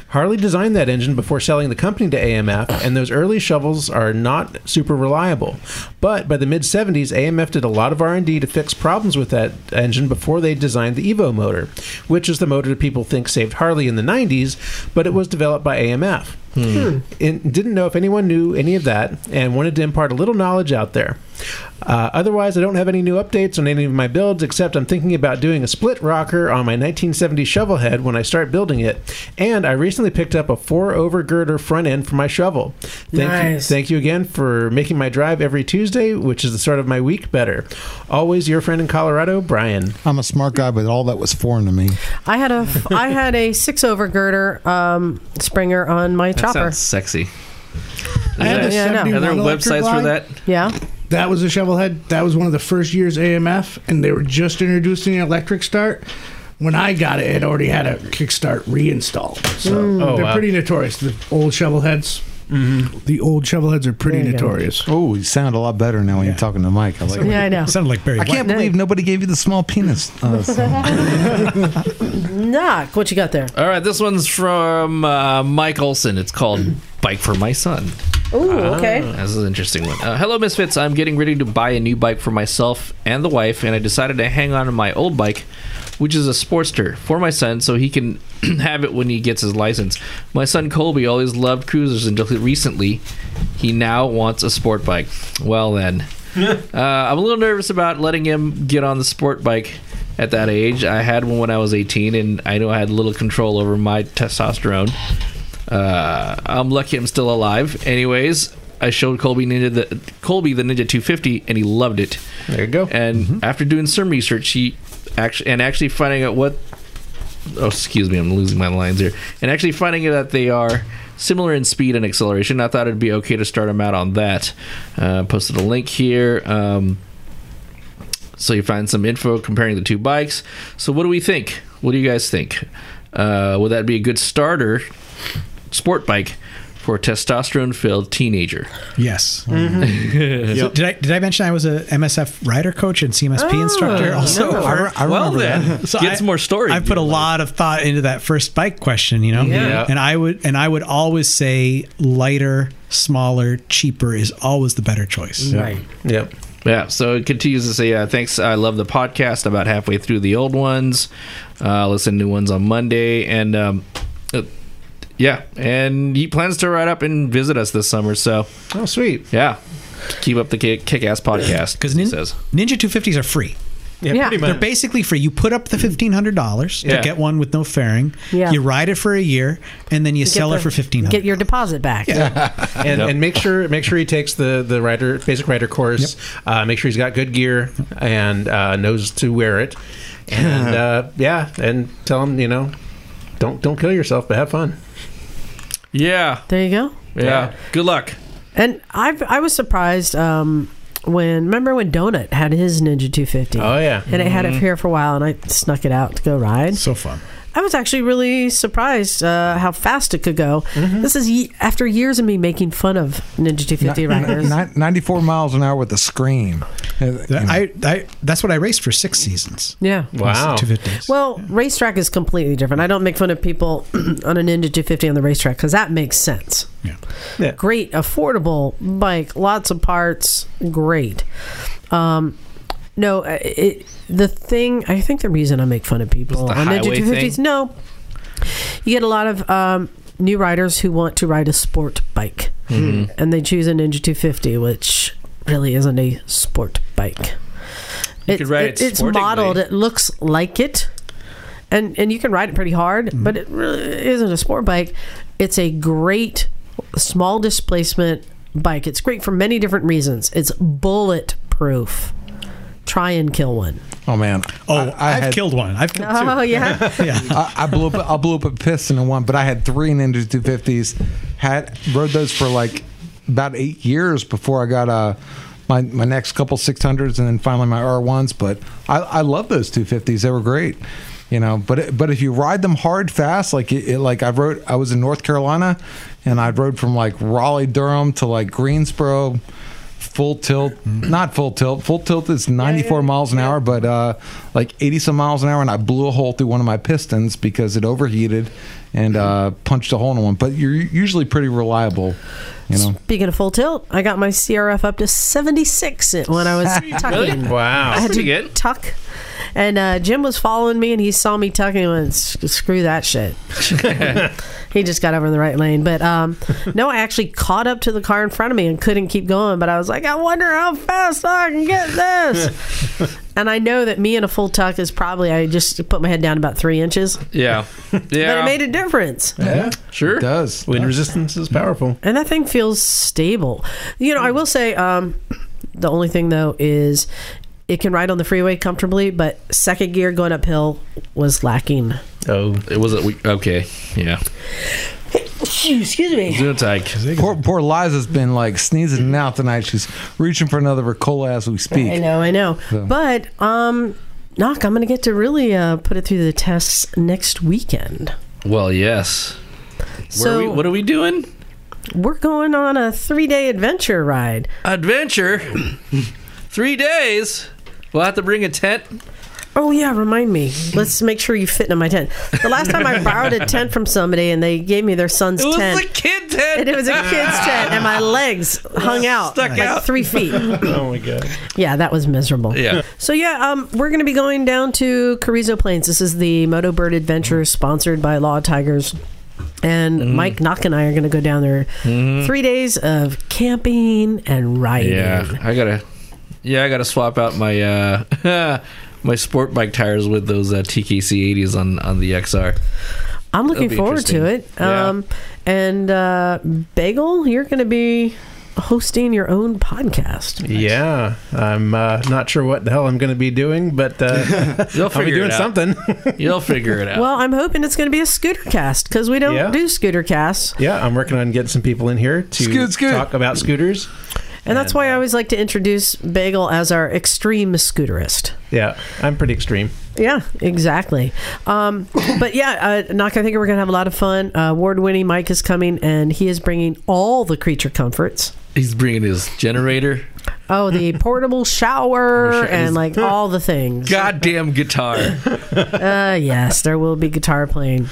Harley designed that engine before selling the company to AMF, and those early shovels are not super reliable. But by the mid 70s, AMF did a lot of R&D to fix problems with that engine before they designed the Evo motor, which is the motor that people think saved Harley in the 90s, but it was developed by AMF. It Hmm. didn't know if anyone knew any of that and wanted to impart a little knowledge out there. Uh, otherwise, I don't have any new updates on any of my builds except I'm thinking about doing a split rocker on my 1970 shovel head when I start building it. And I recently picked up a four over girder front end for my shovel. Thank you, Nice. thank you again for making my drive every Tuesday, which is the start of my week better. Always your friend in Colorado, Brian. I'm a smart guy, but all that was foreign to me. I had a I had a six over girder um, Springer on my That chopper. sounds sexy. I had a Yeah, I know. 71 You Are there electric websites for line. that? Yeah. That was a shovel head. That was one of the first years AMF, and they were just introducing an electric start. When I got it, it already had a kickstart reinstalled. So Oh, they're wow. Mm-hmm. pretty notorious. The old shovel heads. The old shovel heads are pretty There you go. notorious. Oh, you sound a lot better now when you're talking to Mike. I like. Yeah, I know. Sounded like Barry I White. can't believe nobody gave you the small penis. Uh, so- Knock. What you got there? All right, this one's from uh, Mike Olson. It's called Bike for My Son. Ooh, okay. This is Oh, an interesting one. Uh, Hello, Misfits. I'm getting ready to buy a new bike for myself and the wife, and I decided to hang on to my old bike, which is a Sportster, for my son so he can have it when he gets his license. My son Colby always loved cruisers until recently. He now wants a sport bike. Well, then. uh, I'm a little nervous about letting him get on the sport bike at that age. I had one when I was 18, and I know I had little control over my testosterone. Uh, I'm lucky I'm still alive. Anyways, I showed Colby Ninja the Colby the Ninja 250, and he loved it. There you go. Mm-hmm. And after doing some research, he actually and actually finding out what oh excuse me i'm losing my lines here and actually finding that they are similar in speed and acceleration i thought it'd be okay to start them out on that uh, posted a link here um, so you find some info comparing the two bikes so what do we think what do you guys think uh, would that be a good starter sport bike for a testosterone filled teenager Yes. Mm-hmm. So did I did I mention I was a MSF rider coach and CMSP instructor? Also, I, re- I remember that. So get I- some more stories I put a lot of thought into that first bike question, you know. Yeah. And I would and I would always say lighter, smaller, cheaper is always the better choice. Yep. Yeah, so it continues to say, uh, thanks. I love the podcast. About halfway through the old ones. Uh, listen to new ones on Monday. And um, uh, yeah, and he plans to ride up and visit us this summer. So Oh, sweet. yeah, keep up the kick ass podcast. Because he nin- says, Ninja 250s are free. Yeah. They're basically free. You put up the fifteen hundred dollars Yeah. to get one with no fairing. Yeah. You ride it for a year, and then you Get sell the- it for fifteen Get hundred. your deposit back. Yeah. and, and make sure make sure he takes the the rider basic rider course. Uh, make sure he's got good gear and uh, knows to wear it. And uh, yeah, and tell him you know, don't don't kill yourself, but have fun. yeah, There you go. yeah, Good luck. And I I was surprised um, when remember when Donut had his Ninja 250. Oh yeah, And it had it here for a while, and I snuck it out to go ride. So fun. I was actually really surprised uh, how fast it could go. This is ye- after years of me making fun of Ninja 250 riders. Ni- 94 miles an hour with a scream. Uh, you know. I, I that's what I raced for six seasons. yeah. wow. Oh. Two fifties. Well, racetrack is completely different. I don't make fun of people on a Ninja 250 on the racetrack because that makes sense. Yeah. Yeah. Great, affordable bike, lots of parts, great. Um, no, uh, it, the thing, I think the reason I make fun of people the on Ninja highway 250s, thing? no. You get a lot of um, new riders who want to ride a sport bike Mm-hmm. and they choose a Ninja 250, which really isn't a sport bike. It- could ride it it's modeled. sportingly. It looks like it, and and you can ride it pretty hard, Mm-hmm. but it really isn't a sport bike. It's a great small displacement bike. It's great for many different reasons. It's bulletproof. Try and kill one. oh man. Oh, I, I have had- killed one. I've killed two. Oh yeah, I, I blew up. I blew up a piston in one, but I had three Ninja 250s. Had rode those for like about eight years before I got uh, my my next couple 600s, and then finally my R1s. But I, I love those 250s. They were great. You know, but it, but if you ride them hard, fast, like it, it, like I rode, I was in North Carolina, and I rode from like Raleigh, Durham to like Greensboro, full tilt, not full tilt. Full tilt is 94 miles an hour, but uh, like 80 some miles an hour, and I blew a hole through one of my pistons because it overheated and uh, punched a hole in one. But you're usually pretty reliable, you know. Speaking of full tilt, I got my CRF up to 76 it- when I was tucking. Wow. I had to pretty good. tuck. And uh, Jim was following me, and he saw me tucking and went, "S- screw that shit. he just got over in the right lane. But um, no, I actually caught up to the car in front of me and couldn't keep going. But I was like, I wonder how fast I can get this. and I know that me in a full tuck is probably, I just put my head down about three inches, Yeah, but yeah, it made a difference. sure. It does. Wind resistance is powerful. and that thing feels stable. You know, I will say um, the only thing though is it can ride on the freeway comfortably, but second gear going uphill was lacking. Oh, It was a week. Okay, yeah. Excuse me. Zootike. Poor, poor Liza's been like sneezing now tonight. She's reaching for another Ricola as we speak. I know, I know, but um, knock, I'm going to get to really uh, put it through the tests next weekend. Well, yes. Where So are we, what are we doing? we're going on a three day adventure ride. Adventure. Three days. We'll have to bring a tent. Oh yeah, remind me. Let's make sure you fit in my tent. The last time I borrowed a tent from somebody and they gave me their son's It was tent. the kid tent. and it was a kid's tent, and my legs hung out Stuck like out. three feet. oh my god. Yeah, that was miserable. Yeah. So yeah, um, we're going to be going down to Carrizo Plains. This is the Moto Bird Adventure sponsored by Law Tigers. And Mm-hmm. Mike Knock and I are going to go down there. Three days of camping and riding. Yeah, I gotta. Yeah, I gotta swap out my uh, my sport bike tires with those uh, TKC 80s on on the XR. I'm It'll looking be forward to it. interesting. Yeah. Um, And uh, Bagel, you're going to be hosting your own podcast. Yeah, I'm uh, not sure what the hell I'm going to be doing, but uh, You'll I'll be figure doing it out. something. You'll figure it out. Well, I'm hoping it's going to be a scooter cast because we don't Yeah. do scooter casts. yeah, I'm working on getting some people in here to Scoot, scoot. talk about scooters. And that's why I always like to introduce Bagel as our extreme scooterist. Yeah, I'm pretty extreme. Yeah, exactly. Um, but yeah, uh, Knock, I think we're going to have a lot of fun. Uh, Award winning Mike is coming, and he is bringing all the creature comforts. He's bringing his generator, Oh, the portable shower and like all the things. goddamn guitar. Uh, yes, there will be guitar playing.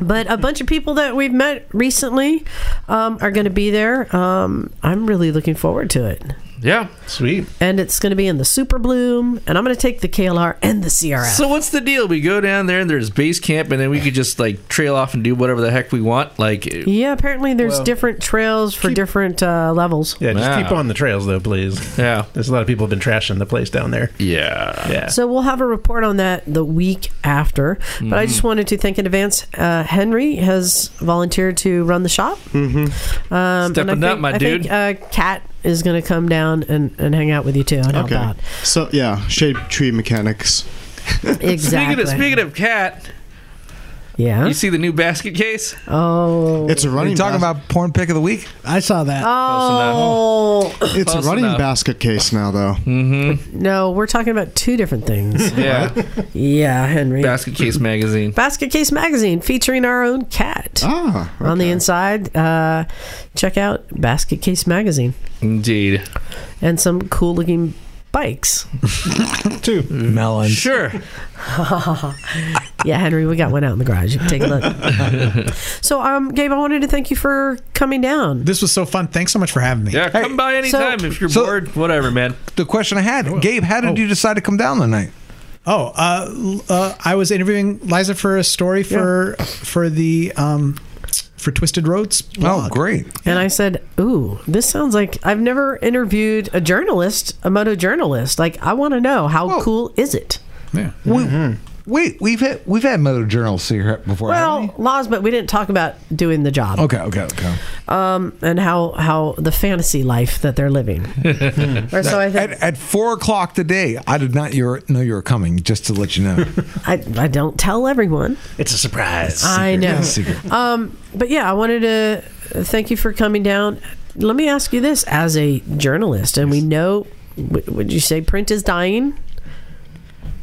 But a bunch of people that we've met recently um, are going to be there. Um, I'm really looking forward to it. Yeah. Sweet. and it's going to be in the Super Bloom, and I'm going to take the KLR and the CRF. So what's the deal? We go down there and there's base camp, and then we could just like trail off and do whatever the heck we want. Like, yeah, apparently there's different trails for different uh, levels. Yeah, just keep Wow. on the trails though, please. yeah, There's a lot of people have been trashing the place down there. yeah. Yeah. So we'll have a report on that the week after. But I just wanted to thank in advance. Uh, Henry has volunteered to run the shop. Mm-hmm. Um, Stepping and I up, think, my I dude. Think, uh, Kat is going to come down and, and hang out with you too. On How Okay. about So yeah, shade tree mechanics. exactly? Speaking of speaking of cat, yeah. you see the new basket case? Oh. It's a Are running. you talking bas- about porn pick of the week? I saw that. Oh It's a Close running enough. basket case now, though. no, we're talking about two different things. Yeah, yeah, Henry. basket case magazine. Basket Case Magazine featuring our own cat. Ah, On the inside, uh, check out Basket Case Magazine Indeed. and some cool looking bikes. Melon. Sure. Yeah, Henry, we got one out in the garage. You can take a look. so, um, Gabe, I wanted to thank you for coming down. This was so fun. Thanks so much for having me. Yeah, come by anytime if you're so- bored. Whatever, man. The question I had, Gabe, how did you decide to come down tonight? Oh, uh, l- uh, I was interviewing Liza for a story for for the um, for Twisted Roads. Oh, blog. great. And I said, Ooh, this sounds like I've never interviewed a journalist, a moto journalist. Like, I want to know how Whoa. cool is it? Yeah. We- Wait, we've had we've had motor journals here before. Well, laws, but we didn't talk about doing the job. um, haven't we? okay, okay, okay. and how how the fantasy life that they're living. or so I At, think at four o'clock today, I did not your, know you were coming. Just to let you know, I, I don't tell everyone. It's a surprise. I know. Secret. But yeah, I wanted to uh, thank you for coming down. Let me ask you this as a journalist, and we know w- would you say print is dying?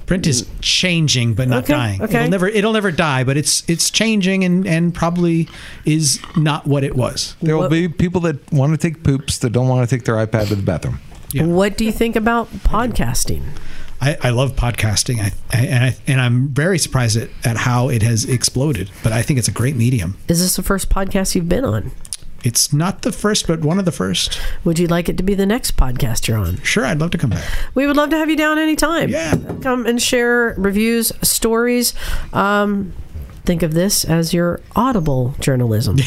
Print is changing, but not Mm. Okay, dying. okay. It'll never it'll never die, but it's it's changing and and probably is not what it was. there will what- be people that want to take poops that don't want to take their iPad to the bathroom. Yeah. What do you think about podcasting? I, I love podcasting, I, I, and I and I'm very surprised at, at how it has exploded. But I think it's a great medium. Is this the first podcast you've been on? It's not the first, but one of the first. Would you like it to be the next podcast you're on? Sure, I'd love to come back. We would love to have you down anytime. Yeah. Come and share reviews, stories. Um, think of this as your audible journalism.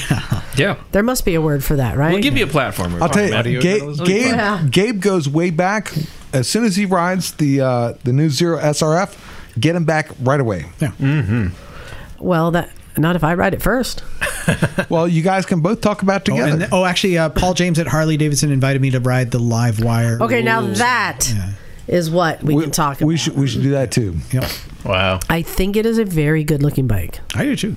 Yeah, There must be a word for that, right? we'll give you a platform. I'll tell you, Gabe, Gabe, Yeah. Gabe goes way back. As soon as he rides the uh, the new Zero SRF, get him back right away. Mm, well, that not if I write it first. Well, you guys can both talk about it Oh, together. and oh, actually, uh, Paul James at Harley Davidson invited me to ride the live wire. Okay, now that is what we, can talk about. We should we should do that too. Yep. Wow. I think it is a very good looking bike. I do too.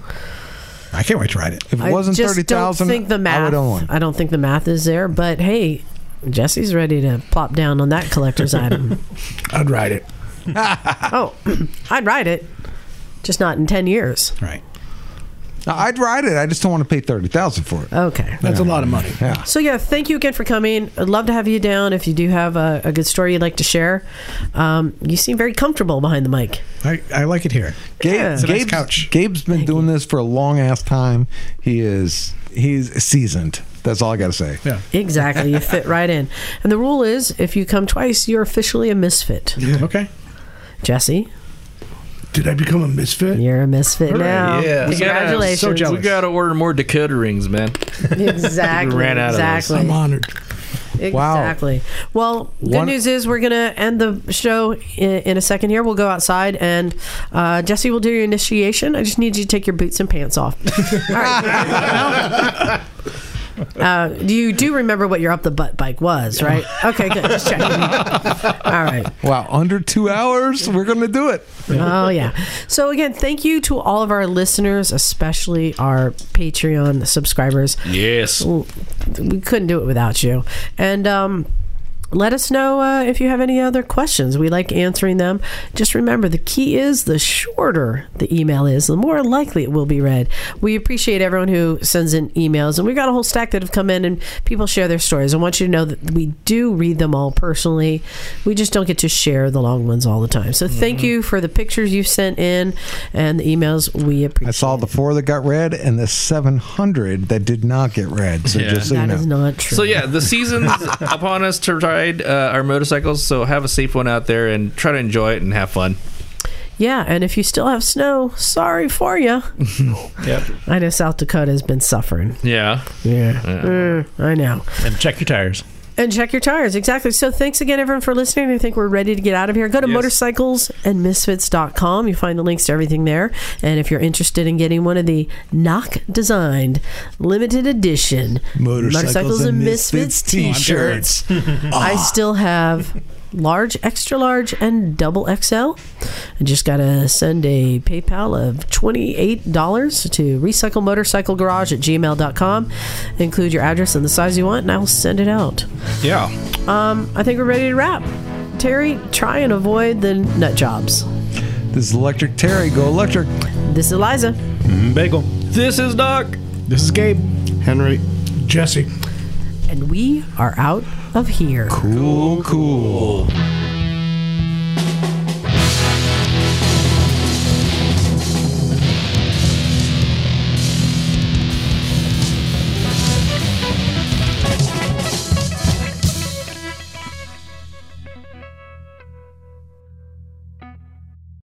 I can't wait to ride it. If it I wasn't just thirty don't think thousand, the I math. would own one. I don't think the math is there, but hey, Jesse's ready to plop down on that collector's item. I'd ride it. Oh, I'd ride it, just not in ten years. Right. Now, I'd ride it. I just don't want to pay thirty thousand for it. Okay. That's a lot of money. So yeah, thank you again for coming. I'd love to have you down if you do have a, a good story you'd like to share. Um, you seem very comfortable behind the mic. I, I like it here. Gabe, Yeah. It's a nice Gabe's, couch. Gabe's been doing this for a long ass time. He is he's seasoned. That's all I got to say. Yeah. Exactly, you fit right in. And the rule is, if you come twice, you're officially a misfit. Okay. Jesse, Did I become a misfit? You're a misfit yeah. now. We gotta- Congratulations. so jealous. We gotta order more Dakota rings, man. Exactly. We ran out of those. exactly. I'm honored. Wow. Exactly. Well, good One- news is we're gonna end the show in, in a second here. We'll go outside and uh, Jesse will do your initiation. I just need you to take your boots and pants off. All right. Uh, you do remember what your up the butt bike was, right? Okay, good. Just checking. All right. Wow, under two hours, we're gonna do it. Oh yeah. So again, thank you to all of our listeners, especially our Patreon subscribers. Yes. we couldn't do it without you. And um, let us know uh, if you have any other questions. We like answering them. Just remember the key is the shorter the email is, the more likely it will be read. We appreciate everyone who sends in emails, and we've got a whole stack that have come in, and people share their stories. I want you to know that we do read them all personally. We just don't get to share the long ones all the time. So thank you for the pictures you've sent in and the emails. We appreciate I saw the four that got read and the seven hundred that did not get read. So Yeah. just so you that know, is not true. So yeah, the season's upon us to try ride uh, our motorcycles. So have a safe one out there and try to enjoy it and have fun. Yeah, and if you still have snow, sorry for you. Yep. I know South Dakota has been suffering. Yeah. Yeah. Mm, I know. And check your tires. And check your tires. Exactly. So thanks again, everyone, for listening. I think we're ready to get out of here. Go to Yes. motorcyclesandmisfits.com. You find the links to everything there. And if you're interested in getting one of the knock designed limited edition Motorcycles and Misfits t-shirts, I still have large, extra large, and double XL. I just got to send a PayPal of $28 to recyclemotorcyclegarage at gmail.com. Include your address and the size you want, and I'll send it out. Yeah. Um, I think we're ready to wrap. Terry, try and avoid the nut jobs. This is Electric Terry. Go electric. This is Eliza. Bagel. This is Doc. This is Gabe. Henry. Jesse. and we are out of here. Cool, cool.